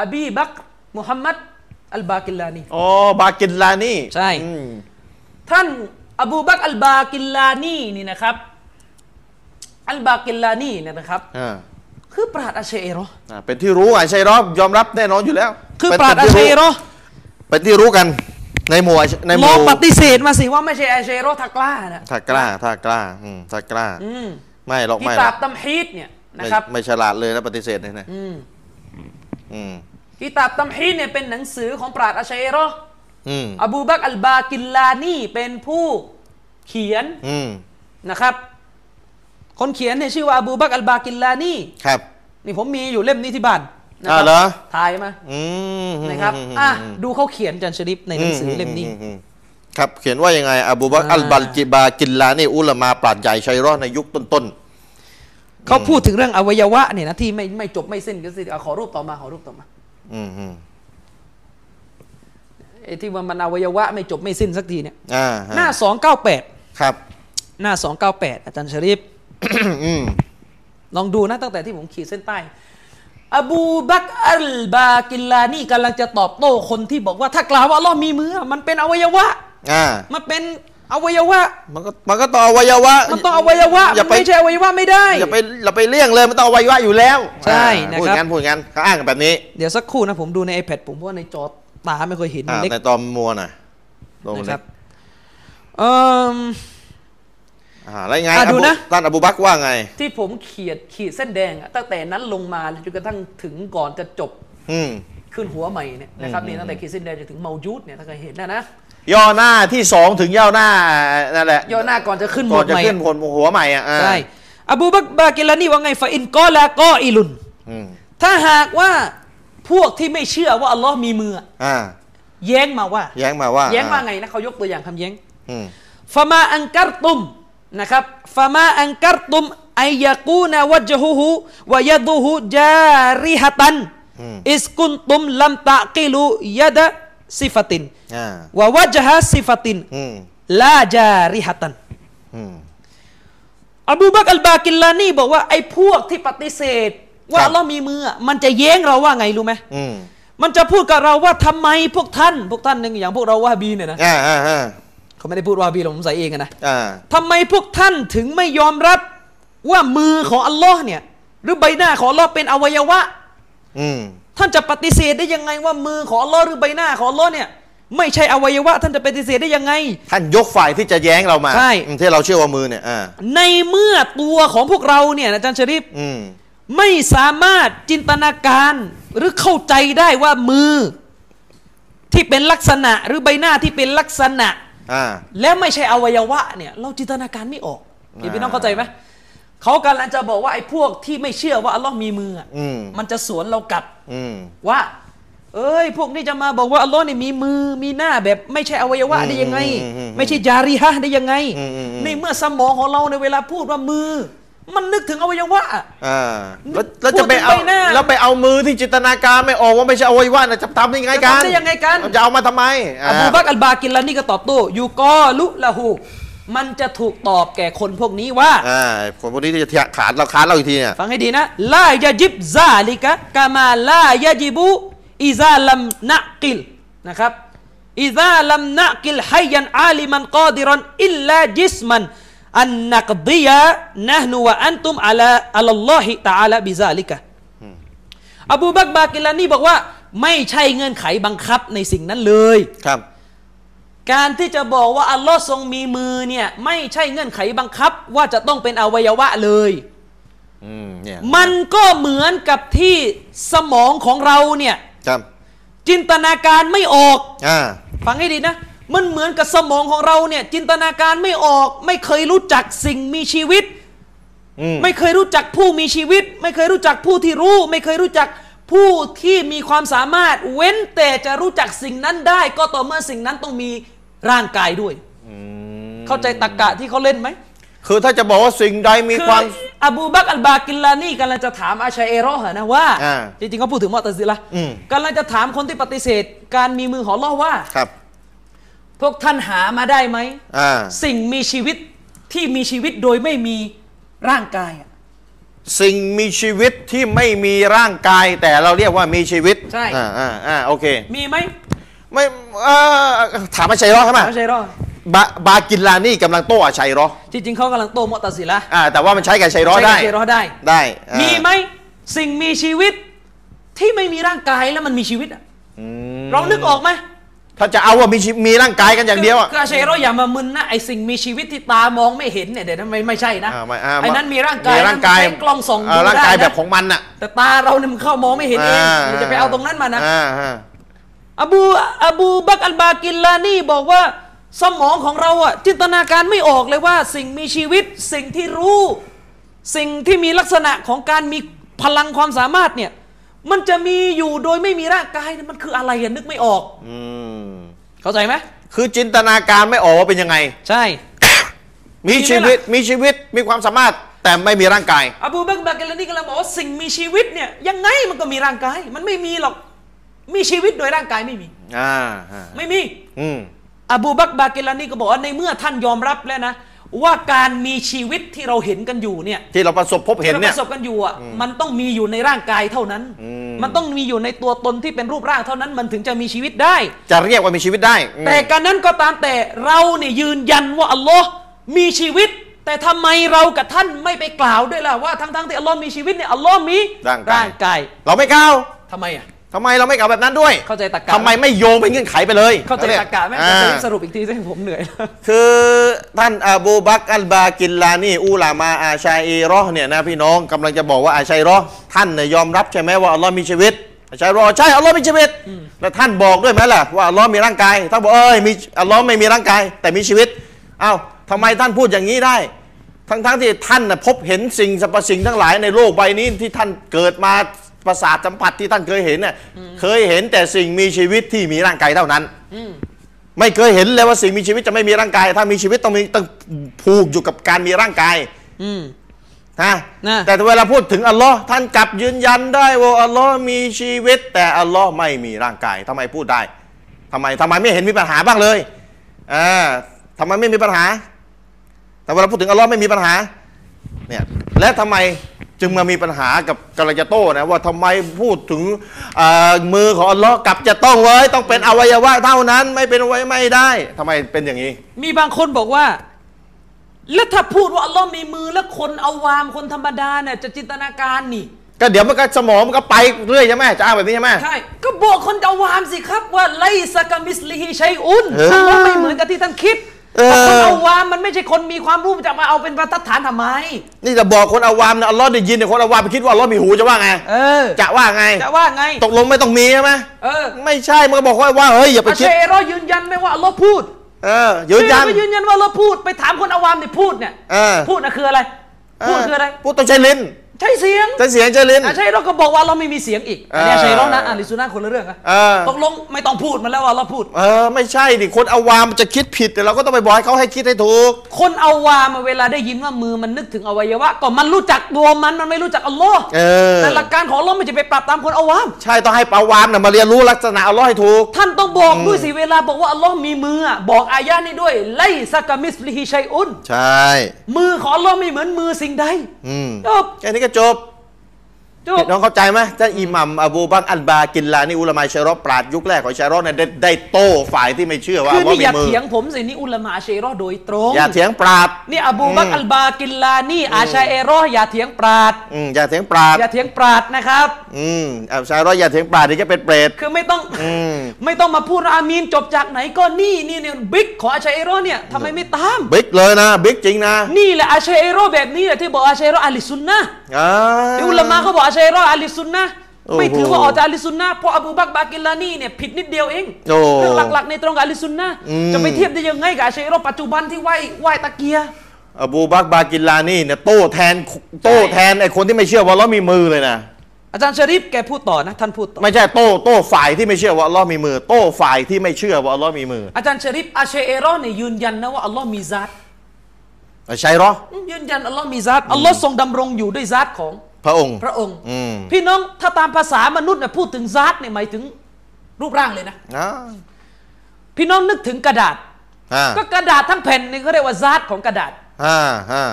อบีบักรมุฮัมมัดอัลบากิลลานี
อ๋อบากินลานี่
ใช่
อืม
ท่านอบูบักรอัลบากิลลานีนี่นะครับ อัลบากิลลานีเนี่ยนะครับ
อ่า
คือปราดอาเชเอโรอห์
อ่าเป็นที่รู้อาชัยเหรอยอมรับแน่นอนอยู่แล้ว
คือปราดอาเชเอโรอห์
เป็นที่รู้กันในหมู่อาชในห
ล
มู่
องปฏิเสธมาสิว่าไม่ใช่อาเชเอโรอห์ทักล้านะ
ถ้ากล้าถ้ากล้าอืมถ้ากล้า
อืม
ไม่หรอก
กิ
ไม่หร
ตา
อบ ก
ตัมฮีดเนี่ย
ไม่
นะครับ
ไม่ฉลาดเลยนะปฏิเสธเลยนะ
อืม
อืม
กิตาบตัมฮีดเนี่ยเป็นหนังสือของปราดอาเชเอโรอห์
อืม
อบูบักรอัลบากิลลานีเป็นผู้เขียน
อืม
นะครับ คนเขียนเนี่ยชื่อว่าอบูบักรอัลบากิลลานี
ครับ
นี่ผมมีอยู่เล่มนี้ที่บ้านนะค
อ่า
รั
เหรอ
ถ่ายมา
อืม
นะครับ อ่ะ ดูเขาเขียนจันชริปในหนังสือเล่มนี้
อืมครับเขียนว่ายังไงอบูบักร
อ่า
อัลบัลกิบากินลานี่อุลามาปราดใหญ่ชัยรอดในยุคต้น
เขาพูดถึงเรื่องอวัยวะเนี่ยนะที่ไม่ไม่จบไม่สิ้นก็สิเอาขอรูปต่อมาขอรูปต่อมา
ๆอืมอืม
ไอ้ที่ว่ามันอวัยวะไม่จบไม่สิ้นสักทีเนี่ย
อ่าฮะ
หน้า 298
ครับ
หน้า 298 อาจารย์ชริป
อืม
ลองดูนะตั้งแต่ที่ผมขีดเส้นใต้ อบูบักรอัลบากิลานี่กำลังจะตอบโต้คนที่บอกว่าถ้ากล่าวว่าอัลลอฮ์มีมือมันเป็นอวัยวะ
อ่า
มันเป็นอวัยวะ
มันก็มันก็ต่ออวัยวะ
มันต้องอวัยวะ
อย่า
มัน
ไป
ไม่ใช่อวัยวะไม่ได้
อย่าไปอย่าไปเลี่ยงเลยมันต้องอวัยวะอยู่แล้ว
ใช่
อ่า
นะค
พูด
รับ
งั้นพูดงั้นเขาอ้างกันแบบนี้
เดี๋ยวสักครู่นะผมดูใน iPad ผมเพราะว่าในจอตาไม่เคยเห็นมัน
อ่า
เล็ก
ในตอมมัวหน่อยตรง
นะค
นี้
รับเอิ่ม
อ่าแล้วยังไง
อ่ะ
อ
ดู
บู
นะ
ท่านอบูบักรว่าไง
ที่ผมเขียดขีดเส้นแดงอะตั้งแต่นั้นลงมาจนกระทั่งถึงก่อนจะจบ
อืม
ขึ้นหัวใหม่เนี่ยนะครับ
อืม
นี่ตั้งแต่ขีดเส้นแดงจนถึงเมายูดเนี่ยถ้าเคยเห็นนะนะ
ย่อหน้าที่สองถึงย่อหน้านั่นแหละ
ย่อหน้าก่อนจะขึ้นหม
ก่อ
วน ด
จะ
ใหม่
ขึ้นผลหัวใหม่อ่ะอ่า
ใช่อบูบักรบากิลานี่ว่าไงฟาอินกอลาก็อิลุน
อืม
ถ้าหากว่าพวกที่ไม่เชื่อว่าอัลลอฮ์มีมืออะ
อ่า
แย้งมาว่า
แย้งมาว่า
แย้งว่าไงนะเขายกตัวอย่างคำแย้ง
อืม
ฟามาอังกัรตุมนะครับฟามาอังกัรตุมอายะกูนวัจฮุฮุวายะดูฮุจาริฮะตัน
อืม
อิสกุนตุมลัมตะกิลุยะดะซิฟติน
อ่าว
ะวัจฮะซิฟติน
อืม
ลาจาริฮะตัน
อืม
อบูบักรอัลบากิลลานี่บอกว่าไอ้พวกที่ปฏิเสธ
ค
ว่า
รับ
อัลลอฮ์มีมืออะมันจะแย้งเราว่าไงรู้ไหม
อืม
มันจะพูดกับเราว่าทำไมพวกท่าน พวกท่านเนี่ยอย่างพวกเราวะฮาบีเนี่ยนะ
อ่าอ่าอ่า
เขาไม่ได้พูดวะฮาบีหรอกผมใส่เองอะนะ
อ่า
ทำไมพวกท่านถึงไม่ยอมรับว่ามือของอัลลอฮ์เนี่ย หรือใบหน้าของอัลลอฮ์เป็นอวัยวะ
อืม
ท่านจะปฏิเสธได้ยังไงว่ามือของอัลลอฮ์หรือใบหน้าของอัลลอฮ์เนี่ยไม่ใช่อวัยวะ ท่านจะปฏิเสธได้ยังไง
ท่านยกฝ่ายที่จะแย้งเรามา
ใช่
อืมที่เราเชื่อว่ามือเนี่ยอ่า
ในเมื่อตัวของพวกเราเนี่ยอาจารย์ชริฟ
อืม
ไม่สามารถจินตนาการหรือเข้าใจได้ว่ามือ ที่เป็นลักษณะหรือใบหน้าที่เป็นลักษณะ
อ่า
และไม่ใช่อวัยวะเนี่ยเราจินตนาการไม่ออกพี่
อ่า
พี่น้องเข้าใจไหมเขากำลังจะบอกว่าไอ้พวกที่ไม่เชื่อว่าอัลลอฮ์มีมืออะ
อืม
มันจะสวนเรากลับ
อืม
ว่า เอ้ย พวกนี้จะมาบอกว่าอัลลอฮ์เนี่ยมีมือมีหน้าแบบไม่ใช่อวัยวะได้ยังไง
อืมอืมอืม
ไม่ใช่จารีฮะได้ยังไง
อืมอืมอืม
ในเมื่อสมองของเราในยเวลาพูดว่ามือ มันนึกถึงอวัยวะอะ
อ่าแล้วแล้วจะไปเอา
พูดถึงใบหน้า
แล้วไปเอามือที่จินตนาการไม่ออกว่าไม่ใช่อวัยวะนะจะทำได้ยังไงกัน
จะทำได้ยังไงกัน
จะเอามาทำไม
อบูบักรอัลบากินแล้วนี่ก็ตอบโต้ยูกอลุละหูมันจะถูกตอบแก่คนพวกนี้ว่า
อ่าคนพวกนี้ที่จะขานเราขานเราอีกทีเนี่ย
ฟังให้ดีนะลายะจิบซาลิกะกามาลายะจิบุอิซาลัมนะกิลนะครับอิซาลัมนะกิลฮัยยันอาลิมันกอดิรอนอิลลาจิสมันอันนักดียะนะนูวะอันตุมอัลาอัลลอฮิตะอาลาบิซาลิกะอบูบักรบากิลานี่บอกว่า ไม่ใช่เงื่อนไขบังคับในสิ่งนั้นเลย
ครับ
การที่จะบอกว่าอัลลอฮ์ทรงมีมือเนี่ยไม่ใช่เงื่อนไขบังคับ ว่าจะต้องเป็นอวัยวะเลย
อืมเนี่ย
มันก็เหมือนกับที่สมองของเราเนี่ย
ครับ
จินตนาการไม่ออก
อ่า
ฟังให้ดีนะ มันเหมือนกับสมองของเราเนี่ย จินตนาการไม่ออก ไม่เคยรู้จักสิ่งมีชีวิต
อืม
ไม่เคยรู้จักผู้มีชีวิต ไม่เคยรู้จักผู้ที่รู้ ไม่เคยรู้จักผู้ที่มีความสามารถ เว้นแต่จะรู้จักสิ่งนั้นได้ ก็ต่อเมื่อสิ่งนั้นต้องมีร่างกายด้วย
อืม
เข้าใจตรกกะที่เขาเล่นไหม
คือถ้าจะบอกว่าสิ่งใดมี
คือ
ความ
อบูบักรอัลบากิลลานี่กำลังจะถามอาชัยเอรอฮ์นะว่า
อ่า
จริงๆเขาพูดถึงมอตะซิละห์
อืม
กำลังจะถามคนที่ปฏิเสธ การมีมือของอัลลอฮ์ว่า
ครับ
พวกท่านหามาได้ไหม
อ่า
สิ่งมีชีวิตที่มีชีวิตโดยไม่มีร่างกายอะ
สิ่งมีชีวิตที่ไม่มีร่างกาย แต่เราเรียกว่ามีชีวิต
ใช่
อ่าอ่าอ่าโอเค
มีไหม
ไม่เอ่อถามอาชัยรอใช่ไหม
อาชัยเอรอฮ์
บาบากินลานี่กำลังโต้อาชัยรอ
จริงๆเขากำลังโตมอตะซิละห์
อ่า แต่ว่ามันใช้กับอาชัยรอ
ใช่
ได้
อาชัยเอรอฮ์ได้
ได้อ่า
มีไหมสิ่งมีชีวิตที่ไม่มีร่างกายแล้วมันมีชีวิตอะ
อืม
เรานึกออกไหม
ถ้าจะเอาว่ามีชีมีร่างกายกันอย่างเดียวอ่ะ
ก็ใช่เราอย่ามามึนนะไอสิ่งมีชีวิตที่ตามองไม่เห็นเนี่ยเดี๋ยวนั้นไม่ไม่ใช่นะ
อ่าไม่อ่า
ไอ้นั้นมีร่างกาย
มีร่างกาย
นั่นมันใช้กล้องส่องดู
าร่างกาย
ได้นะ
แบบของมันน่ะ
แต่ตาเราเนี่ยมันเข้ามองไม่เห็นเองเราจะไปเอาตรงนั้นมานะ
อ่อ่า
อบูอบูบักรอัลบากิลลานี่บอกว่าสมองของเราอะจินตนาการไม่ออกเลยว่า สิ่งมีชีวิตสิ่งที่รู้ สิ่งที่มีลักษณะของการมีพลังความสามารถเนี่ยมันจะมีอยู่โดยไม่มีร่างกายเนี่ยมันคืออะไรอะนึกไม่ออก
อืม
เข้าใจไหม
คือจินตนาการไม่ออกว่าเป็นยังไง
ใช่
มี
มีไหม
ชี
ล่ะ
วิตมีชีวิตมีความสามารถแต่ไม่มีร่างกาย
อบูบักรบากิลานี่กำลังบอกว่าสิ่งมีชีวิตเนี่ยยังไงมันก็มีร่างกาย มันไม่มีหรอกมีชีวิตโดยร่างกายไม่มี
อ่าฮะ
ไม่มี
อืม
อบูบักรบากิลานี่ก็บอกว่าในเมื่อท่านยอมรับแล้วนะ ว่าการมีชีวิตที่เราเห็นกันอยู่เนี่ย
ที่เราประสบพบเห็น
ที่เรา
เนี่
ป
ย
ระสบกันอยู่อ่ะมันต้องมีอยู่ในร่างกายเท่านั้น
อืม
มันต้องมีอยู่ในตัวตนที่เป็นรูปร่างเท่านั้น มันถึงจะมีชีวิตได้
จะเรียกว่ามีชีวิตได้อืม
แต่การนั้นก็ตามแต่เราเนี่ยยืนยันว่าอัลลอฮ์มีชีวิต แต่ทำไมเรากับท่านไม่ไปกล่าวด้วยล่ะว่าทั้งๆที่อัลลอฮ์มีชีวิตเนี่ยอัลลอฮ์มี
ร่างกาย
กาย
เราไม่กล่าว
ทำไมอ่ะ
ทำไมเราไม่กล่าวแบบนั้นด้วย
เข้าใจตรรกะ
ทำไมไม่โยงเป็นเงื่อนไขไปเลย
เข้าใจตรรกะไหม
อ่า
สรุปอีกทีซึ่ง ผมเหนื่อย
คือท่านอบูบักรอัลบากินลานี่อุลามาอาชัยเรอห์เนี่ยนะพี่น้องกำลังจะบอกว่าอาชัยเรอห์ท่านเนี่ยยอมรับใช่ไหมว่าอัลลอฮ์มีชีวิตอาชัยเรอห์ใช่อัลลอฮ์มีชีวิต แล้วท่านบอกด้วยไหมล่ะว่าอัลลอฮ์มีร่างกายท่านบอกเอ้ยมีอัลลอฮ์ไม่มีร่างกาย แต่มีชีวิตเอ้าทำไมท่านพูดอย่างนี้ได้ ทั้งๆที่ท่านนะพบเห็นสิ่งสรรพสิ่งทั้งหลายในโลกใบนี้ที่ท่านเกิดมาประสาทสัมผัสที่ท่านเคยเห็นน่ะเคยเห็นแต่สิ่งมีชีวิตที่มีร่างกายเท่านั้น ไม่เคยเห็นเลยว่าสิ่งมีชีวิตจะไม่มีร่างกาย ถ้ามีชีวิตต้องมีต้องผูกอยู่กับการมีร่างกายนะ
นะ
แต่เวลาพูดถึงอัลลอฮ์ท่านกลับยืนยันได้ว่าอัลลอฮ์มีชีวิต แต่อัลลอฮ์ไม่มีร่างกายทำไมพูดได้ทำไมทำไมไม่เห็นมีปัญหาบ้างเลยอ่าทำไมไม่มีปัญหา แต่เวลาพูดถึงอัลลอฮ์ไม่มีปัญหาเนี่ยและทำไมจึงมามีปัญหากับกาลยาโต้นะว่าทำไมพูดถึงเอ่อมือของอัลลอฮ์กลับจะต้องไว้ต้องเป็นอวัยวะเท่านั้น ไม่เป็นไว้ไม่ได้ทำไมเป็นอย่างนี้
มีบางคนบอกว่า แล้วถ้าพูดว่าอัลลอฮ์มีมือแล้วคนเอาวามคนธรรมดาเนี่ยจะจินตนาการนี่
ก็เดี๋ยวมันก็สมองมันก็ไปเรื่อยใช่ไหมจะอ้างแบบนี้ใช่ไหม
ใช่ ก็บอกคนจะวามสิครับว่าไลสกามิสลิฮิชัยอุน
เออ
ฉันว่าไม่เหมือนกับที่ท่านคิด
เออ
แต่คนเอาวามมันไม่ใช่คนมีความรู้มันจะมาเอาเป็นบรรทัดฐานทำไม
นี่จะบอกคนอาวามนะอัลลอฮ์ได้ยินเนี่ยคนอาวามไปคิดว่าอัลลอฮ์มีหูจะว่าไง
เออ
จะว่าไง
จะว่าไง
ตกลงไม่ต้องมีใช่ไหม
เออ
ไม่ใช่มันก็บอกว่าว่าเฮ้ยอย่าไป
อาเช
คิด
เอโรยืนยันไหมว่าอัลลอฮ์พูด
เออยืนยัน
ไม่ยืนยันว่าอัลลอฮ์พูดไปถามคนเอาวามเนี่ยพูดเนี่ย
เออ
พูดนะคืออะไร พูดคืออะไร
พูดต้องใช้ลิ้น
ใช่เสียง
ใช้เสียงใช้ลิ้น
อาเชเอโรก็บอกว่าเราไม่มีเสียงอีกอัน
เออ
นี้อาเชเอโรนะอ่านลิซุนนะห์คนละเรื่องนะ
เออ
ตกลงไม่ต้องพูดมันแล้วว่าเราพูด
เออไม่ใช่ดิคนอาวามจะคิดผิดแต่เราก็ต้องไปบอกให้เขาให้คิดให้ถูก
คนเอาวามาเวลาได้ยินว่ามือมันนึกถึงอวัยวะก็มันรู้จักตัวมันมันไม่รู้จักอัลลอฮ์
เออ
แต่หลักการของอัลลอฮ์มันจะไปปรับตามคนเอาวาม
ใช่ต้องให้ปาวามน่ะมาเรียนรู้ลักษณะอัลลอฮ์ให้ถูก
ท่านต้องบอกด้วยสิเวลาบอกว่าอัลลอฮ์มีมืออะบอกอายะห์นี้ด้วยไลซากามิสลิฮิชัยอุน
ใช่
มือของอัลลอฮ์ไม่เหมือนมือสิ่งใด
อืม
จบ
แค่นี้ก็จบ
จบ
น้องเข้าใจไหมท่านอิหมัมอบูบักรอัลบากินลานี่อุลามะชัยรอปราดยุคแรกของชัยรอเนี่ยได้ได้โต้ฝ่ายที่ไม่เชื่อว่า
คือ
ว่า
นี่
มี
อย่า
มือ
เถียงผมสินี่อุลามะอาชัยรอโดยตรง
อย่าเถียงปราด
นี่อบูบักร
อืม
อัลบากินลานี่อาชัยเอรออย่าเถียงปราด
อืมอย่าเถียงปราด
อย่าเถียงปราดนะครับ
อืมอัลชัยรออย่าเถียงปราดเดี๋ยวจะเป็นเปรต
คือไม่ต้อง
อืม
ไม่ต้องมาพูดว่าอามีนจบจากไหนก็นี่นี่เนี่ยบิ๊กของอาชัยเอโรเนี่ยทำไมไม่ตาม
บิ๊กเลยนะบิ๊กจริงนะ
นี่แหละอาชัยเอโรแบบนี้แหละที่บอกอาชัยเอโรอาลิสุนนะห์
อ่า
ที่อุลามะเขาบอกอาชัยเอโรอาลิสุนนะห์
โอ้โห
ไม่ถือว่าออกจากอาลิสุนนะห์เพราะอบูบักรบากิลานี่เนี่ยผิดนิดเดียวเอง
โอ้
เรื่องหลักๆในตรงกับอาลิสุนนะห์
อืม
จะไปเทียบได้ยังไงกับอาชัยเอโรปัจจุบันที่ไหว้ไหว้ตะเกียร์
อบูบักรบากินลานี่เนี่ยโต้แทนโต้แทนไอ้คนที่ไม่เชื่อว่าอัลเราะห์มีมือเลยนะ
อาจารย์ชริฟแกพูดต่อนะท่านพูดต่อ
ไม่ใช่โต้โต้ฝ่ายที่ไม่เชื่อว่าอัลเลอฮ์มีมือ โต้ฝ่ายที่ไม่เชื่อว่าอัลเลอฮ์มีมือ
อาจารย์ชริฟอาชัยเอโรเนี่ยยืนยันนะว่าอัลลอฮ์มีซัต
ใช่เหรอ
ยืนยันอัลลอฮ์มีซัตอัลลอฮ์ทรงดำรงอยู่ด้วยซัตของ
พระองค์
พระองค์
อืม
พี่น้องถ้าตามภาษามนุษย์นะพูดถึงซาร์เนี่ยหมายถึงรูปร่างเลยนะ
นะ
พี่น้องนึกถึงกระดาษ
อ่า
ก็กระดาษทั้งแผ่นนี่เขาเรียกว่าซาร์ของกระดาษ
อ่าอ่า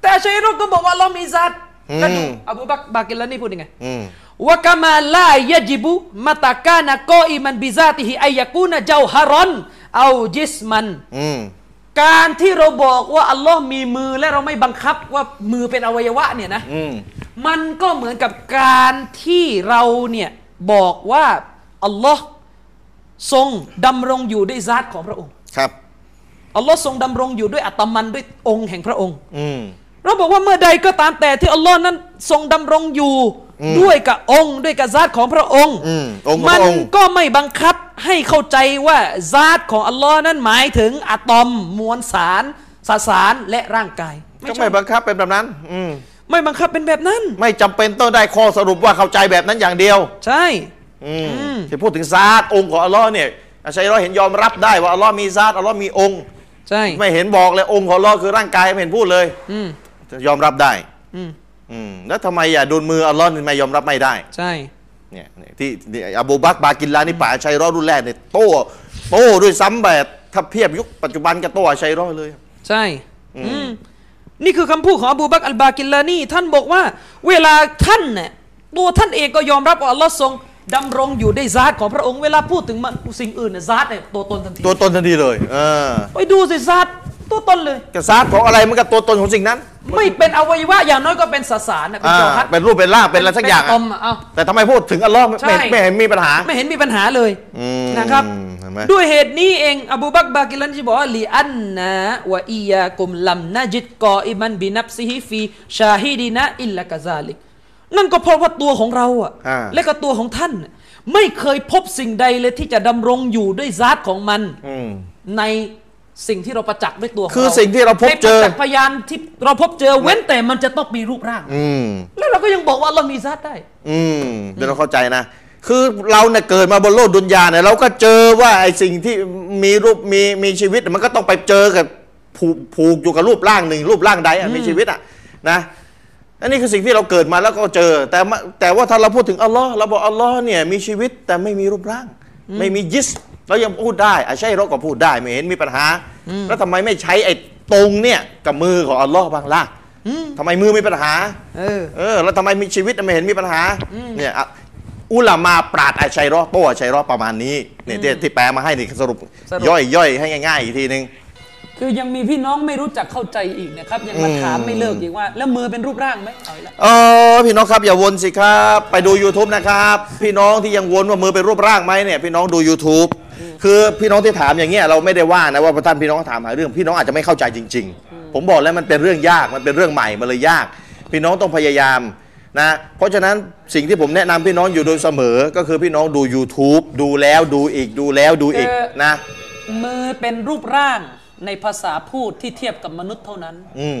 แต่อาชัยรุกก็บอกว่าเรามีซาร์
อืม
แล้วดูอบูบักรบากิลานี่พูดยังไง
อืม
วะกามาลายะจิบุมาตากานะกออิมันบิซาติฮิอายะกูนะเจ้าฮารอนเอาจิสมัน
อืม
การที่เราบอกว่าอัลลอฮ์มีมือและเราไม่บังคับว่ามือเป็นอวัยวะเนี่ยนะ
อืม
มันก็เหมือนกับการที่เราเนี่ยบอกว่าอัลลอฮ์ทรงดำรงอยู่ด้วยซาตของพระองค์
ครับ
อัลลอฮ์ทรงดำรงอยู่ด้วยอัตมันด้วยองค์แห่งพระองค์
อืม
เราบอกว่าเมื่อใดก็ตามแต่ที่อัลลอฮ์นั้นทรงดำรงอยู่
อืม
ด้วยกับองค์ด้วยกับซาตของพระองค์
อืมองค์ของพ
มั
ระองค์
ก็ไม่บังคับให้เข้าใจว่าซาตของอัลลอฮ์นั้นหมายถึงอะตอมมวลสารสสารและร่างกาย
ก็
ใช่
ไม่บังคับเป็นแบบนั้น อืม
ไม่บังคับเป็นแบบนั้น
ไม่จำเป็นต้องได้ข้อสรุปว่าเข้าใจแบบนั้นอย่างเดียว
ใช่
อืมที่พูดถึงซาตองค์ของอัลเลอฮ์เนี่ยอาชัยรอเห็นยอมรับได้ว่าอัลเลอฮ์มีซาตอัลเลอฮ์มีองค์
ใช่
ไม่เห็นบอกเลยองค์ของอัลเลอฮ์คือร่างกายไม่เห็นพูดเลย
อืม
ยอมรับได้
อืม
อืมแล้วทำไมอย่าโดนมืออัลเลอฮ์ทำไมยอมรับไม่ได้
ใช่
เนี่ยเนี่ยที่ที่อบูบักรบากินลานี่ป่าอาชัยรอดรุ่นแรกเนี่ยโต้โต้ด้วยซ้ำแบบถ้าเทียบยุคปัจจุบันกับโต้อาชัยรอดเลย
ใช่ อืมนี่คือคำพูดของอบูบักรอัลบากิลลานีท่านบอกว่า เวลาท่านเนี่ยตัวท่านเองก็ยอมรับว่าอัลลอฮ์ทรงดำรงอยู่ในซาตของพระองค์เวลาพูดถึงมันสิ่งอื่นเนี่ยซาตเนี่ยตัวตนทันที
ตัวตนทันทีเลยเออ
ไปดูสิซาตตัวตนเลย
กระซาบของอะไรมันกับตัวตนของสิ่งนั้น
ไม่เป็นอวัยวะอย่างน้อยก็เป็นสสารนะคุณ
อ่า
จอฮัด
เป็นรูปเป็นร่างเป็นอะไรสักอย่าง
ต
อะ
มะเอา
แต่ทำไมพูดถึงอัลลอฮ์ไม่
ใช่
ไม่ไม่เห็นมีปัญหา
ไม่เห็นมีปัญหาเลย
อืม
นะครับ
เห็นไหม
ด้วยเหตุนี้เองอบูบักรบากิลันที่บอกว่าลีอันนะวะอียากุมลัมนาจิตกออิมันบินับซิฮิฟีชาฮิดีนะอิลลากะซาลิก นั่นก็เพราะว่าตัวของเราอะ
อ่า
และก็ตัวของท่านน่ะไม่เคยพบสิ่งใดเลยที่จะดำรงอยู่ด้วยซาตของมัน
อืม
ในสิ่งที่เราประจักษ์ด้วยตัวข
คือ
เรา
สิ่งที่เราพบเจอ
ในประจักษ์พยานที่เราพบเจอเว้นแต่มันจะต้องมีรูปร่าง
อืม
แล้วเราก็ยังบอกว่าเรามีซาตได้
อืมเดี๋ยวเราเข้าใจนะ คือเราเนี่ยเกิดมาบนโลกดุนยาเนี่ยเราก็เจอว่าไอ้สิ่งที่มีรูปมีมีชีวิต มันก็ต้องไปเจอกับผูกผูกอยู่กับรูปร่างหนึ่งรูปร่างใดอะมีชีวิตอ่ะนะอันนี้คือสิ่งที่เราเกิดมาแล้วก็เจอ แต่มะแต่ว่าถ้าเราพูดถึงอัลลอฮ์เราบอกอัลลอฮ์เนี่ยมีชีวิตแต่ไม่มีรูปร่าง ไม่มียิสม์เรายังพูดได้อ่ะใช่เราก็พูดได้ไม่เห็นมีปัญหา แล้วทำไมไม่ใช้ไอ้ตรงเนี่ยกับมือของอัลลอฮ์บ้างล่ะทำไมมือมีปัญหา
เออ
เออแล้วทำไมมีชีวิตไม่เห็นมีปัญหาเนี่ยอ่ะอุลามาปราดอาชัยรอโต้อาชัยรอประมาณนี้เนี่ยที่ที่แปลมาให้นี่สรุป
สรุป
ย่อยย่อยให้ง่าย ๆ อีกทีนึง
คือยังมีพี่น้องไม่รู้จักเข้าใจอีกนะครับ ยังมาถามไม่เลิกอีกว่า แล้วมือเป็นรูปร่างไหมเอาอีกแล้ว
เออพี่น้องครับอย่าวนสิครับ ไปดู YouTube นะครับ พี่น้องที่ยังวนว่ามือเป็นรูปร่างไหมเนี่ยพี่น้องดู YouTube คือพี่น้องที่ถามอย่างเงี้ยเราไม่ได้ว่านะว่าท่านพี่น้องถามหาเรื่องพี่น้องอาจจะไม่เข้าใจจริง ๆ ผมบอกแล้วมันเป็นเรื่องยากมันเป็นเรื่องใหม่มันเลยยาก พี่น้องต้องพยายามนะเพราะฉะนั้นสิ่งที่ผมแนะนำพี่น้องอยู่โดยเสมอ ก็คือพี่น้องดู YouTube ดูแล้วดูอีกดูแล้วดูอีก
เออ
นะ
มือเป็นรูปร่างในภาษาพูดที่เทียบกับมนุษย์เท่านั้น
อืม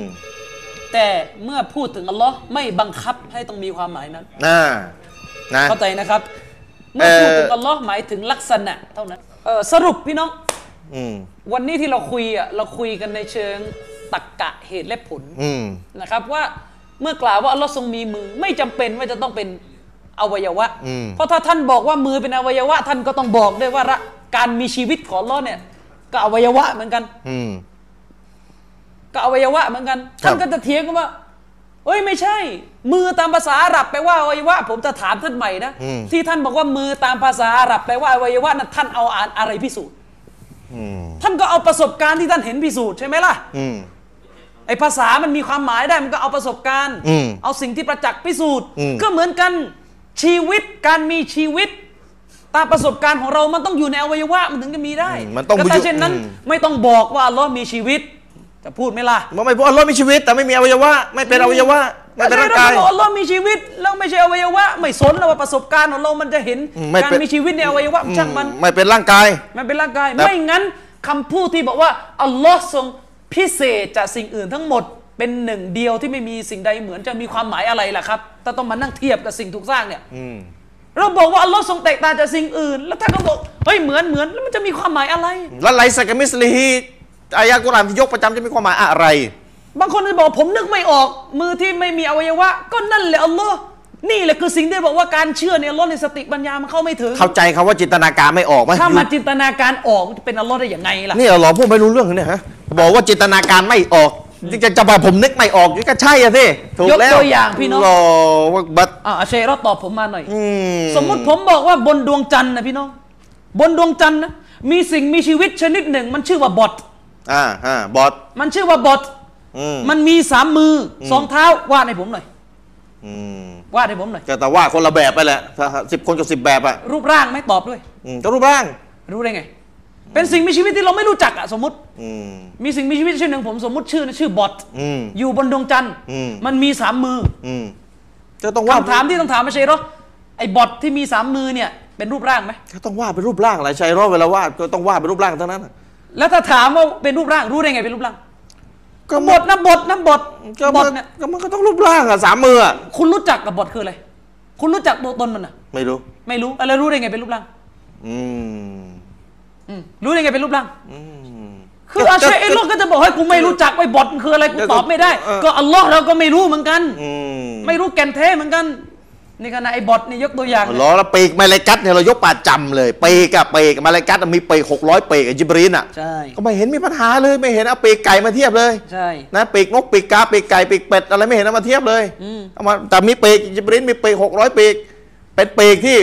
แต่เมื่อพูดถึงอัลลอฮ์ไม่บังคับให้ต้องมีความหมายนั้น
น่านะ
เข้าใจนะครับ เมื่อ
เอ่อ
พูดถึงอัลลอฮ์หมายถึงลักษณะเท่านั้นเออสรุปพี่น้อง
อืม
วันนี้ที่เราคุยอ่ะเราคุยกันในเชิงตรกกะเหตุและผล
อืม
นะครับว่าเมื่อกล่าวว่าอัลลอฮ์ทรงมีมือไม่จำเป็นว่าจะต้องเป็นอวัยวะ
อืม
เพราะถ้าท่านบอกว่ามือเป็นอวัยวะ ท่านก็ต้องบอกด้วยว่าละการมีชีวิตของอัลลอฮ์เนี่ยก็อวัยวะเหมือนกัน
อืม
ก็อวัยวะเหมือนกัน
ครับ
ท่านก็จะเถียงกันว่าเอ้ยไม่ใช่ มือตามภาษาอาหรับแปลว่าอวัยวะ ผมจะถามท่านใหม่นะที่ท่านบอกว่ามือตามภาษาอาหรับแปลว่าอวัยวะนั้นท่านเอาอ่านอะไรพิสูจน์ท่านก็เอาประสบการณ์ที่ท่านเห็นพิสูจน์ใช่ไหมล่ะ
อืม
ไอ้ภาษามันมีความหมายได้มันก็เอาประสบการณ์
อืม
เอาสิ่งที่ประจักษ์พิสูจน์
อืม
ก็เหมือนกันชีวิตการมีชีวิต ตามประสบการณ์ของเรามันต้องอยู่ในอวัยวะมันถึงจะมีได้
อืมมันต้องอ
ก็
ยู่
ถ้าเช่นนั้น
อืม
ไม่ต้องบอกว่าอัลลอฮ์มีชีวิต จะพูดไหมล่ะ
มันไม่พูดอัลลอฮ์มีชีวิต แต่ไม่มีอวัยวะ ไม่เป็นอวัยวะไม่เป็นร่างกาย
ใช่เบออัลลอฮ์มีชีวิตแล้วไม่ใช่อวัยวะ ไม่สนแล้วว่าประสบการณ์ของเรามันจะเห็น
อืมไม่
การ
เป็น
มีชีวิตในอวัยวะ
อืม
ช่างมัน
ไม่เป็นร่างกาย
มันเป็นร่างกาย
แต่
ไม่งั้นคำพูดที่บอกว่าอัลลอฮ์ทรงพิเศษจากสิ่งอื่นทั้งหมด เป็นหนึ่งเดียวที่ไม่มีสิ่งใดเหมือนจะมีความหมายอะไรล่ะครับถ้าต้องมานั่งเทียบกับสิ่งถูกสร้างเนี่ย
อืม
เราบอกว่าอัลลอฮ์ทรงแตกต่างจากสิ่งอื่น แล้วถ้าก็บอกเฮ้ยเหมือนเหมือนแล้วมันจะมีความหมายอะไร
แล้วไลสักกะมิสลีฮีอายะกุรอานที่ยกประจำจะมีความหมายอะไร
บางคนจะบอกผมนึกไม่ออก มือที่ไม่มีอวัยวะ ก็นั่นแหละอัลลอฮ์นี่แหละคือสิ่งที่บอกว่าการเชื่อในอัลลอฮ์ในสติปัญญามันเข้าไม่ถึง
เข้าใจคำว่าจินตนาการไม่ออกไหม
ถ้ามาจินตนาการออกมันจะเป็นอัลลอฮ์ได้อย่างไงล่ะ
นี่เหรอพูดไม่รู้เรื่องเนี่ยฮะบอกว่าจินตนาการไม่ออกจะจะบอกผมนึกไม่ออกนี่ก็ใช่อะสิถูก
ยก
แล้ว
ตัวอย่างพี่น้อง
รอว่าบัด
อ่าอาเชยรอตอบผมมาหน่อย
อื
สมมุติผมบอกว่าบนดวงจันทร์นะพี่น้อง บนดวงจันทร์นะมีสิ่งมีชีวิตชนิดหนึ่ง มันชื่อว่าบอท
อ่าฮะบอท
มันชื่อว่าบอท
อืม
มันมีสามมืออสองเท้าวาดให้ผมหน่อย
อืม
วาดให้ผมหน่อย
ก็แต่ว่าคนละแบบไปแหละสิบคนกับสิบแบบอ่ะ
รูปร่างไหม่ตอบด้วย
อืมก็รูปร่าง
รู้ได้ไง เป็นสิ่งมีชีวิตที่เราไม่รู้จักอะสมมติ
อืม
มีสิ่งมีชีวิตชื่อหนึ่งผมสมมติชื่อนะชื่อบอท
อืม
อยู่บนดวงจันทร์
อืม
มันมีสามมือ
อืมจะต้องว่าด
คำถามที่ต้องถามไม่ใช่หรอไอ้บอทที่มีสามมือเนี่ยเป็นรูปร่างไหม
ก็ต้องวาดเป็นรูปร่างหลายชัยรอดเวลาวาดก็ต้องวาดเป็นรูปร่างเท่านั้นน่ะ
แล้วถ้าถามว่าเป็นรูปร่างรู้ได้ไงเป็นรูปร่าง
ก็ห
บ
ม
อ
ด
ทนะบอทนะบอท
ก็
บ
มั
อท
น
เนี่ย
ก็มันก็ต้องรูปร่างอ่ะสามมืออ่ะ
คุณรู้จักกับบอทคืออะไร คุณรู้จักตัวตนมันอ่ะ
ไม่รู้
ไม่รู้แล้วรู้ได้ไงเป็นรูปร่าง
อืม
อืมรู้ได้ไงเป็นรูปร่าง
อืม
คืออาเชยเอโลกก็จะบอกให้กูไม่รู้จักไอ้บอทมันคืออะไรกูตอบไม่ได้
เออ
ก็อัลลอฮ์เราก็ไม่รู้เหมือนกัน
อืม
ไม่รู้แก่นแท้เหมือนกัน นี่ขณะไอ้บอทนี่ยกตัวอย่าง
ล้อละปีกมาลายกัดเนี่ยเรายกป่าจำเลยปีกอะปีกมาลายกัดอะมีปีกหกร้อยปีกอะจิบรีนอะ
ใช่
ก็ไม่เห็นมีปัญหาเลยไม่เห็นเอาปีกไก่มาเทียบเลย
ใช่
นะปีกนกปีกกาปีกไก่ปีกเป็ดอะไรไม่เห็นเอามาเทียบเลย
อืม
เอามาแต่มีปีกจิบรีนมีปีกหกร้อยปีก เป็นปีกที่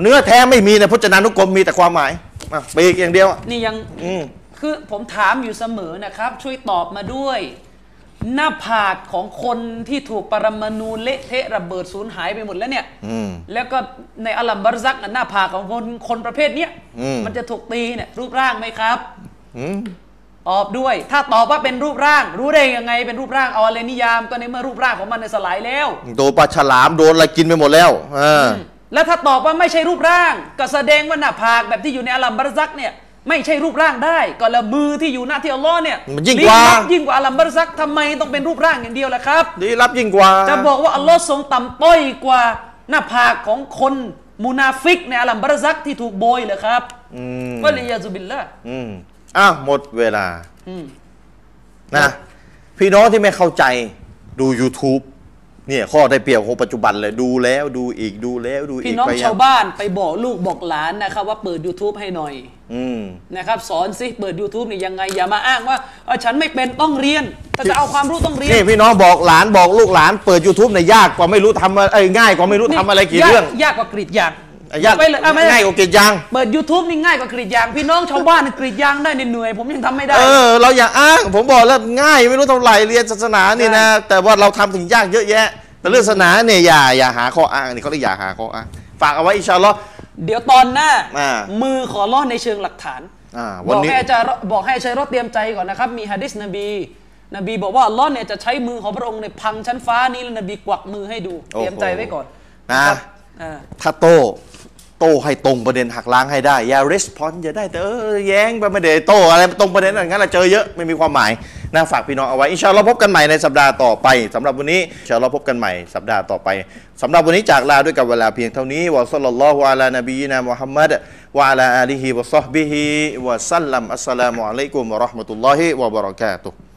เนื้อแท้ไม่มีในพจนานุกรมมีแต่ความหมายอ่ะปีกอย่างเดียวอะ
นี่ยัง
อืม
คือผมถามอยู่เสมอนะครับ ช่วยตอบมาด้วย หน้าผากของคนที่ถูกปรมาณูเละเทะระเบิดสูญหายไปหมดแล้วเนี่ย
อืม
แล้วก็ในอัลลัมบารซักน่ะหน้าผากของคนคนประเภทเนี้ย
อืม
นจะถูกตีเนี่ยรูปร่างไหมครับ
อืม
ตอบด้วย ถ้าตอบว่าเป็นรูปร่าง รู้ได้ยังไงเป็นรูปร่างเอาอะไรนิยามก็ในเมื่อรูปร่างของมันในยสลายแล้ว
โดนปลาฉลามโดนอะไรกินไปหมดแล้วเอออ
แล้วถ้าตอบว่าไม่ใช่รูปร่าง ก็แสดงว่าหน้าผากแบบที่อยู่ในอัลลัมบารซักเนี่ยไม่ใช่รูปร่างได้ ก็ละมือที่อยู่หน้าที่อัลลอฮ์เนี่ย
มันยิ่งกว่า
ลี้ลับยิ่งกว่าอัลลัมบารซักทำไมต้องเป็นรูปร่างอย่างเดียวล่ะครับ
ดีรับยิ่งกว่า
จะบอกว่าอัลลอฮ์ทรงต่ำต้อยกว่าหน้าผากของคนมูนาฟิกในอัลลัมบารซักที่ถูกโบยเหรอครับ
ม
ก็เลยยาซุบิลละ
อืมอ้าวหมดเวลา
อืม
นะ พี่น้องที่ไม่เข้าใจดู YouTube เนี่ยข้อได้เปรียบของปัจจุบันเลยดูแล้วดูอีกดูแล้วดูอีก
พี่น้อง
ไปยัง
ชาวบ้านไปบอกลูกบอกหลานนะครับว่าเปิด YouTube ให้หน่อย
อืม
นะครับสอนสิเปิด YouTube เนี่ยยังไง อย่ามาอ้างว่าเอ้ยฉันไม่เป็นต้องเรียนถ้าจะเอาความรู้ต้องเรียน
นี่พี่น้องบอกหลานบอกลูกหลานเปิด YouTube เนี่ยยากกว่าไม่รู้ทำอะไรเอ้ยง่ายกว่าไม่รู้
นี่
ทำอะไรกี่เรื่อง
ยากกว่ากรีดยาง
อ่ะยาก
ไปเลยอ่ะไม่
ง่ายกว่าเกยรติยัง
เปิด YouTube นี่ง่ายกว่ากรีดยาง พี่น้องชาวบ้านเนี่ยกรีดยางได้เนี่ยเหนื่อยผมยังทำไม่ได้
เออ เราอย่าอ้าง ผมบอกแล้วง่ายไม่รู้เท่าไหร่เรียนศาสนานี่นะ แต่ว่าเราทำถึงยากเยอะแยะ แต่เรื่องศาสนาเนี่ยอย่าอย่าหาข้ออ้างนี่เขาเรียกอย่าหาข้ออ้างฝากเอาไว้อินชาอัลลอฮ์
เดี๋ยวตอนหน้า
อ่า
มือขอร้อนในเชิงหลักฐาน
อ่า
บ
วัน
อก
นี้
ให้อาจารย์บอกให้อาจารย์รอดเตรียมใจก่อนนะครับ มีฮะดิษนบี นบีบอกว่าอัลล้อฮ์เนี่ยจะใช้มือของพระองค์ในยพังชั้นฟ้านี้แล้วนบีกวักมือให้ดูเตรียมใจไว้ก่อน
นะ
นะครับอ่า
ถ้าโต้โต้ให้ตรงประเด็นหักล้างให้ได้ อย่า r e s p o n s e อย่าได้แต่เออแย้งไปไม่ได้โต้อะไรตรงประเด็นอย่างนั้นเราเจอเยอะไม่มีความหมายนะฝากพี่น้องเอาไว้อินชาอัลลอฮ์พบกันใหม่ในสัปดาห์ต่อไปสำหรับวันนี้อินชาอัลลอฮ์พบกันใหม่สัปดาห์ต่อไปสำหรับวันนี้จากลาด้วยกับเวลาเพียงเท่านี้วะซัลลัลลอฮุอะลานบีนะมุฮัมมัดวะอะลาอาลีฮิวะซอฮบิฮิวะสัลลัมอัสสลามุอะลัยกุมวะเราะห์มะตุลลอฮิวะบะเราะกาตุฮ์